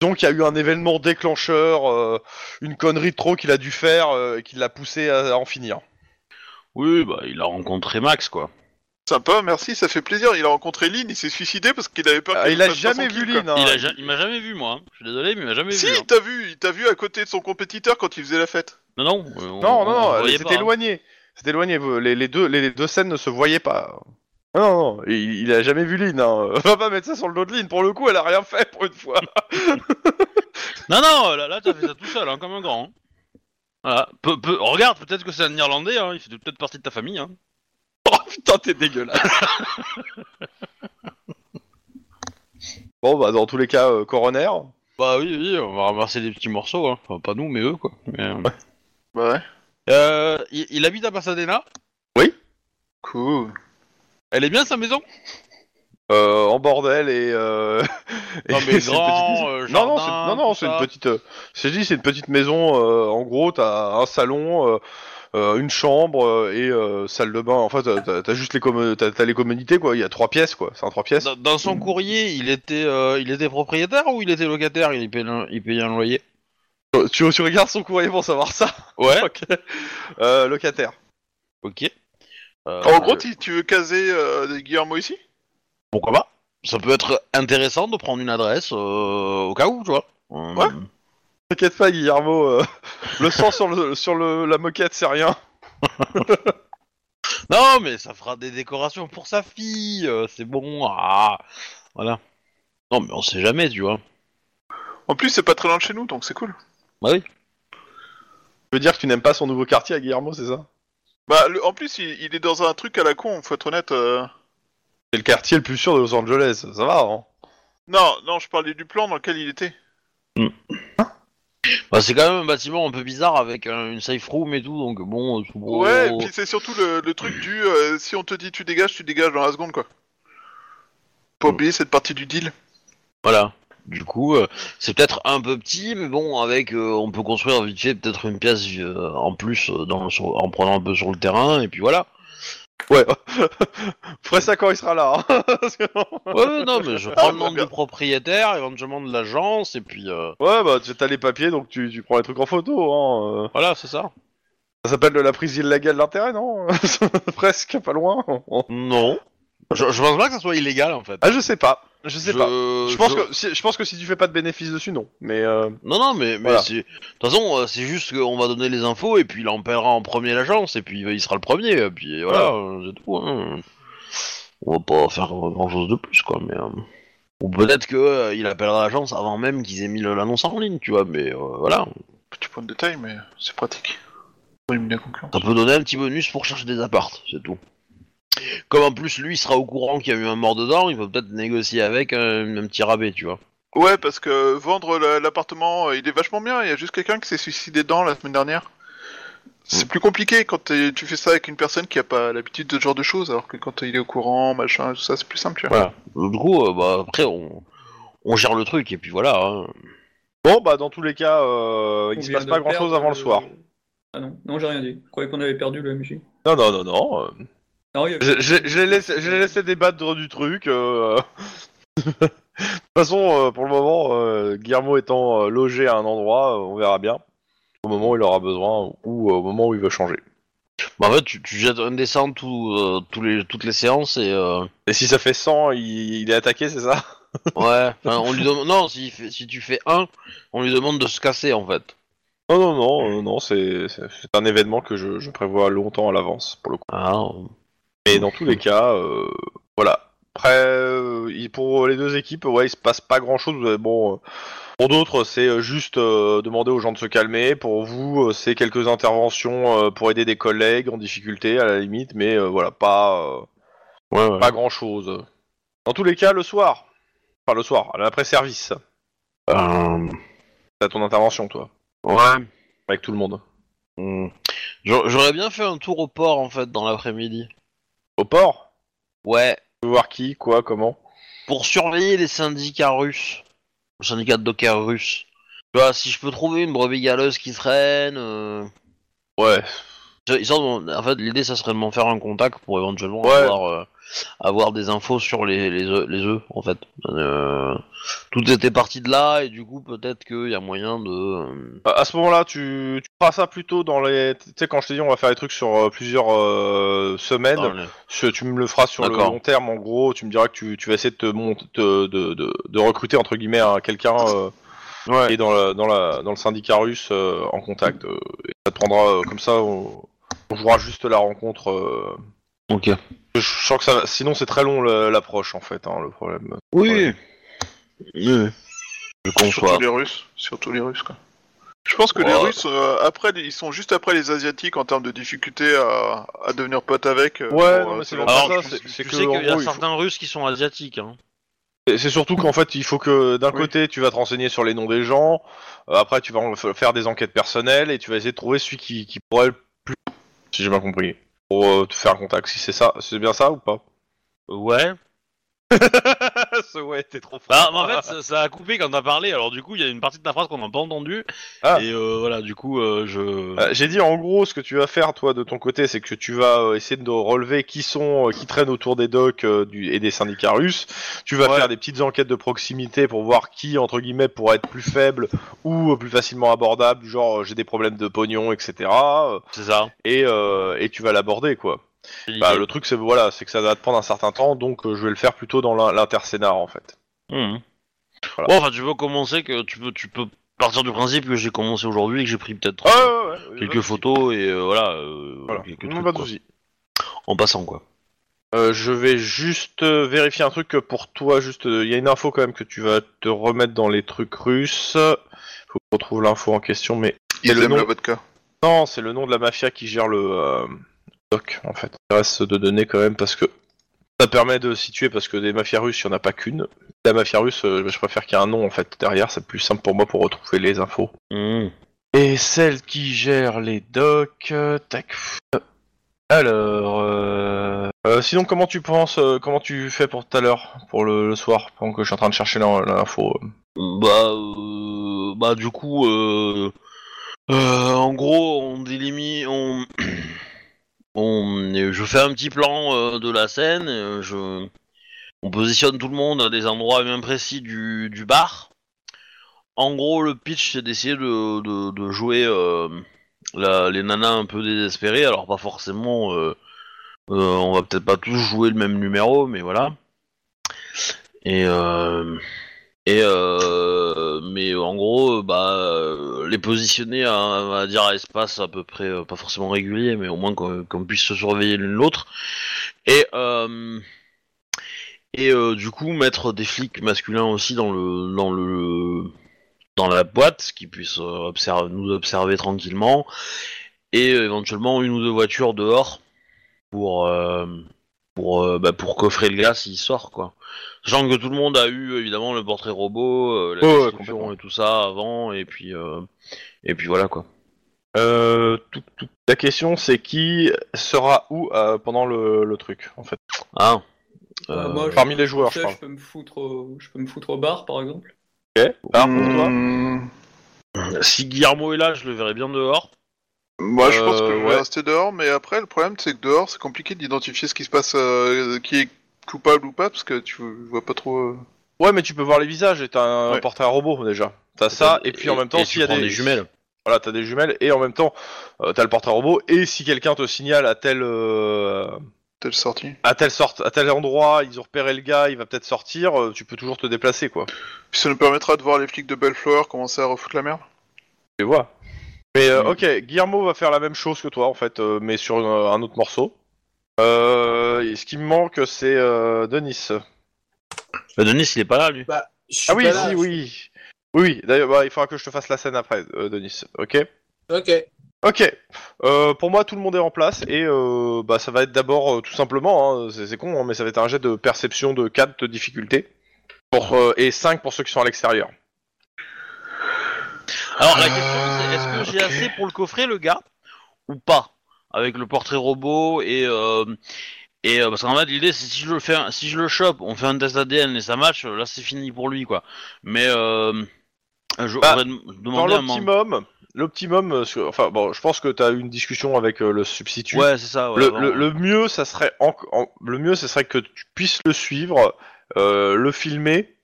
S1: Donc il y a eu un événement déclencheur, euh, une connerie de trop qu'il a dû faire euh, et qui l'a poussé à, à en finir.
S4: Oui, bah il a rencontré Max, quoi.
S3: Sympa, merci, ça fait plaisir. Il a rencontré Lynn, il s'est suicidé parce qu'il avait peur
S1: Ah,
S3: qu'elle
S1: il a
S3: fasse pas son
S1: jamais
S3: kill,
S1: vu
S3: quoi.
S1: Lynn. hein.
S4: Il, a ja- il m'a jamais vu, moi. hein. Je suis désolé, mais il m'a jamais
S3: Ah, Si,
S4: vu. hein.
S3: il t'a vu, il t'a vu à côté de son compétiteur quand il faisait la fête.
S4: Non, non. euh, on-
S1: Non,
S4: on-
S1: non,
S4: on
S1: non,
S4: voyait
S1: c'était
S4: pas, hein.
S1: éloigné. C'était éloigné. vous- Les, les deux, les, les deux scènes ne se voyaient pas. Ah Non, non, il, il a jamais vu Lynn. Hein. Va pas mettre ça sur le dos de Lynn. Pour le coup, elle a rien fait pour une fois.
S4: hein. Non, non, là, là t'as fait ça tout seul, hein, comme un grand. hein. Voilà. Peu- peu- Regarde, peut-être que c'est un Irlandais, hein, il fait peut-être partie de ta famille. Hein.
S1: Putain, t'es dégueulasse. bon, bah, dans tous les cas, euh, coroner.
S4: Bah oui, oui, on va ramasser des petits morceaux, hein. enfin pas nous, mais eux, quoi. Mais, euh,
S3: Bah ouais.
S4: euh, il, il habite à Pasadena,
S3: Cool.
S4: elle est bien sa maison
S1: euh, en bordel et. euh,
S4: Non,
S1: et
S4: mais
S1: c'est une
S4: grand,
S1: petite-
S4: euh,
S1: Non, non,
S4: jardin,
S1: c'est- non, non,
S4: tout
S1: c'est une
S4: ça.
S1: petite. euh, c'est dit, c'est une petite maison. euh, en gros, t'as un salon, euh, euh, une chambre euh, et euh, salle de bain. En fait, t'as- t'as t'as juste les commo- t'as t'as les communités quoi. Il y a trois pièces quoi. C'est un trois pièces.
S4: Dans, dans son courrier, il était, euh, il était propriétaire ou il était locataire il payait, un, il payait un loyer
S1: Euh, Tu, tu regardes son courrier pour savoir ça.
S4: Ouais,
S1: Ok. Euh, locataire.
S4: ok. Euh,
S1: Ah,
S3: en gros, tu- tu veux caser euh, Guillermo ici
S4: pourquoi pas Ça peut être intéressant de prendre une adresse euh, au cas où, tu vois. Euh,
S3: Ouais.
S1: T'inquiète pas, Guillermo. euh, le sang sur le sur le, la moquette, c'est rien.
S4: Non, mais ça fera des décorations pour sa fille, euh, c'est bon. Ah, voilà. Non, mais on sait jamais, tu vois.
S3: En plus, c'est pas très loin de chez nous, donc c'est cool.
S1: Tu veux dire que tu n'aimes pas son nouveau quartier à Guillermo, c'est ça
S3: Bah, le- en plus, il, il est dans un truc à la con, faut être honnête. euh.
S1: C'est le quartier le plus sûr de Los Angeles. Ça va. Hein
S3: Non, non, je parlais du plan dans lequel il était.
S4: Bah, c'est quand même un bâtiment un peu bizarre avec euh, une safe room et tout, donc bon. euh, bon,
S3: Ouais, et puis c'est surtout le, le truc du euh, si on te dit tu dégages, tu dégages dans la seconde, quoi. Pas oublier cette partie du deal.
S4: Voilà. Du coup, euh, c'est peut-être un peu petit, mais bon, avec, euh, on peut construire vite fait peut-être une pièce euh, en plus euh, dans, sur- en prenant un peu sur le terrain, et puis voilà.
S1: Ouais. Ferai ça quand il sera là. hein. Parce que-
S4: Ouais, ouais, non, mais je prends le
S3: bah,
S4: nom du
S3: bien.
S4: propriétaire, éventuellement de l'agence, et puis euh,
S1: ouais, bah tu- t'as les papiers, donc tu, tu prends les trucs en photo. Hein. euh.
S4: voilà, c'est ça.
S1: Ça s'appelle de la prise illégale d'intérêt, non Presque, pas loin.
S4: Non. Je, je pense pas que ça soit illégal en fait.
S1: Ah, je sais pas. Je sais pas. Je pense,
S4: je-
S1: Que, si, je pense que si tu fais pas de bénéfice dessus, non. Mais euh,
S4: Non, non, mais, mais
S1: Voilà.
S4: c'est- de toute façon, euh, c'est juste qu'on va donner les infos et puis il en paiera en premier l'agence et puis euh, il sera le premier. Et puis voilà, euh, c'est tout. hein. On va pas faire grand chose de plus, quoi. Mais euh, Ou peut-être que euh, il appellera l'agence avant même qu'ils aient mis le- l'annonce en ligne, tu vois, mais euh, voilà.
S3: Petit point de détail, mais c'est pratique. Pour éliminer la concurrence.
S4: Ça peut donner un petit bonus pour chercher des appartes, c'est tout. Comme en plus lui il sera au courant qu'il y a eu un mort dedans, il va peut-être négocier avec un, un petit rabais, tu vois.
S3: Ouais, parce que vendre la- l'appartement, euh, il est vachement bien. Il y a juste quelqu'un qui s'est suicidé dedans la semaine dernière. C'est plus compliqué quand t'es- tu fais ça avec une personne qui a pas l'habitude de ce genre de choses, alors que quand il est au courant, machin, tout ça, c'est plus simple, tu vois.
S1: Ouais.
S4: Du coup, euh, bah, après on, on gère le truc et puis voilà. hein.
S1: Bon, bah dans tous les cas, euh,
S2: On
S1: il se
S2: vient
S1: passe
S2: de
S1: pas grand chose
S2: perdre euh,
S1: avant le
S2: le-
S1: soir.
S2: Ah non, non, j'ai rien dit. Je croyais qu'on avait perdu le MJ.
S1: Non, non, non, non. euh,
S2: Non, il y avait-
S1: Je, je- je les laisse, je les laisse débattre du truc. euh, de toute façon, euh, pour le moment, euh, Guillermo étant euh, logé à un endroit, euh, on verra bien. Au moment où il aura besoin ou euh, au moment où il veut changer.
S4: Bah, en fait, tu, tu jettes un dessin tout, euh, tous les, toutes les séances et. euh,
S1: Et si ça fait 100, il, il est attaqué, c'est ça
S4: ouais, enfin, on lui demande. Non, si, si tu fais un, on lui demande de se casser en fait.
S1: Non, non, non, euh, non, c'est c'est- c'est un événement que je, je prévois longtemps à l'avance, pour le coup.
S4: Ah,
S1: Mais dans tous les cas, euh, voilà. Après, euh, il- pour les deux équipes, ouais, il se passe pas grand chose. Bon, euh, pour d'autres, c'est euh, juste euh, demander aux gens de se calmer. Pour vous, euh, c'est quelques interventions euh, pour aider des collègues en difficulté, à la limite, mais euh, voilà, pas, euh,
S4: ouais, ouais.
S1: pas grand chose. Dans tous les cas, le soir, enfin le soir, à l'après-service,
S4: Euh,
S1: t'as ton intervention, toi,
S4: ouais.
S1: avec tout le monde.
S4: Hmm. J'a- J'aurais bien fait un tour au port en fait dans l'après-midi.
S1: Au port,
S4: Ouais,
S1: tu veux voir qui, quoi, comment.
S4: pour surveiller les syndicats russes, les syndicats de dockers russes. Tu vois, si je peux trouver une brebis galeuse qui traîne, euh...
S1: Ouais,
S4: tu vois, ils sont- en fait l'idée ça serait de m'en faire un contact pour éventuellement
S1: Ouais.
S4: avoir, euh, avoir des infos sur les les œufs les œufs, en fait. Euh, Tout était parti de là et du coup peut-être qu'il y a moyen de. euh,
S1: Bah, À à ce moment-là, tu, tu feras ça plutôt dans les. Tu sais, quand je t'ai dit, on va faire les trucs sur euh, plusieurs euh, semaines.
S4: dans le-
S1: sur- tu me le feras sur le
S4: D'accord.
S1: long terme, en gros. Tu me diras que tu, tu vas essayer de te mont- te- de, de, de recruter entre guillemets un- quelqu'un euh, qui est dans, la, dans, la, dans le syndicat russe euh, en contact. euh, et ça te prendra euh, comme ça. On, on jouera juste la rencontre. euh.
S4: Ok.
S1: Je sens que ça. va- Sinon, c'est très long le- l'approche en fait. hein, le problème.
S4: Oui.
S1: Ouais.
S4: Oui. Je conçois.
S3: Surtout les Russes, surtout les Russes, quoi. Je pense que les
S4: Ouais.
S3: Russes, euh, après, les- ils sont juste après les Asiatiques en termes de difficulté à, à devenir pote avec. euh,
S1: Ouais,
S3: pour,
S1: non,
S3: euh,
S1: mais c'est
S3: selon
S1: pour
S3: moi,
S1: ça,
S3: je pense
S1: c'est-
S3: que-
S1: c'est
S4: Tu
S1: que, en
S4: sais qu'il y a
S1: gros, il faut-
S4: certains Russes qui sont asiatiques. Hein.
S1: Et C'est surtout qu'en fait, il faut que d'un
S3: Oui.
S1: côté, tu vas te renseigner sur les noms des gens, euh, après, tu vas en f- faire des enquêtes personnelles et tu vas essayer de trouver celui qui, qui pourrait le plus. Si j'ai bien compris. Pour euh, te faire un contact, si c'est ça, c'est bien ça ou pas
S4: Ouais.
S1: Ce ouais, t'es trop
S6: Bah, mais en
S1: Ah.
S6: fait, ça, ça a coupé quand t'as parlé, alors du coup, il y a une partie de ta phrase qu'on n'a pas entendue.
S1: Ah.
S6: Et euh, voilà, du coup, euh, je.
S1: Euh, J'ai dit en gros, ce que tu vas faire toi de ton côté, c'est que tu vas euh, essayer de relever qui sont, euh, qui traînent autour des docks euh, du, et des syndicats russes. Tu vas faire des petites enquêtes de proximité pour voir qui entre guillemets pourrait être plus faible ou euh, plus facilement abordable, du genre euh, j'ai des problèmes de pognon, etc. euh,
S6: C'est ça.
S1: Et, euh, et tu vas l'aborder quoi.
S6: C'est
S1: Bah,
S6: l'idée.
S1: le truc c'est voilà, c'est que ça va te prendre un certain temps, donc euh, je vais le faire plutôt dans l'in- l'intercénar en fait.
S4: Mhm.
S1: Voilà.
S4: Bon, enfin, tu veux commencer que tu peux, tu peux partir du principe que j'ai commencé aujourd'hui et que j'ai pris
S1: Ah,
S4: peut-être euh, quelques photos et euh, voilà, euh,
S1: Voilà.
S4: quelques
S1: Non,
S4: trucs,
S1: pas de
S4: quoi.
S1: soucis.
S4: en passant quoi.
S1: Euh, je vais juste euh, vérifier un truc pour toi. Juste, euh, il y a une info quand même que tu vas te remettre dans les trucs russes. Faut que je retrouve l'info en question, mais
S3: Ils
S1: Et le
S3: aiment
S1: nom-
S3: la vodka.
S1: non, c'est le nom de la mafia qui gère le euh, doc. En fait, il reste de donner quand même parce que ça permet de situer parce que des mafias russes, il n'y en a pas qu'une. La mafia russe, euh, je préfère qu'il y ait un nom en fait derrière. C'est plus simple pour moi pour retrouver les infos.
S4: Mhm.
S1: Et celle qui gère les docks, euh, tac. Alors, euh, euh, sinon comment tu penses, euh, comment tu fais pour tout à l'heure, pour le, le soir, pendant que je suis en train de chercher l'in- l'info. euh.
S4: Bah, euh, bah du coup, euh, euh, en gros, on délimite, on, on, euh, je fais un petit plan euh, de la scène. euh, je, on positionne tout le monde à des endroits bien précis du, du bar. En gros, le pitch, c'est d'essayer de, de, de jouer euh, la- les nanas un peu désespérées. Alors pas forcément, euh, euh, on va peut-être pas tous jouer le même numéro, mais voilà. Et euh, et euh, mais euh, en gros, euh, bah, euh, les positionner à, on va dire à espace à peu près, euh, pas forcément régulier, mais au moins qu'on qu'on puisse se surveiller l'une l'autre. Et euh, et euh, du coup mettre des flics masculins aussi dans le dans le dans la boîte, qui puissent euh, observe- nous observer tranquillement, et euh, éventuellement une ou deux voitures dehors pour euh, pour euh, bah, pour coffrer le gars s'il sort quoi. Sachant que tout le monde a eu évidemment le portrait robot, euh, la
S1: Ouais, ouais,
S4: description
S1: complètement.
S4: et tout ça avant, et puis euh, et puis voilà quoi.
S1: Euh, tout, tout- La question c'est qui sera où euh, pendant le, le truc en fait.
S4: Ah.
S2: Ah, moi, je-
S1: Parmi les joueurs,
S2: Tu
S1: je
S2: sais,
S1: parle.
S2: je peux me foutre au, je peux me foutre au bar par exemple.
S1: Ok.
S3: Hum.
S1: Par contre, Ah, toi
S3: Mmh.
S4: Si Guillermo est là, je le verrai bien dehors.
S3: Moi, je pense que
S1: Euh,
S3: je vais
S1: ouais.
S3: rester dehors, mais après, le problème, c'est que dehors, c'est compliqué d'identifier ce qui se passe, euh, qui est coupable ou pas, parce que tu vois pas trop. euh.
S1: Ouais, mais tu peux voir les visages. Et t'as un
S3: Ouais.
S1: portrait à robot déjà. T'as ça et puis en même temps
S4: et
S1: s'il
S4: tu
S1: y a
S4: prends
S1: des...
S4: jumelles.
S1: Voilà, t'as des jumelles et en même temps euh, t'as le portrait à robot et si quelqu'un te signale à tel euh,
S3: Telle sortie.
S1: à telle sorte à tel endroit, ils ont repéré le gars, il va peut-être sortir. euh, tu peux toujours te déplacer quoi.
S3: Puis ça nous permettra de voir les flics de Bellflower commencer à refoutre la merde.
S1: Je vois. Mais euh, ok, Guillermo va faire la même chose que toi en fait, euh, mais sur euh, un autre morceau. Euh, et ce qui me manque, c'est euh, Denis.
S4: Bah, Denis, il est pas là, lui.
S5: Bah, je suis
S1: Ah oui,
S5: pas là,
S1: si,
S5: je-
S1: oui. Oui, oui. d'ailleurs, bah, il faudra que je te fasse la scène après, euh, Denis. Ok
S5: Ok.
S1: Ok. Euh, pour moi, tout le monde est en place et euh, bah, ça va être d'abord, euh, tout simplement, hein, c'est c'est con, hein, mais ça va être un jet de perception de 4 de difficulté pour, euh, et 5 pour ceux qui sont à l'extérieur.
S4: Alors, la
S3: Ah,
S4: question, c'est est-ce que j'ai
S1: Ah,
S3: ok.
S4: assez pour le coffrer, le gars Ou pas Avec le portrait robot et. euh, et euh, parce qu'en fait, l'idée, c'est si je le fais, un- si je le chope, on fait un test ADN et ça match, euh, là, c'est fini pour lui, quoi. Mais. Euh, je
S1: Bah,
S4: voudrais dem-
S1: Dans
S4: demander à mon-
S1: l'optimum, l'optimum, euh, sur- enfin bon, je pense que t'as eu une discussion avec euh, le substitut.
S4: Ouais, c'est ça, ouais,
S1: le,
S4: avant.
S1: le- le mieux, ça serait en- en- le mieux, ça serait que tu puisses le suivre, euh, le filmer,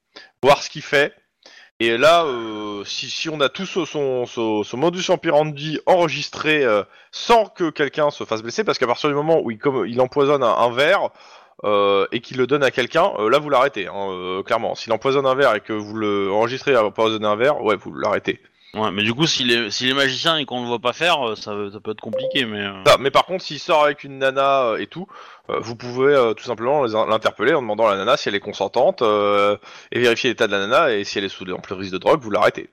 S1: voir ce qu'il fait. Et là, euh, si, si on a tous son, son, son- son modus operandi enregistré euh, sans que quelqu'un se fasse blesser, parce qu'à partir du moment où il, comme, il empoisonne un, un verre euh, et qu'il le donne à quelqu'un, euh, là vous l'arrêtez, hein, euh, clairement. S'il empoisonne un verre et que vous le enregistrez à empoisonner un verre, ouais, vous l'arrêtez.
S4: Ouais, mais du coup, s'il est, s'il est magicien et qu'on le voit pas faire, euh, ça, ça peut être compliqué, mais. euh,
S1: Ça, Bah, mais par contre, s'il sort avec une nana euh, et tout, euh, vous pouvez euh, tout simplement les- l'interpeller en demandant à la nana si elle est consentante euh, et vérifier l'état de la nana et si elle est sous ample risque de drogue, vous l'arrêtez.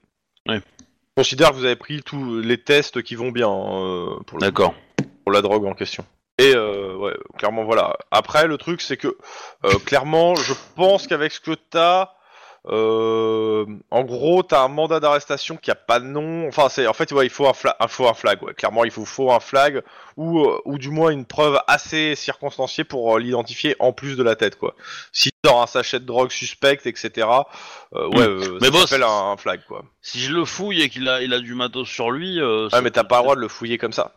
S4: Ouais.
S1: Je Considère que vous avez pris tous les tests qui vont bien euh, pour, le-
S4: D'accord.
S1: pour la drogue en question. Et euh, ouais, clairement voilà. Après, le truc c'est que euh, clairement, je pense qu'avec ce que t'as, euh, en gros, t'as un mandat d'arrestation qui a pas de nom. Enfin, c'est en fait, ouais, il faut un, fla- un- faut un flag. ouais. Clairement, il faut, faut un flag ou, euh, ou du moins une preuve assez circonstanciée pour euh, l'identifier en plus de la tête, quoi. Si sort un sachet de drogue suspecte, etc. euh, ouais, euh,
S4: Hmm. Mais
S1: ça
S4: bon,
S1: s'appelle
S4: c'est-
S1: un, un flag, quoi.
S4: Si je le fouille et qu'il a, il a du matos sur lui. euh,
S1: Ouais,
S4: ça
S1: mais t'as
S4: peut-
S1: pas le droit de le fouiller comme ça.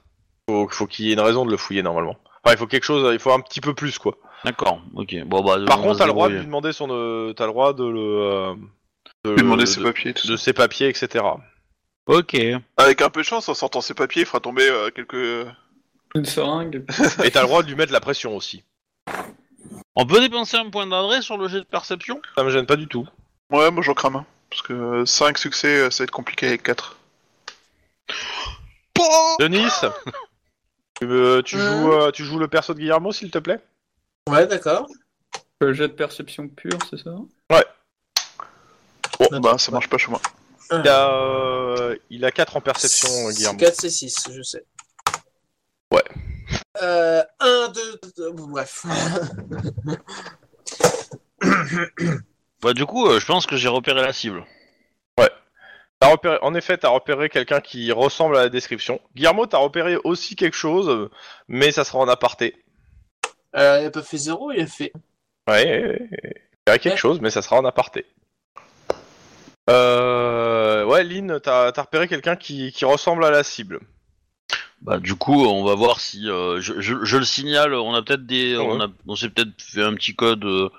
S1: Faut, faut qu'il y ait une raison de le fouiller normalement. Enfin, il faut quelque chose, il faut un petit peu plus, quoi.
S4: D'accord, ok. Bon, bah,
S1: Par
S4: on
S1: contre,
S4: va
S1: t'as le droit de
S4: débrouiller.
S1: lui demander son, euh, t'as le droit de le, euh, de,
S3: Lui demander
S1: Euh, de-
S3: ses papiers et tout ça.
S1: de ses papiers, etc.
S4: Ok.
S3: Avec un peu de chance, en sortant ses papiers, il fera tomber euh, quelques.
S2: Une seringue.
S1: Et t'as le droit de lui mettre la pression aussi.
S4: On peut dépenser un point d'adresse sur le jet de perception
S1: Ça me gêne pas du tout.
S3: Ouais, moi j'en crame un. Parce que 5 succès, euh, ça va être compliqué avec 4.
S1: Denis, tu, me- tu
S5: Ouais.
S1: joues, euh, tu joues le perso de Guillermo, s'il te plaît
S5: Ouais, d'accord.
S2: Le euh, jet de perception pure, c'est ça
S3: Bon,
S5: D'accord.
S3: bah ça marche pas chez moi.
S1: Il a, euh, il a 4 en perception, euh, Guillermo.
S5: 4, c'est 6, je sais. Euh,
S1: Ouais.
S5: 1, 2, bref.
S4: Bah, du coup, euh, je pense que j'ai repéré la cible.
S1: T'as repéré- en effet, t'as repéré quelqu'un qui ressemble à la description. Guillermo, t'as repéré aussi quelque chose, euh, mais ça sera en aparté.
S5: Alors, Euh, il a pas fait 0, il a fait.
S1: Ouais, ouais, ouais, ouais. Il y a quelque
S5: Ouais.
S1: chose, mais ça sera en aparté. Euh... Ouais, Lynn, t'as t'as repéré quelqu'un qui, qui ressemble à la cible.
S4: Bah, du coup, on va voir si. euh, je, je- je le signale, on a peut-être des.
S1: Ouais.
S4: On, a- on s'est peut-être fait un petit code euh,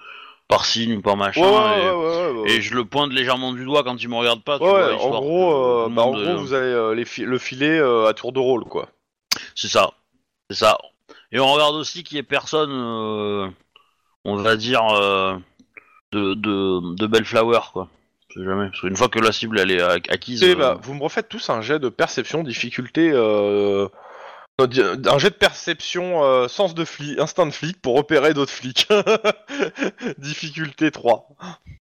S4: par signe ou par machin. et...
S1: ouais, ouais.
S4: et je le pointe légèrement du doigt quand il me regarde pas. tu
S1: Ouais,
S4: vois,
S1: en
S4: histoire que
S1: gros, euh,
S4: tout le
S1: bah, en
S4: monde,
S1: gros,
S4: euh,
S1: vous allez euh, les fi- le filer euh, à tour de rôle, quoi.
S4: C'est ça. C'est ça. Et on regarde aussi qu'il y ait personne, euh, on va dire, euh, de, de, de Bellflower, quoi. Je sais jamais. Parce qu'une fois que la
S1: Eh
S4: cible, elle est ac- acquise...
S1: Et
S4: euh,
S1: bah, vous me refaites tous un jet de perception, difficulté euh, Un jet de perception, euh, sens de flic, instinct de flic pour repérer d'autres flics. Difficulté 3.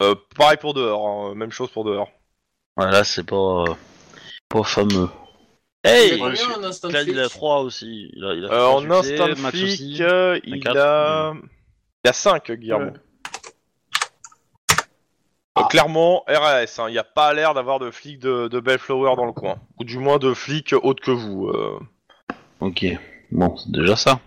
S1: Euh, pareil pour dehors, hein, même chose pour dehors.
S4: Voilà, c'est pas. euh, pas fameux.
S5: Il a
S4: Hey
S5: combien
S3: je-
S5: en instant
S4: Là, il a
S5: flic
S4: 3 aussi. Il a, il a
S1: Euh,
S4: trois
S1: en
S4: succès,
S1: instinct de
S4: Max
S1: flic,
S4: aussi.
S1: euh,
S4: Un
S1: il
S4: quatre, Mmh.
S1: a... il a 5, Guillermo.
S2: Ouais.
S1: Euh, clairement, RAS, hein, il n'y a pas l'air d'avoir de flics de, de Bellflower dans le coin. Ou du moins de flics autres que vous. euh.
S4: Ok, bon, c'est déjà ça.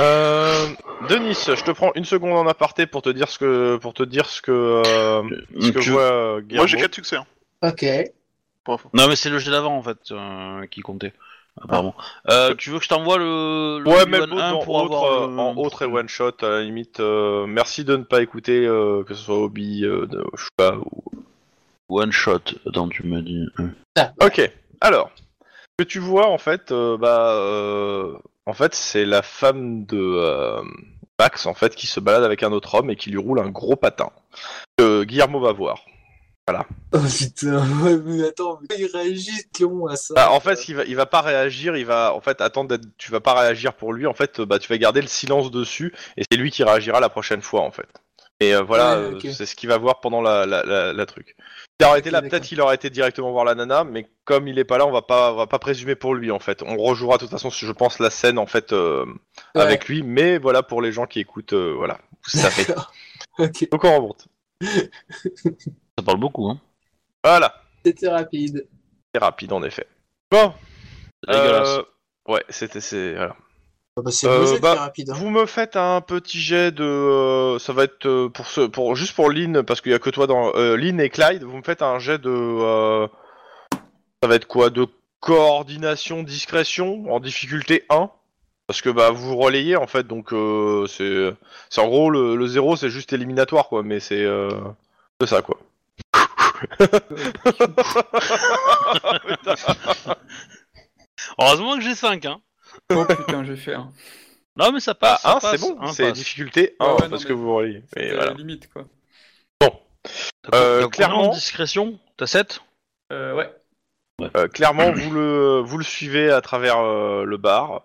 S1: Euh, Denis, je te prends une seconde en aparté pour te dire ce que, pour te dire ce que, euh, ce que
S4: Tu-
S1: voit euh,
S3: Moi
S1: Guillermo.
S3: j'ai 4 succès. hein.
S5: Ok.
S3: Pour info.
S4: Non, mais c'est le jet d'avant en fait euh, qui comptait. Apparemment. Euh, tu veux que je t'envoie le, le
S1: Ouais,
S4: Obi-Wan
S1: même
S4: 1
S1: autre,
S4: pour
S1: en,
S4: avoir
S1: autre,
S4: le-
S1: euh, en autre et one shot, à la limite. euh, merci de ne pas écouter euh, que ce soit Obi, euh, de- je sais pas, ou-
S4: One shot, attends, tu me dis.
S1: Ok, alors, ce que tu vois en fait, euh, bah, euh, en fait, c'est la femme de euh, Max en fait qui se balade avec un autre homme et qui lui roule un gros patin. Que Guillermo va voir.
S5: Oh putain, ouais, mais attends, mais ils réagissent, Cléon, à ça.
S1: Bah, en fait, il va, il va pas réagir, il va en fait attendre d'être. Tu vas pas réagir pour lui, en fait, euh, bah, tu vas garder le silence dessus et c'est lui qui réagira la prochaine fois en fait. Et euh, voilà,
S5: Ouais,
S1: euh,
S5: ok.
S1: c'est ce qu'il va voir pendant la, la, la, la truc. Il aurait été
S5: Ok,
S1: là,
S5: d'accord.
S1: peut-être qu'il aurait été directement voir la nana, mais comme il est pas là, on va pas, on va pas présumer pour lui en fait. On rejouera de toute façon, je pense, la scène en fait euh,
S5: Ouais.
S1: avec lui, mais voilà pour les gens qui écoutent, euh, voilà. Ça fait.
S5: D'accord. Ok,
S1: Donc on remonte.
S4: Ça parle beaucoup, hein.
S1: Voilà,
S5: c'était rapide.
S1: c'est rapide en effet. Bon,
S4: C'est dégueulasse.
S1: euh, ouais, c'était, c'est voilà.
S5: Ah bah, c'est
S1: Euh,
S5: le jeu
S1: bah,
S5: qui est rapide. hein.
S1: Vous me faites un petit jet de, euh, ça va être euh, pour ce, pour juste pour Lynn parce qu'il y a que toi dans euh, Lynn et Clyde. Vous me faites un jet de, euh, ça va être quoi, de coordination, discrétion en difficulté 1 parce que bah vous relayez en fait donc euh, c'est, c'est en gros le, le 0 c'est juste éliminatoire quoi mais c'est, euh, c'est ça quoi.
S6: Heureusement que j'ai 5, hein.
S2: Oh putain, j'ai fait un.
S6: Non, mais ça
S1: Ah,
S6: passe. ça
S1: un, c'est
S6: passe,
S1: bon,
S6: un
S1: c'est
S6: passe.
S1: difficulté 1
S2: hein, Ouais, ouais, non,
S1: parce
S2: mais-
S1: que vous relayez. Et
S2: C'était à
S1: voilà.
S2: la limite, quoi.
S4: T'as
S1: euh,
S4: combien en
S1: clairement-
S4: discrétion, t'as 7
S2: Euh, ouais.
S1: Euh, clairement, vous le, vous le suivez à travers euh, le bar.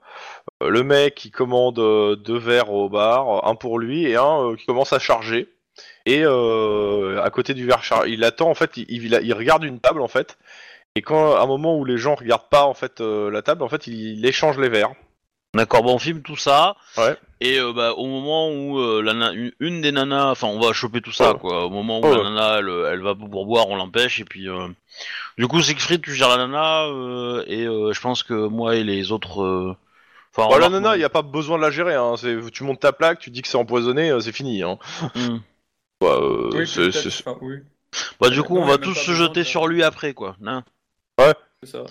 S1: Euh, le mec, il commande euh, deux verres au bar, un pour lui et un euh, qui commence à charger. Et euh, à côté du verre char- il attend en fait, il, il- il regarde une table en fait. Et quand à un moment où les gens regardent pas en fait euh, la table, en fait, il, il échange les verres.
S4: D'accord, bon, on filme tout ça.
S1: Ouais.
S4: Et euh, bah, au moment où euh, la na- une, une des nanas, enfin, on va choper tout ça,
S1: Ouais.
S4: quoi. Au moment où
S1: Ouais.
S4: la nana, elle, elle va pour boire, on l'empêche. Et puis, euh, du coup, Siegfried, tu gères la nana. euh, et euh, je pense que moi et les autres. euh, Enfin,
S1: Oh, la
S4: remarque,
S1: nana,
S4: moi-
S1: il n'y a pas besoin de la gérer. Hein. C'est- Tu montes ta plaque, tu dis que c'est empoisonné, euh, c'est fini. Hein.
S4: Hmm.
S1: Bah, euh,
S2: Oui,
S1: c'est-
S2: peut-être,
S1: c'est-
S2: enfin, oui,
S4: Bah, du coup,
S2: Non,
S4: on
S2: mais
S4: va
S2: même
S4: tous
S2: pas
S4: se
S2: besoin
S4: jeter
S2: de-
S4: sur lui après, quoi. hein.
S2: c'est ça.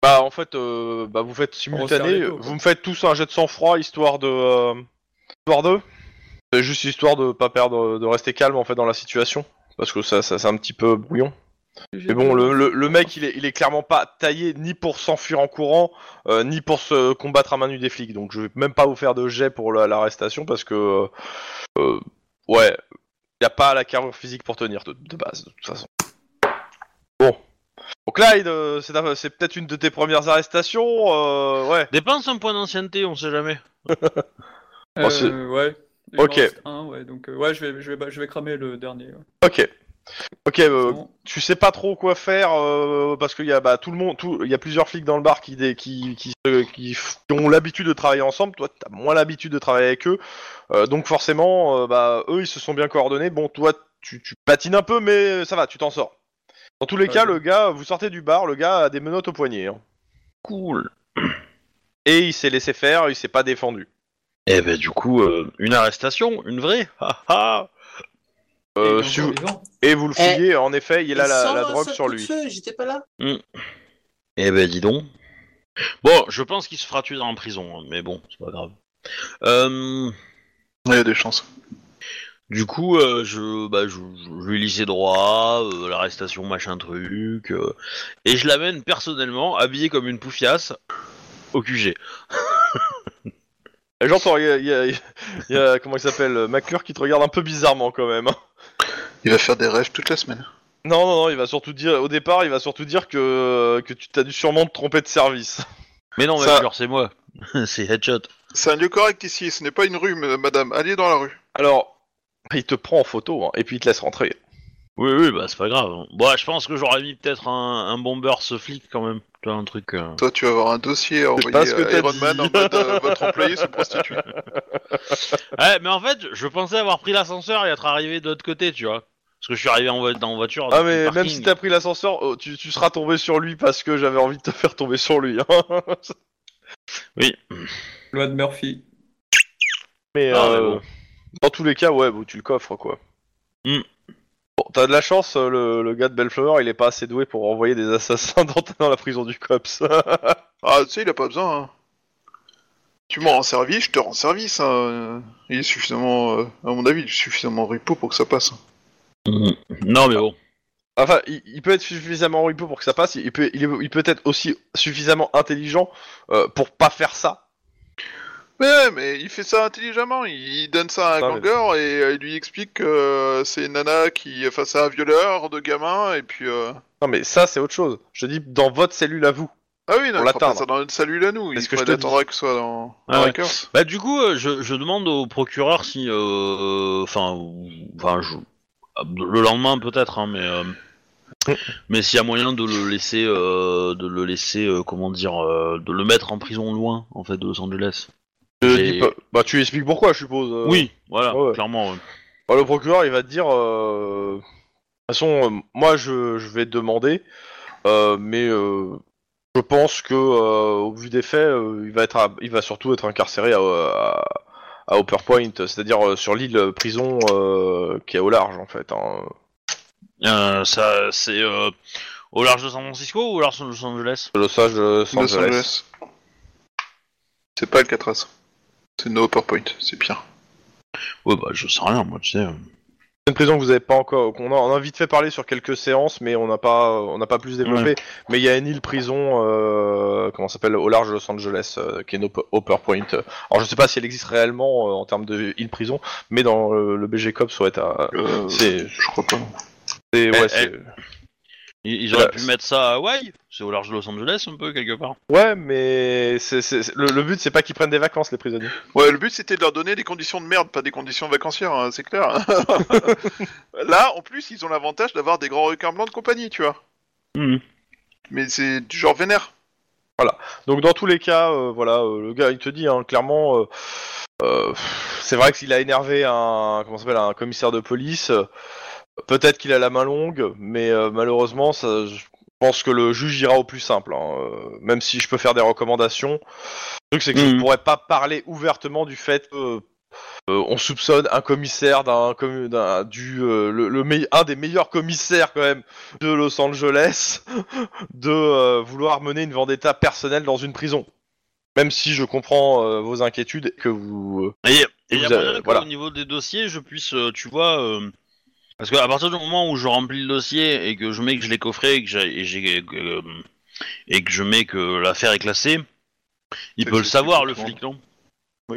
S1: Bah en fait, euh, bah, vous faites
S2: resserre les
S1: simultané,
S2: taux, quoi.
S1: vous me faites tous un jet de sang-froid histoire de, euh, histoire de, C'est juste histoire de pas perdre, de rester calme en fait dans la situation parce que ça, ça c'est un petit peu brouillon. Mais bon, le, le, le mec il est, il est clairement pas taillé ni pour s'enfuir en courant euh, ni pour se combattre à main nue des flics. Donc je vais même pas vous faire de jet pour la- l'arrestation parce que euh, euh, ouais, il a pas la carrure physique pour tenir de, de base de toute façon. Bon. Bon, Clyde, euh, c'est ta- c'est peut-être une de tes premières arrestations, euh, ouais.
S4: Dépense un point d'ancienneté, on sait jamais.
S2: Euh,
S1: Oh, c'est-
S2: ouais. Il m'en
S1: Ok.
S2: reste un, ouais. Donc, euh, ouais, je vais, je, vais, bah, je vais cramer le dernier. ouais.
S1: Ok. Ok, euh,
S2: Bon.
S1: tu sais pas trop quoi faire euh, parce qu'il y a bah, tout le monde, tout- il y a plusieurs flics dans le bar qui dé- qui qui, se- qui f- qui ont l'habitude de travailler ensemble. Toi, t'as moins l'habitude de travailler avec eux, Euh, donc forcément, euh, bah eux, ils se sont bien coordonnés. Bon, toi, tu, tu patines un peu, mais ça va, tu t'en sors. Dans tous les
S2: Ouais,
S1: cas,
S2: ouais.
S1: le gars, vous sortez du bar, le gars a des menottes au poignet hein.
S4: Cool.
S1: et il s'est laissé faire, il s'est pas défendu.
S4: Et ben, du coup, euh, une arrestation, une vraie. Ah, ah.
S1: Euh,
S2: Et
S1: si
S2: encore
S1: vous-
S2: vivant.
S1: et vous le
S5: Eh,
S1: fouillez, en effet, il a
S5: Et
S1: la,
S5: sans
S1: la
S5: un
S1: drogue
S5: seul
S1: sur
S5: coup de
S1: lui.
S5: feu, J'étais pas là.
S4: Eh ben dis donc. Bon, je pense qu'il se fera tuer en prison, hein, mais bon, c'est pas grave. Euh,
S3: Il y a des chances.
S4: du coup, euh, je, bah, je, je, je lui lis ses droits, euh, l'arrestation, machin truc, euh, et je l'amène personnellement, habillé comme une poufiasse, au QG.
S1: Et J'entends, il y a, il y a- il y a- comment il s'appelle, euh, McClure qui te regarde un peu bizarrement quand même. hein.
S3: Il va faire des rêves toute la semaine.
S1: Non, non, non, il va surtout dire, au départ, il va surtout dire que, que tu t'as dû sûrement te tromper de service.
S4: Mais non, mais
S3: Ça-
S4: genre, c'est moi. c'est headshot.
S3: C'est un lieu correct ici, ce n'est pas une rue, ma- madame. Allez dans la rue.
S1: Alors, il te prend en photo hein, et puis il te laisse rentrer.
S4: Oui, oui, bah c'est pas grave. Bon, je pense que j'aurais mis peut-être un, un bomber ce flic quand même. Tu vois, un truc. euh.
S3: Toi, tu vas avoir un dossier à envoyer
S1: pas ce que
S3: à
S1: t'as
S3: Iron
S1: dit.
S3: Man en mode euh, votre employé se prostitue.
S4: Ouais, mais en fait, je pensais avoir pris l'ascenseur et être arrivé de l'autre côté, tu vois. Parce que je suis arrivé en, vo- Oh, dans voiture.
S1: Ah
S4: depuis le
S1: mais même
S4: parking.
S1: si t'as pris l'ascenseur, oh, tu, tu seras tombé sur lui parce que j'avais envie de te faire tomber sur lui. hein.
S2: Loi de Murphy.
S1: mais,
S4: Ah,
S1: euh,
S4: mais bon.
S1: dans tous les cas, ouais, bon, tu le coffres quoi.
S4: Hmm.
S1: Bon, t'as de la chance, euh, le, le gars de Bellflower, il est pas assez doué pour envoyer des assassins dans, dans la prison du cops.
S3: Ah, tu sais, il a pas besoin. hein. Tu m'en rends service, je te rends service. hein. Il est suffisamment, euh, à mon avis, il est suffisamment ripo pour que ça passe. hein.
S4: Mhm. Non, mais bon.
S1: Enfin, il, il peut être suffisamment ripo pour que ça passe. Il peut, il, est- il peut être aussi suffisamment intelligent euh, pour pas faire ça.
S3: Ouais, mais il fait ça intelligemment. Il donne ça à
S1: Ah,
S3: un
S1: mais-
S3: gangueur et euh, il lui explique que euh, c'est une nana qui est face à un violeur de gamin et puis. euh,
S1: Non, mais ça, c'est autre chose. Je te dis dans votre cellule à vous.
S3: Ah oui, non,
S1: Pour
S3: il fera pas
S1: l'atteindre.
S3: ça dans notre cellule à nous. Il
S1: C'est ce que
S3: faudrait
S1: je te
S3: l'attendre que ce soit dans,
S4: Ah
S3: dans
S4: ouais.
S3: Hackers.
S4: Bah du coup, euh, je, je demande au procureur si, euh, enfin, ou- enfin, je- le lendemain peut-être, hein, mais euh, mais s'il y a moyen de le laisser, euh, de le laisser, euh, comment dire, euh, de le mettre en prison loin, en fait, de Los Angeles.
S1: Je
S4: J'ai-
S1: dis pas- Bah, tu expliques pourquoi, je suppose. euh.
S4: Oui, voilà,
S1: ouais.
S4: clairement. ouais.
S1: Bah, le procureur, il va te dire. euh, De toute façon, euh, moi, je, je vais te demander, euh, mais euh, je pense que, euh, au vu des faits, euh, il va être, à- il va surtout être incarcéré à, à, à Upper Point, c'est-à-dire euh, sur l'île euh, prison euh, qui est au large, en fait. hein.
S4: Euh, ça, c'est euh, au large de San Francisco ou au large de Los Angeles
S1: Los Angeles.
S3: Los Angeles. C'est pas Alcatraz. C'est No Upper Point, c'est pire.
S4: Ouais, bah je sais rien, moi, tu sais.
S1: C'est une prison que vous avez pas encore, qu'on a, on a vite fait parler sur quelques séances, mais on n'a pas, on n'a pas plus développé. Mais il y a une île prison, euh, comment ça s'appelle, au large de Los Angeles, euh, qui est Op- Upper Point. Alors je sais pas si elle existe réellement euh, en termes de île prison, mais dans euh, le BG Cop, ça va être, à-
S3: Euh,
S1: C'est-
S3: Je crois pas.
S1: c'est- ouais,
S4: Eh,
S1: c'est-
S4: Ils, ils auraient
S1: Voilà.
S4: pu mettre ça à Hawaï, c'est au large de Los Angeles un peu quelque part.
S1: ouais, mais c'est, c'est- c'est- le, le but c'est pas qu'ils prennent des vacances les prisonniers.
S3: Ouais, le but c'était de leur donner des conditions de merde, pas des conditions vacancières, hein, c'est clair. Là, en plus, ils ont l'avantage d'avoir des grands requins blancs de compagnie, tu vois.
S4: Mhm.
S3: Mais c'est du genre vénère.
S1: Donc dans tous les cas, euh, voilà, euh, le gars il te dit hein, clairement, euh, euh, c'est vrai qu'il a énervé un comment ça s'appelle un commissaire de police. euh, Peut-être qu'il a la main longue, mais euh, malheureusement, ça, je pense que le juge ira au plus simple. hein, euh, même si je peux faire des recommandations, le truc c'est que je
S4: Mhm.
S1: ne pourrais pas parler ouvertement du fait que euh, on soupçonne un commissaire d'un commu- d'un- du euh, le, le meille- un des meilleurs commissaires quand même de Los Angeles de euh, vouloir mener une vendetta personnelle dans une prison. Même si je comprends euh, vos inquiétudes et que vous. euh,
S4: Et il y a
S1: Vous avez-
S4: moyen qu'au
S1: voilà.
S4: niveau des dossiers, je puisse, euh, tu vois, euh, parce qu'à partir du moment où je remplis le dossier et que je mets que je l'ai coffré et que, j'ai- et j'ai- que, euh, et que je mets que l'affaire est classée, il
S3: C'est-
S4: peut le
S3: c'est-
S4: savoir le
S3: c'est-
S4: flic, non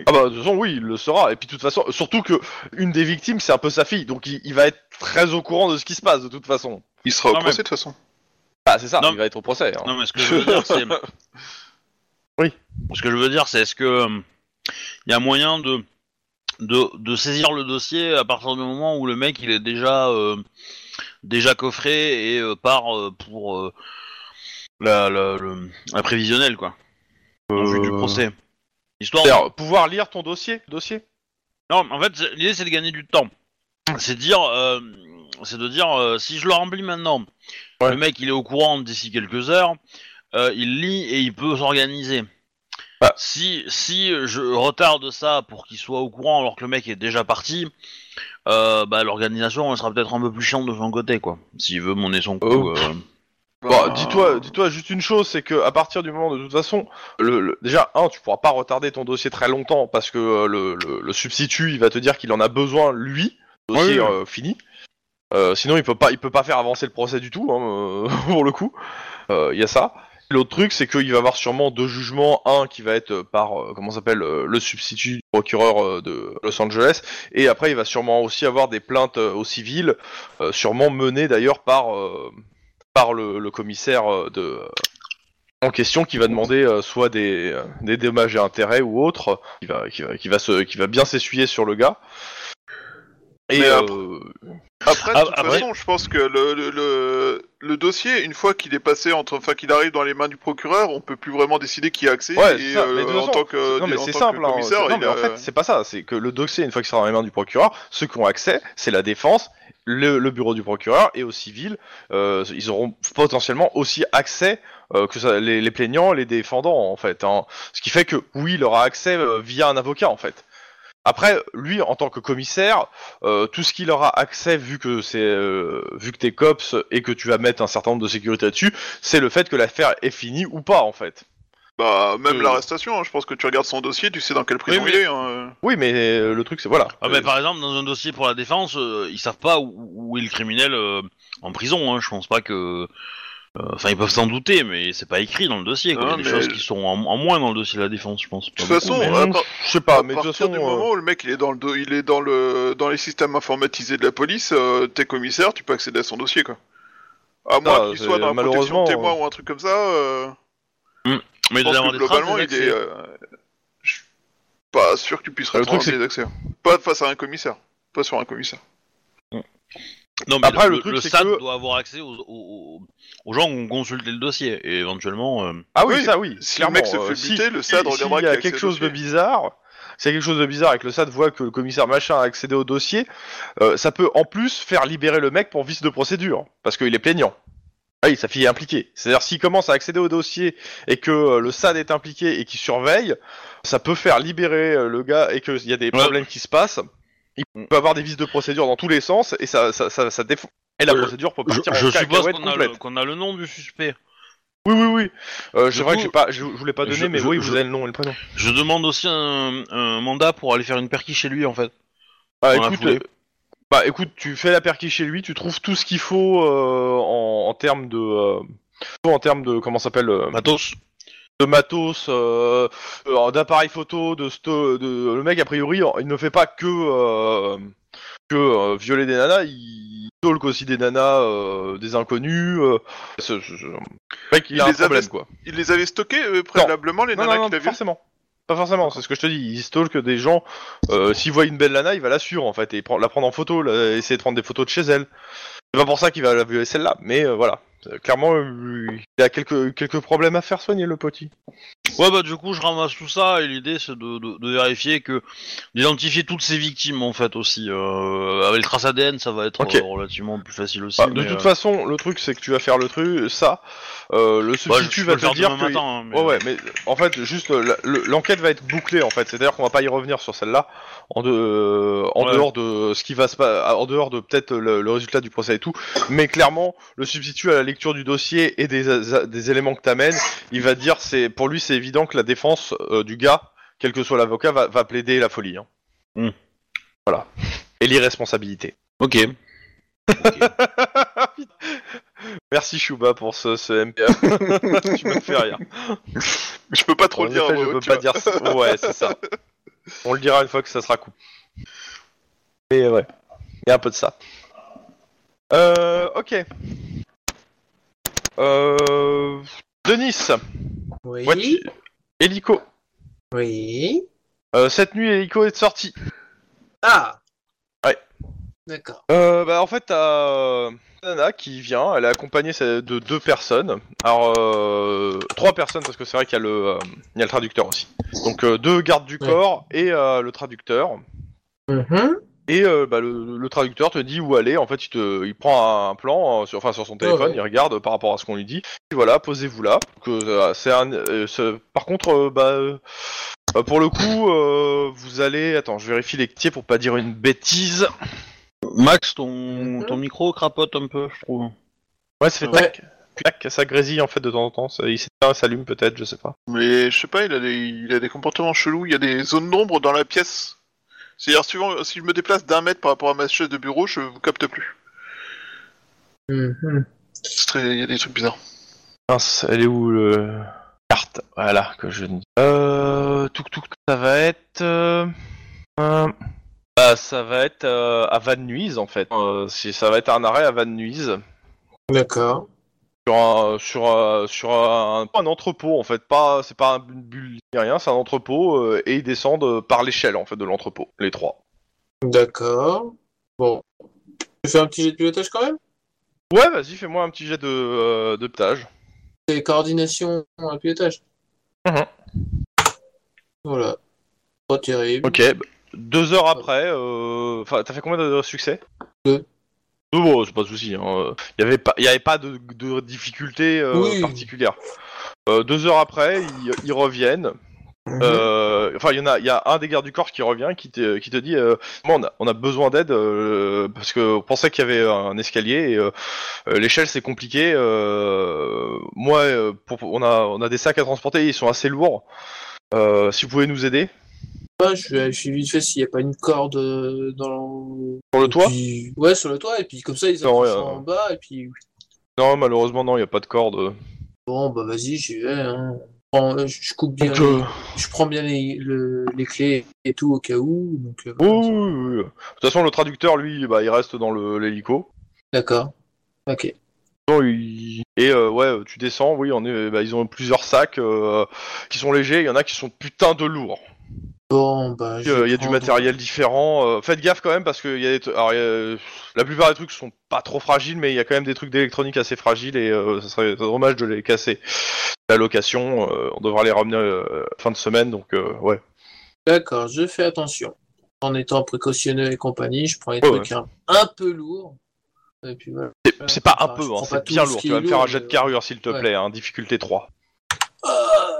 S1: Ah bah de toute façon oui, il le sera. Et puis de toute façon, surtout que une des victimes c'est un peu sa fille, donc il, il va être très au courant de ce qui se passe de toute façon.
S3: Il sera au
S4: Non, mais-
S3: procès de toute façon.
S1: Ah c'est ça,
S4: Non.
S1: il va être au procès. hein.
S4: Non, mais ce que je veux dire, c'est.
S1: Oui.
S4: Ce que je veux dire, c'est est-ce que euh, il y a moyen de, de de saisir le dossier à partir du moment où le mec il est déjà euh, déjà coffré et euh, part euh, pour euh, la, la, le- la prévisionnelle quoi, en vue du
S1: Euh,
S4: procès. Histoire. de-
S1: C'est-à-dire, pouvoir lire ton dossier, dossier.
S4: Non, mais en fait, c'est- l'idée c'est de gagner du temps. C'est de dire, euh, c'est de dire, euh, si je le remplis maintenant,
S1: Ouais.
S4: le mec il est au courant d'ici quelques heures, euh, il lit et il peut s'organiser.
S1: Bah.
S4: Si si euh, je retarde ça pour qu'il soit au courant alors que le mec est déjà parti, euh, bah l'organisation elle sera peut-être un peu plus chiante de son côté quoi. S'il veut monner son coup.
S1: Oh.
S4: euh.
S1: Bon,
S3: Bah,
S1: dis-toi, dis-toi juste une chose, c'est que à partir du moment de toute façon, le, le- déjà un, tu pourras pas retarder ton dossier très longtemps parce que euh, le, le- le substitut, il va te dire qu'il en a besoin lui, dossier
S4: Oui, oui.
S1: euh, fini. Euh, sinon, il peut pas, il peut pas faire avancer le procès du tout, hein, euh, pour le coup. Euh, Il y a ça. L'autre truc, c'est qu'il va y avoir sûrement deux jugements, un qui va être euh, par euh, comment ça s'appelle euh, le substitut du procureur euh, de Los Angeles, et après il va sûrement aussi avoir des plaintes euh, au civil, euh, sûrement menées d'ailleurs par euh, par le, le commissaire euh, de, en question qui va demander euh, soit des, euh, des dommages et intérêts ou autre, qui va, qui va, qui va, se, qui va bien s'essuyer sur le gars. Et
S3: Mais après-
S1: euh,
S3: Après, de
S1: Ah,
S3: toute
S1: après-
S3: façon, je pense que le, le, le, le dossier, une fois qu'il est passé entre, enfin qu'il arrive dans les mains du procureur, on peut plus vraiment décider qui a accès.
S1: Ouais, c'est
S3: et
S1: ça, mais
S3: euh,
S1: de toute
S3: en
S1: façon,
S3: tant que
S1: non mais
S3: en
S1: c'est
S3: tant que
S1: simple, hein,
S3: commissaire,
S1: c'est- non
S3: il
S1: mais
S3: a-
S1: en fait c'est pas ça, c'est que le dossier une fois que sera dans les mains du procureur, ceux qui ont accès, c'est la défense, le, le bureau du procureur et au civil, euh, ils auront potentiellement aussi accès euh, que ça, les, les plaignants, les défendants en fait, hein. ce qui fait que oui il aura accès euh, via un avocat en fait. Après, lui, en tant que commissaire, euh, tout ce qu'il aura accès, vu que c'est, euh, vu que t'es cops et que tu vas mettre un certain nombre de sécurité dessus, c'est le fait que l'affaire est finie ou pas, en fait.
S3: Bah, même
S1: Euh.
S3: l'arrestation, hein, je pense que tu regardes son dossier, tu sais dans quelle prison
S6: oui.
S3: il est. hein.
S1: Oui, mais euh, le truc, c'est voilà.
S6: Ah, mais par exemple, dans un dossier pour la défense, euh, ils savent pas où, où est le criminel euh, en prison. Hein. Je pense pas que. euh, Enfin, ils peuvent s'en douter, mais c'est pas écrit dans le dossier. Quoi. Il y a
S3: Non,
S6: des
S3: mais-
S6: choses qui sont en, en moins dans le dossier de la défense, je pense.
S3: De toute façon,
S1: mais
S3: à
S1: non,
S3: par-
S1: je sais pas,
S3: à
S1: mais de
S3: partir
S1: toute façon,
S3: du
S1: euh,
S3: moment où le mec il est dans le, do- il est dans le, dans les systèmes informatisés de la police, euh, t'es commissaire, tu peux accéder à son dossier quoi. À moins qu'il
S1: Ah, c'est-
S3: soit dans la protection
S1: malheureusement,
S3: témoin
S1: euh,
S3: ou un truc comme ça. euh,
S6: mais
S3: Je pense
S6: d'avoir
S3: que
S6: des traces,
S3: globalement,
S6: des
S3: il
S6: accès.
S3: est. euh, je suis pas sûr que tu puisses
S1: Ah, le truc,
S3: reprendre
S1: c'est
S3: des accès. Pas face à un commissaire. Pas sur un commissaire.
S6: Non, mais
S1: Après,
S6: le,
S1: le truc, c'est
S6: SAD
S1: que-
S6: doit avoir accès aux, aux- aux gens qui ont consulté le dossier et éventuellement. euh,
S1: ah oui,
S3: oui,
S1: ça oui.
S3: Si
S1: clairement,
S3: le mec se
S1: euh,
S3: fait
S1: si-
S3: buter, le SAD
S1: si-
S3: regardera
S1: s'il y a
S3: qu'il
S1: quelque
S3: accès
S1: chose de
S3: au dossier.
S1: bizarre, s'il y a quelque chose de bizarre et que le SAD voit que le commissaire machin a accédé au dossier, euh, ça peut en plus faire libérer le mec pour vice de procédure, parce qu'il est plaignant. Ah oui, sa fille est impliquée. C'est-à-dire s'il commence à accéder au dossier et que euh, le SAD est impliqué et qu'il surveille, ça peut faire libérer euh, le gars et qu'il y a des problèmes qui se passent. Il
S6: Mm.
S1: peut avoir des vices de procédure dans tous les sens et ça, ça, ça, ça défo- Et la
S6: Euh,
S1: procédure peut
S6: Je,
S1: partir
S6: je
S1: en
S6: suppose
S1: cacahuète
S6: qu'on a,
S1: complète.
S6: le- qu'on a le nom du suspect.
S1: Oui, oui, oui. Euh, c'est
S6: Du
S1: vrai
S6: coup,
S1: que j'ai pas, je, je voulais pas donner,
S6: je-
S1: mais
S6: je-
S1: oui,
S6: je-
S1: vous avez le nom et le prénom.
S6: Je demande aussi un, un mandat pour aller faire une perquis chez lui en fait.
S1: Bah
S6: Dans la
S1: écoute,
S6: foulée.
S1: euh, bah, écoute, tu fais la perquis chez lui, tu trouves tout ce qu'il faut euh, en, en termes de, euh, en termes de comment ça s'appelle, euh,
S6: Matos.
S1: de matos, euh, euh, d'appareils photo, de, sto- de- le mec a priori, il ne fait pas que euh, que euh, violer des nanas, il stalk aussi des nanas, euh, des inconnus. euh, ce- ce- ce- le mec, il,
S3: Il
S1: a un
S3: les a
S1: problème
S3: vest-
S1: quoi.
S3: Il les avait stockés euh, préalablement, les
S1: Non,
S3: nanas
S1: non, non,
S3: qu'il
S1: pas
S3: avait
S1: forcément. Pas forcément, c'est ce que je te dis. Il stalk des gens. euh, S'il voit une belle lana, il va la suivre en fait et prend- la prendre en photo, la- essayer de prendre des photos de chez elle. C'est pas pour ça qu'il va la violer celle-là, mais euh, voilà. Euh, Clairement, euh, il a quelques, quelques problèmes à faire soigner le petit.
S6: Ouais bah du coup je ramasse tout ça et l'idée c'est de, de- de vérifier que d'identifier toutes ces victimes en fait aussi. Euh, avec le trace ADN ça va être
S1: Ok.
S6: euh, relativement plus facile aussi.
S1: Bah, de
S6: mais,
S1: toute
S6: euh,
S1: façon, le truc c'est que tu vas faire le truc, ça. euh,
S6: bah,
S1: le
S6: je- je
S1: substitut
S6: peux
S1: va
S6: le faire
S1: te dire
S6: demain
S1: que.
S6: matin, hein, mais-
S1: Ouais, ouais, mais euh, en fait, juste euh, la- le- l'enquête va être bouclée en fait. C'est-à-dire qu'on va pas y revenir sur celle-là en, de, euh, en
S6: Ouais.
S1: dehors de ce qui va se passer, en dehors de peut-être le, le résultat du procès et tout. Mais clairement, le substitut à la lecture du dossier et des, a- des éléments que t'amènes, il va dire c'est pour lui c'est évident que la défense euh, du gars, quel que soit l'avocat, va, va plaider la folie. hein.
S6: Hmm.
S1: Voilà. Et l'irresponsabilité.
S6: Ok.
S1: Merci Chouba pour ce, ce MPA. tu me fais rire.
S3: Je peux pas trop
S1: En
S3: le dire.
S1: effet,
S3: à
S1: Bah,
S3: voix
S1: je peux
S3: haute, tu
S1: pas
S3: vois.
S1: dire ça. Ouais, c'est ça. On le dira une fois que ça sera coupé. Mais ouais, il y a un peu de ça. Euh, ok. Euh, Denis,
S5: Oui.
S1: voici- Helico.
S5: Oui.
S1: Euh, cette nuit, Helico est sorti.
S5: Ah
S1: Ouais.
S5: D'accord.
S1: Euh, bah, en fait, t'as euh, Nana qui vient, elle est accompagnée sa- de deux personnes. Alors, euh, trois personnes, parce que c'est vrai qu'il y, a le, euh, il y a le traducteur aussi. Donc, euh, deux gardes du
S5: Ouais.
S1: corps et euh, le traducteur.
S5: Mhm.
S1: Et euh, bah, le, le traducteur te dit où aller. En fait, il, te, il prend un plan, euh, sur, enfin sur son téléphone,
S5: ouais.
S1: il regarde par rapport à ce qu'on lui dit. Et voilà, posez-vous là. Que, euh, c'est un, euh, ce- par contre, euh, bah, euh, euh, pour le coup, euh, vous allez. Attends, je vérifie les tiers pour pas dire une bêtise.
S6: Max ton, ton micro crapote un peu je trouve.
S1: Ouais, ça fait
S5: Ouais.
S1: tac, tac, ça grésille en fait de temps en temps. Ça- il s'éteint, s'allume peut-être, je sais pas.
S3: Mais je sais pas, il a des, il a des comportements chelous. Il y a des zones d'ombre dans la pièce. C'est-à-dire, suivant, si je me déplace d'un mètre par rapport à ma chaise de bureau, je vous capte plus.
S5: Mhm.
S3: C'est très- Il y a des trucs bizarres.
S1: Mince, elle est où le carte Voilà que je ne. Euh, tout ça va être. euh, euh, bah, ça va être euh, à Van Nuys en fait. Euh, si ça va être un arrêt à Van Nuys.
S5: D'accord.
S1: sur un sur un, sur un, un entrepôt en fait. Pas c'est pas une bulle ni rien, c'est un entrepôt euh, et ils descendent par l'échelle en fait de l'entrepôt, les trois.
S5: D'accord. Bon. Tu fais un petit jet de pilotage quand même
S1: Ouais, vas-y, fais-moi un petit jet de euh, de ptage.
S5: C'est coordination à pilotage.
S1: Mhm.
S5: Voilà. Pas terrible.
S1: Ok. b- Deux heures après, euh, enfin, t'as fait combien de, de succès
S5: Deux.
S1: Deux, bon, c'est pas de souci. hein, euh, Il y avait pas, il y avait pas de, de difficulté euh,
S5: Oui.
S1: particulière. Euh, deux heures après, ils, ils reviennent.
S5: Mhm.
S1: Euh, Enfin, il y en a, il y a un des gardes du corps qui revient, qui te, qui te dit, euh, Bon, on, a, on a besoin d'aide euh, parce que on pensait qu'il y avait un escalier et euh, euh, l'échelle c'est compliqué. euh, moi, euh, pour- pour- on a, on a des sacs à transporter, ils sont assez lourds. Euh, si vous pouvez nous aider
S5: Ouais, Ah, je vais vérifier vite fait s'il n'y a pas une corde euh, dans
S1: sur le toit.
S5: Puis- Ouais, sur le toit, et puis comme ça, ils
S1: Non,
S5: attachent
S1: ouais, euh.
S5: en bas, et puis
S1: Non, malheureusement, non, il n'y a pas de corde.
S5: bon, bah vas-y, j'y vais. hein. Je prends- euh, Je je coupe bien,
S1: Donc, euh,
S5: je prends bien les, le- les clés et tout au cas où. Donc, euh,
S1: oh, oui,
S5: voilà.
S1: oui, oui, oui. De toute façon, le traducteur, lui, bah, il reste dans le- l'hélico.
S5: D'accord. Ok.
S1: Non, il- Et euh, ouais, tu descends, oui, on est, bah, ils ont plusieurs sacs euh, qui sont légers, il y en a qui sont putain de lourds.
S5: Bon, bah.
S1: Il
S5: je vais
S1: y a du
S5: prendre-
S1: matériel différent. euh, faites gaffe quand même, parce que y a des t- alors, y a- la plupart des trucs sont pas trop fragiles, mais il y a quand même des trucs d'électronique assez fragiles et euh, ça serait dommage de les casser. La location, euh, on devra les ramener euh, fin de semaine, donc euh, ouais.
S5: D'accord, je fais attention. En étant précautionneux et compagnie, je prends les
S1: Ouais,
S5: trucs un, un peu lourds. Et puis voilà.
S1: C'est- C'est pas un
S5: Euh, Enfin,
S1: peu,
S5: je
S1: hein,
S5: prends pas
S1: c'est
S5: tout
S1: bien
S5: ce
S1: lourd.
S5: qui
S1: Tu
S5: est
S1: vas me faire un
S5: lourd, euh.
S1: jet de
S5: mais-
S1: carrure, s'il te
S5: Ouais.
S1: plaît, hein, difficulté 3.
S5: Ah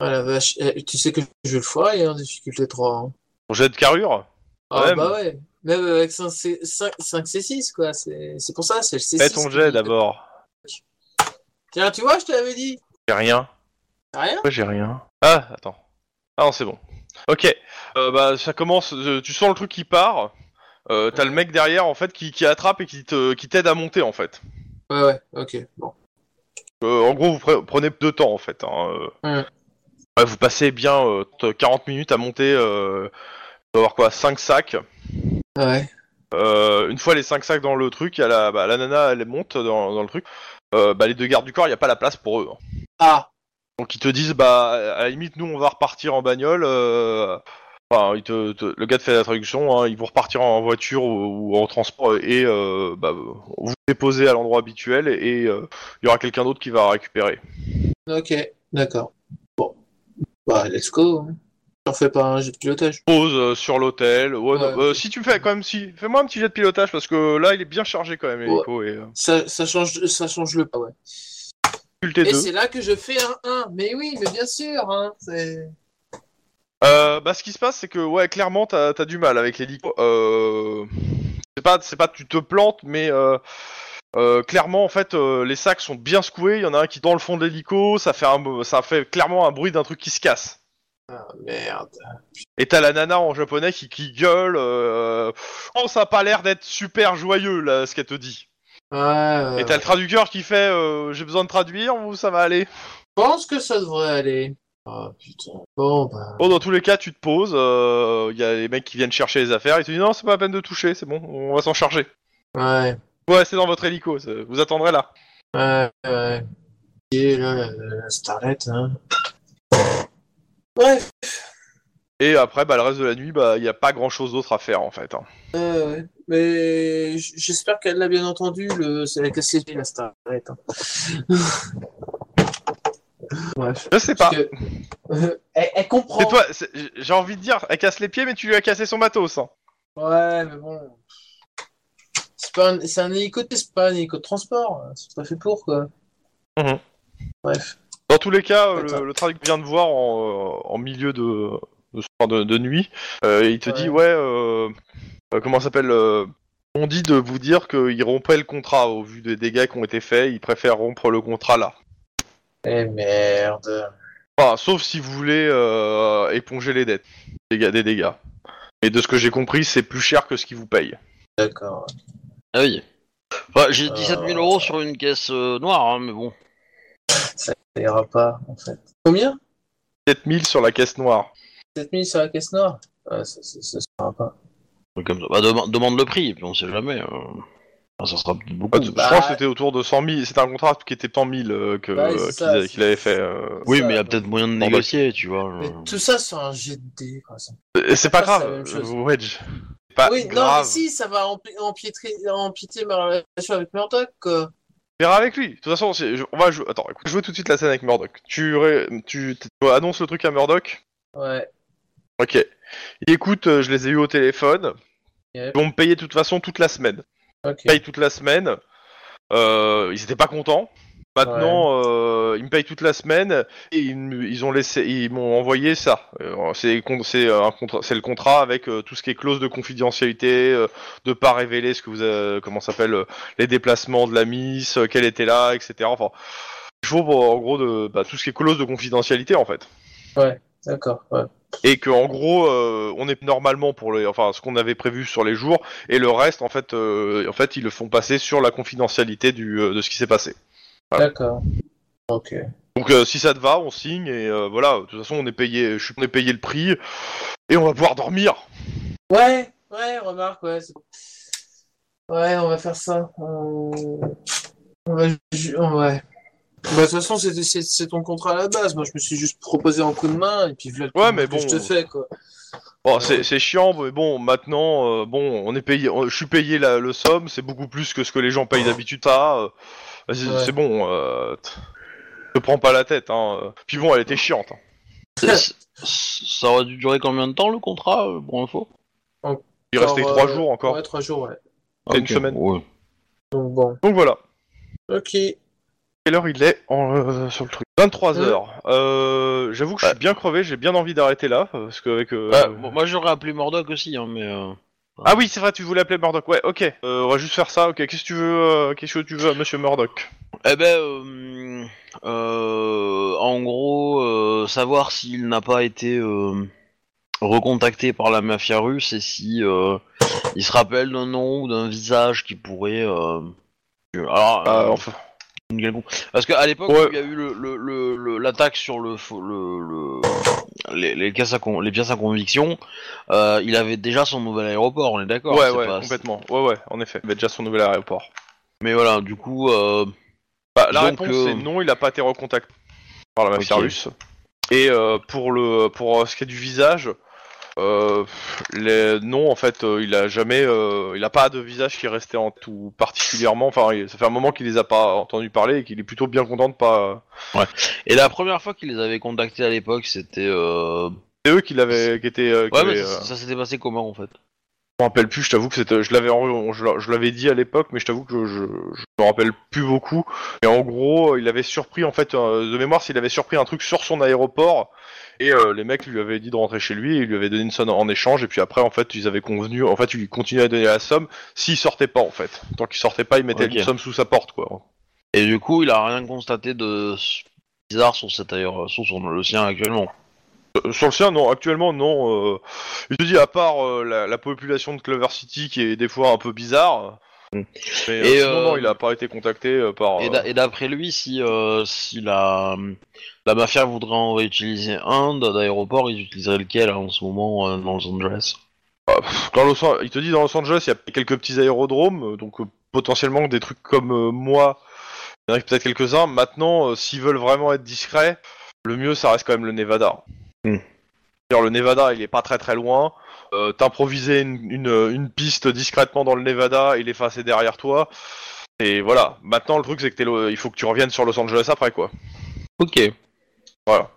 S5: Ah la vache. Eh, tu sais que je vais le foirer hein, en difficulté 3. hein.
S1: Ton jet de carrure
S5: Ah
S1: Ouais,
S5: bah ouais. Même avec 5, C, 5, 6 quoi. C'est c'est pour ça, c'est le C6.
S1: Fais ton
S5: qui-
S1: jet d'abord.
S5: Tiens, tu vois, je t'avais dit.
S1: J'ai rien.
S5: T'as Rien
S1: Pourquoi j'ai rien Ah, attends. Ah non, c'est bon. Ok, Euh, bah ça commence, euh, tu sens le truc qui part. Euh, T'as le mec derrière en fait qui, qui attrape et qui te- qui t'aide à monter en fait.
S5: Ouais, ouais, ok. Bon.
S1: Euh, en gros, vous pre- prenez deux temps en fait. hein, euh.
S5: Ouais.
S1: Ouais, vous passez bien euh, t- 40 minutes à monter. Euh, il doit y avoir quoi 5 sacs.
S5: Ouais.
S1: Euh, une fois les 5 sacs dans le truc, il y a la, bah, la nana elle monte dans, dans le truc. Euh, bah, les deux gardes du corps, il n'y a pas la place pour eux. hein.
S5: Ah,
S1: Donc ils te disent, bah à la limite, nous on va repartir en bagnole. euh, Enfin, il te- te- le gars te fait la traduction, hein, ils vont repartir en voiture ou, ou en transport et euh, bah, vous déposez à l'endroit habituel et euh, il y aura quelqu'un d'autre qui va récupérer.
S5: ok. D'accord. Bon. Bah, let's go. hein. Je refais pas un jeu de pilotage.
S1: Pause euh, sur l'hôtel. Ouais,
S5: Ouais,
S1: non, euh,
S5: ok.
S1: si tu fais quand même, si fais-moi un petit jet de pilotage parce que là il est bien chargé quand même. Helico, et, euh,
S5: Ça, ça, change, ça change le pas, ouais.
S1: difficulté
S5: Et
S1: deux.
S5: c'est là que je fais un 1. Mais oui, mais bien sûr. Hein, c'est-
S1: Euh, bah, ce qui se passe, c'est que ouais, clairement, t'as as du mal avec l'hélico. Euh... C'est pas, c'est pas, tu te plantes, mais euh, euh, clairement, en fait, euh, les sacs sont bien secoués. Il y en a un qui est dans le fond de l'hélico. Ça fait un, ça fait clairement un bruit d'un truc qui se casse.
S5: Ah, merde.
S1: Et t'as la nana en japonais qui, qui gueule. euh, Oh, ça a pas l'air d'être super joyeux là, ce qu'elle te dit.
S5: Ouais,
S1: Et t'as le traducteur qui fait, euh, j'ai besoin de traduire ou ça va aller.
S5: Je pense que ça devrait aller. Oh putain. Bon, bah.
S1: Bon, dans tous les cas, tu te poses. euh, Il y a les mecs qui viennent chercher les affaires. Ils te disent non, c'est pas la peine de toucher. C'est bon, on va s'en charger.
S5: Ouais.
S1: Ouais, c'est dans votre hélico, ça- vous attendrez là.
S5: Ouais, ouais. Et là, la, la starlette, hein. Bref.
S1: Et après, bah, le reste de la nuit, bah, il n'y a pas grand chose d'autre à faire en fait. hein.
S5: Ouais, ouais. Mais j- j'espère qu'elle l'a bien entendu, le... c'est la casse la starlette. hein. Bref.
S1: Je sais pas.
S5: Parce que- euh, elle, elle comprend.
S1: C'est toi, c'est- j'ai envie de dire, elle casse les pieds, mais tu lui as cassé son matos. hein.
S5: Ouais, mais bon. C'est pas un... c'est un hélico, c'est pas un hélico de transport. C'est pas fait pour, quoi.
S4: Mm-hmm.
S1: Mhm.
S5: Bref.
S1: Dans tous les cas, euh,
S5: Attends.
S1: le, le traducteur vient de voir en, euh, en milieu de, de, enfin, de- de nuit. euh, et il te
S5: Ouais.
S1: dit, ouais, euh, euh, comment ça s'appelle euh, On dit de vous dire qu'ils rompaient le contrat au vu des dégâts qui ont été faits. Ils préfèrent rompre le contrat là.
S5: Eh merde.
S1: Enfin, sauf si vous voulez euh, éponger les dettes, des dégâts- des dégâts. Et de ce que j'ai compris, c'est plus cher que ce qu'ils vous payent.
S5: D'accord.
S4: Ah oui.
S6: Bah,
S4: Enfin, j'ai
S5: Euh.
S4: 17 000 euros sur une caisse euh, noire, hein, mais bon.
S5: Ça ira pas, en fait. Combien?
S1: 7000 sur la caisse noire.
S5: 7000 sur la caisse noire? Ouais, ça, ça, ça sera pas.
S4: Comme ça. Bah, dema- demande le prix, et puis on sait jamais. euh. Enfin, ça sera peut-être beaucoup.
S6: Ah,
S1: Ouais, tu-
S5: Bah-
S1: Je pense que c'était autour de 100 000. C'était un contrat qui était 100 000 euh, que-
S5: Ouais, c'est
S1: euh,
S5: ça,
S1: qu'il
S5: c'est-
S1: qu'il avait fait. euh.
S4: oui,
S5: ça,
S4: mais il y a
S5: donc.
S4: peut-être moyen de
S1: bah,
S4: négocier, tu vois.
S5: Mais
S4: genre.
S5: tout ça sur un jet de dés, quoi, ça.
S1: Et C'est pas
S5: Ça, c'est la
S1: grave,
S5: même chose.
S1: euh, Wedge. C'est Pas
S5: oui, non, mais
S1: Ah, grave.
S5: si, ça va empi- empiétrer- empiéter ma relation avec Murdoch, quoi.
S1: verra avec lui. De toute façon, c'est- je- on va jouer. Attends, écoute, je joue tout de suite la scène avec Murdoch. Tu, ré- tu, tu annonces le truc à Murdoch.
S5: Ouais.
S1: Ok. Il écoute, euh, je les ai eu au téléphone.
S5: Yep.
S1: Ils vont me payer de toute façon toute la semaine.
S5: Ok.
S1: Ils me payent toute la semaine. Euh, ils étaient pas contents. Maintenant, euh, ils me payent toute la semaine et ils, me- ils ont laissé, ils m'ont envoyé ça. Euh, c'est con- c'est euh, un contrat, c'est le contrat avec euh, tout ce qui est clause de confidentialité, euh, de pas révéler ce que vous, avez- comment ça s'appelle, euh, les déplacements de la miss, euh, qu'elle était là, etc. Enfin, il faut bon, en gros de bah, tout ce qui est clause de confidentialité en fait
S5: D'accord, ouais.
S1: et que en gros euh, on est normalement pour les enfin ce qu'on avait prévu sur les jours et le reste en fait euh, en fait ils le font passer sur la confidentialité du euh, de ce qui s'est passé. Voilà.
S5: D'accord. Ok.
S1: Donc euh, si ça te va, on signe et euh, voilà, de toute façon on est payé je suis on est payé le prix et on va pouvoir dormir.
S5: Ouais, ouais, remarque, ouais. c'est- Ouais, on va faire ça. On, on va. ju- on- Ouais. Bah, de toute façon, c'est- c'est c'est ton contrat à la base. Moi, je me suis juste proposé en coup de main, et puis voilà le
S1: Ouais,
S5: coup de
S1: mais
S5: main que je
S1: bon.
S5: te fais, quoi.
S1: Bon, c'est c'est chiant mais bon, maintenant euh, bon, on est payé on- je suis payé la le somme, c'est beaucoup plus que ce que les gens payent d'habitude ça. euh, vas-y,
S5: Oh. Ouais.
S1: c'est bon euh, t- te prends pas la tête hein. Puis bon, elle était chiante. hein.
S4: C'est- c'est- ça aurait dû durer combien de temps le contrat, euh, pour info
S1: Il restait
S5: Encore,
S1: trois
S5: euh,
S1: jours encore.
S5: Ouais, trois jours, ouais.
S1: C'est une
S4: Ok,
S1: semaine.
S4: ouais.
S5: Donc, bon.
S1: Donc voilà.
S5: Ok.
S1: Quelle heure il est en, euh, sur le truc 23
S5: Ouais.
S1: heures. Euh, J'avoue que je suis bien crevé, j'ai bien envie d'arrêter là, parce que avec. euh,
S4: Ouais, Bah, moi- Moi j'aurais appelé Mordoc aussi, hein, mais. euh,
S1: Ah oui, c'est vrai, tu voulais appeler Murdoch. Ouais, ok. Euh, on va juste faire ça. Ok, qu'est-ce que tu veux euh, Qu'est-ce que tu veux, à Monsieur Murdoch
S4: Eh ben, euh, euh, en gros, euh, savoir s'il n'a pas été euh, recontacté par la mafia russe et si euh, il se rappelle d'un nom ou d'un visage qui pourrait. euh, alors,
S1: Ah,
S4: euh,
S1: enfin,
S4: une quelconque- parce qu'à l'époque
S1: Ouais.
S4: où il y a eu le- le- le- le- l'attaque sur le, fo- le, le- les, les caisses à con- les pièces à conviction, euh, il avait déjà son nouvel aéroport, on est d'accord
S1: Ouais,
S4: c'est
S1: ouais,
S4: pas-
S1: complètement. Ouais, ouais, en effet. Il avait déjà son nouvel aéroport.
S4: Mais voilà, du coup, euh,
S1: Bah, la
S4: Donc,
S1: réponse
S4: euh,
S1: c'est non, il a pas été recontacté par la mafia
S4: Ok.
S1: russe. Et euh, pour le pour euh, ce qui est du visage, euh, les, non en fait euh, il a jamais euh, il a pas de visage qui est resté en tout particulièrement. Enfin il- ça fait un moment qu'il les a pas entendu parler et qu'il est plutôt bien content de pas.
S4: et la première fois qu'il les avait contactés à l'époque, c'était. euh,
S1: C'est eux qui l'avaient qui étaient. euh, qui
S4: Ouais,
S1: avaient,
S4: mais
S1: euh,
S4: ça, ça s'était passé comment en fait
S1: Je me rappelle plus, je t'avoue que c'était, je l'avais, en- je l'a- je l'avais dit à l'époque, mais je t'avoue que je, je, je me rappelle plus beaucoup. Et en gros, il avait surpris, en fait, euh, de mémoire, s'il avait surpris un truc sur son aéroport, et euh, les mecs lui avaient dit de rentrer chez lui, et ils lui avaient donné une somme en échange, et puis après, en fait, ils avaient convenu, en fait, ils continuaient à donner la somme s'il sortait pas, en fait. Tant qu'il sortait pas, il mettait
S4: Ok.
S1: une somme sous sa porte, quoi.
S4: Et du coup, il a rien constaté de s- bizarre sur cet ailleurs, sur son- le sien actuellement.
S1: Euh, Sur le sien, non, actuellement, non. euh, il te dit, à part euh, la, la population de Clover City, qui est des fois un peu bizarre,
S4: Mm.
S1: mais euh,
S4: Et,
S1: sinon,
S4: euh,
S1: non, il a pas été contacté euh, par.
S4: Et bah,
S1: euh,
S4: d'a- Et d'après lui, si, euh, si la, la mafia voudrait en réutiliser un d'a- d'aéroport, ils utiliseraient lequel hein, en ce moment euh, dans Los Angeles
S1: Dans Los An- il te dit dans Los Angeles, il y a quelques petits aérodromes, euh, donc euh, potentiellement des trucs comme euh, moi, il y en a peut-être quelques-uns. Maintenant, euh, s'ils veulent vraiment être discrets, le mieux, ça reste quand même le Nevada.
S4: Hmm.
S1: C'est-à-dire, le Nevada, il est pas très très loin. Euh, T'improviser une, une- une piste discrètement dans le Nevada et l'effacer derrière toi. Et voilà. Maintenant, le truc, c'est que t'es lo- il faut que tu reviennes sur Los Angeles après, quoi.
S4: Ok.
S1: Voilà.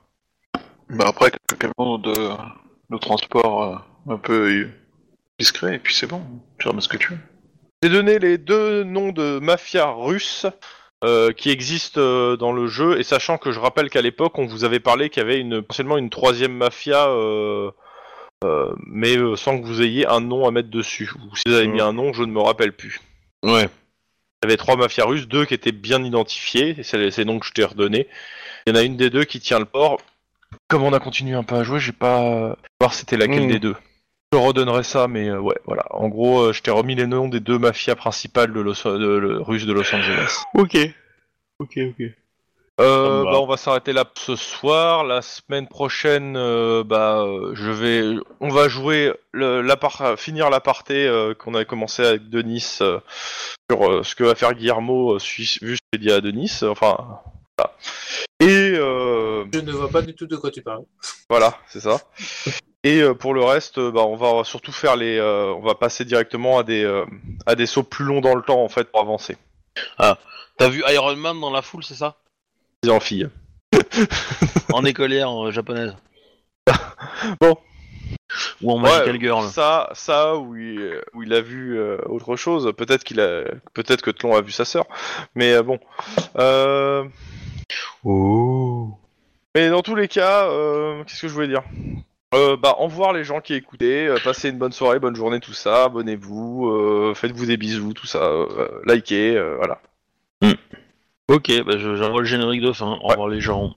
S3: Bah après, quelques camions de, de transport euh, un peu euh, discret, et puis c'est bon. Tu ramasses ce que tu veux.
S1: J'ai donné les deux noms de mafia russes euh, qui existent euh, dans le jeu, et sachant que je rappelle qu'à l'époque, on vous avait parlé qu'il y avait une, potentiellement une troisième mafia, euh, euh, mais euh, sans que vous ayez un nom à mettre dessus. Ou si vous avez
S4: Mm.
S1: mis un nom, je ne me rappelle plus.
S4: Ouais.
S1: Il y avait trois mafias russes, deux qui étaient bien identifiées, et c'est les- ces noms que je t'ai redonnés. Il y en a une des deux qui tient le port. Comme on a continué un peu à jouer, j'ai pas voir c'était laquelle
S4: Mm.
S1: des deux. Je redonnerai ça, mais euh, ouais, voilà. En gros, euh, je t'ai remis les noms des deux mafias principales de Los... de, le- russes de Los Angeles.
S4: Ok. Ok, ok.
S1: Euh,
S4: Ça me va.
S1: bah, on va s'arrêter là ce soir. La semaine prochaine, euh, bah, euh, je vais, on va jouer le, la par- finir la partie qu'on a commencé avec Denis euh, sur euh, ce que va faire Guillermo euh, su- vu ce qu'il dit à Denis. Enfin, voilà. et euh,
S5: Je ne vois pas du tout de quoi tu parles.
S1: voilà, c'est ça. Et euh, pour le reste, euh, bah, on va surtout faire les, euh, on va passer directement à des, euh, à des sauts plus longs dans le temps en fait pour avancer.
S4: T'as vu Iron Man dans la foule, c'est ça
S1: Les filles.
S4: En écolière euh, japonaise.
S1: Bon.
S4: Ou en
S1: Ouais,
S4: Magical Girl.
S1: Ça, ça où il, où il a vu euh, autre chose. Peut-être qu'il a, peut-être que Tlon a vu sa sœur. Mais euh, bon. Euh,
S4: Oh.
S1: mais dans tous les cas, euh, qu'est-ce que je voulais dire euh, Bah, au revoir les gens qui écoutaient. euh, passez une bonne soirée, bonne journée, tout ça. Abonnez-vous, euh, faites-vous des bisous, tout ça. euh, likez, euh, voilà.
S4: Ok, bah je- j'envoie le générique de fin. Au revoir les gens.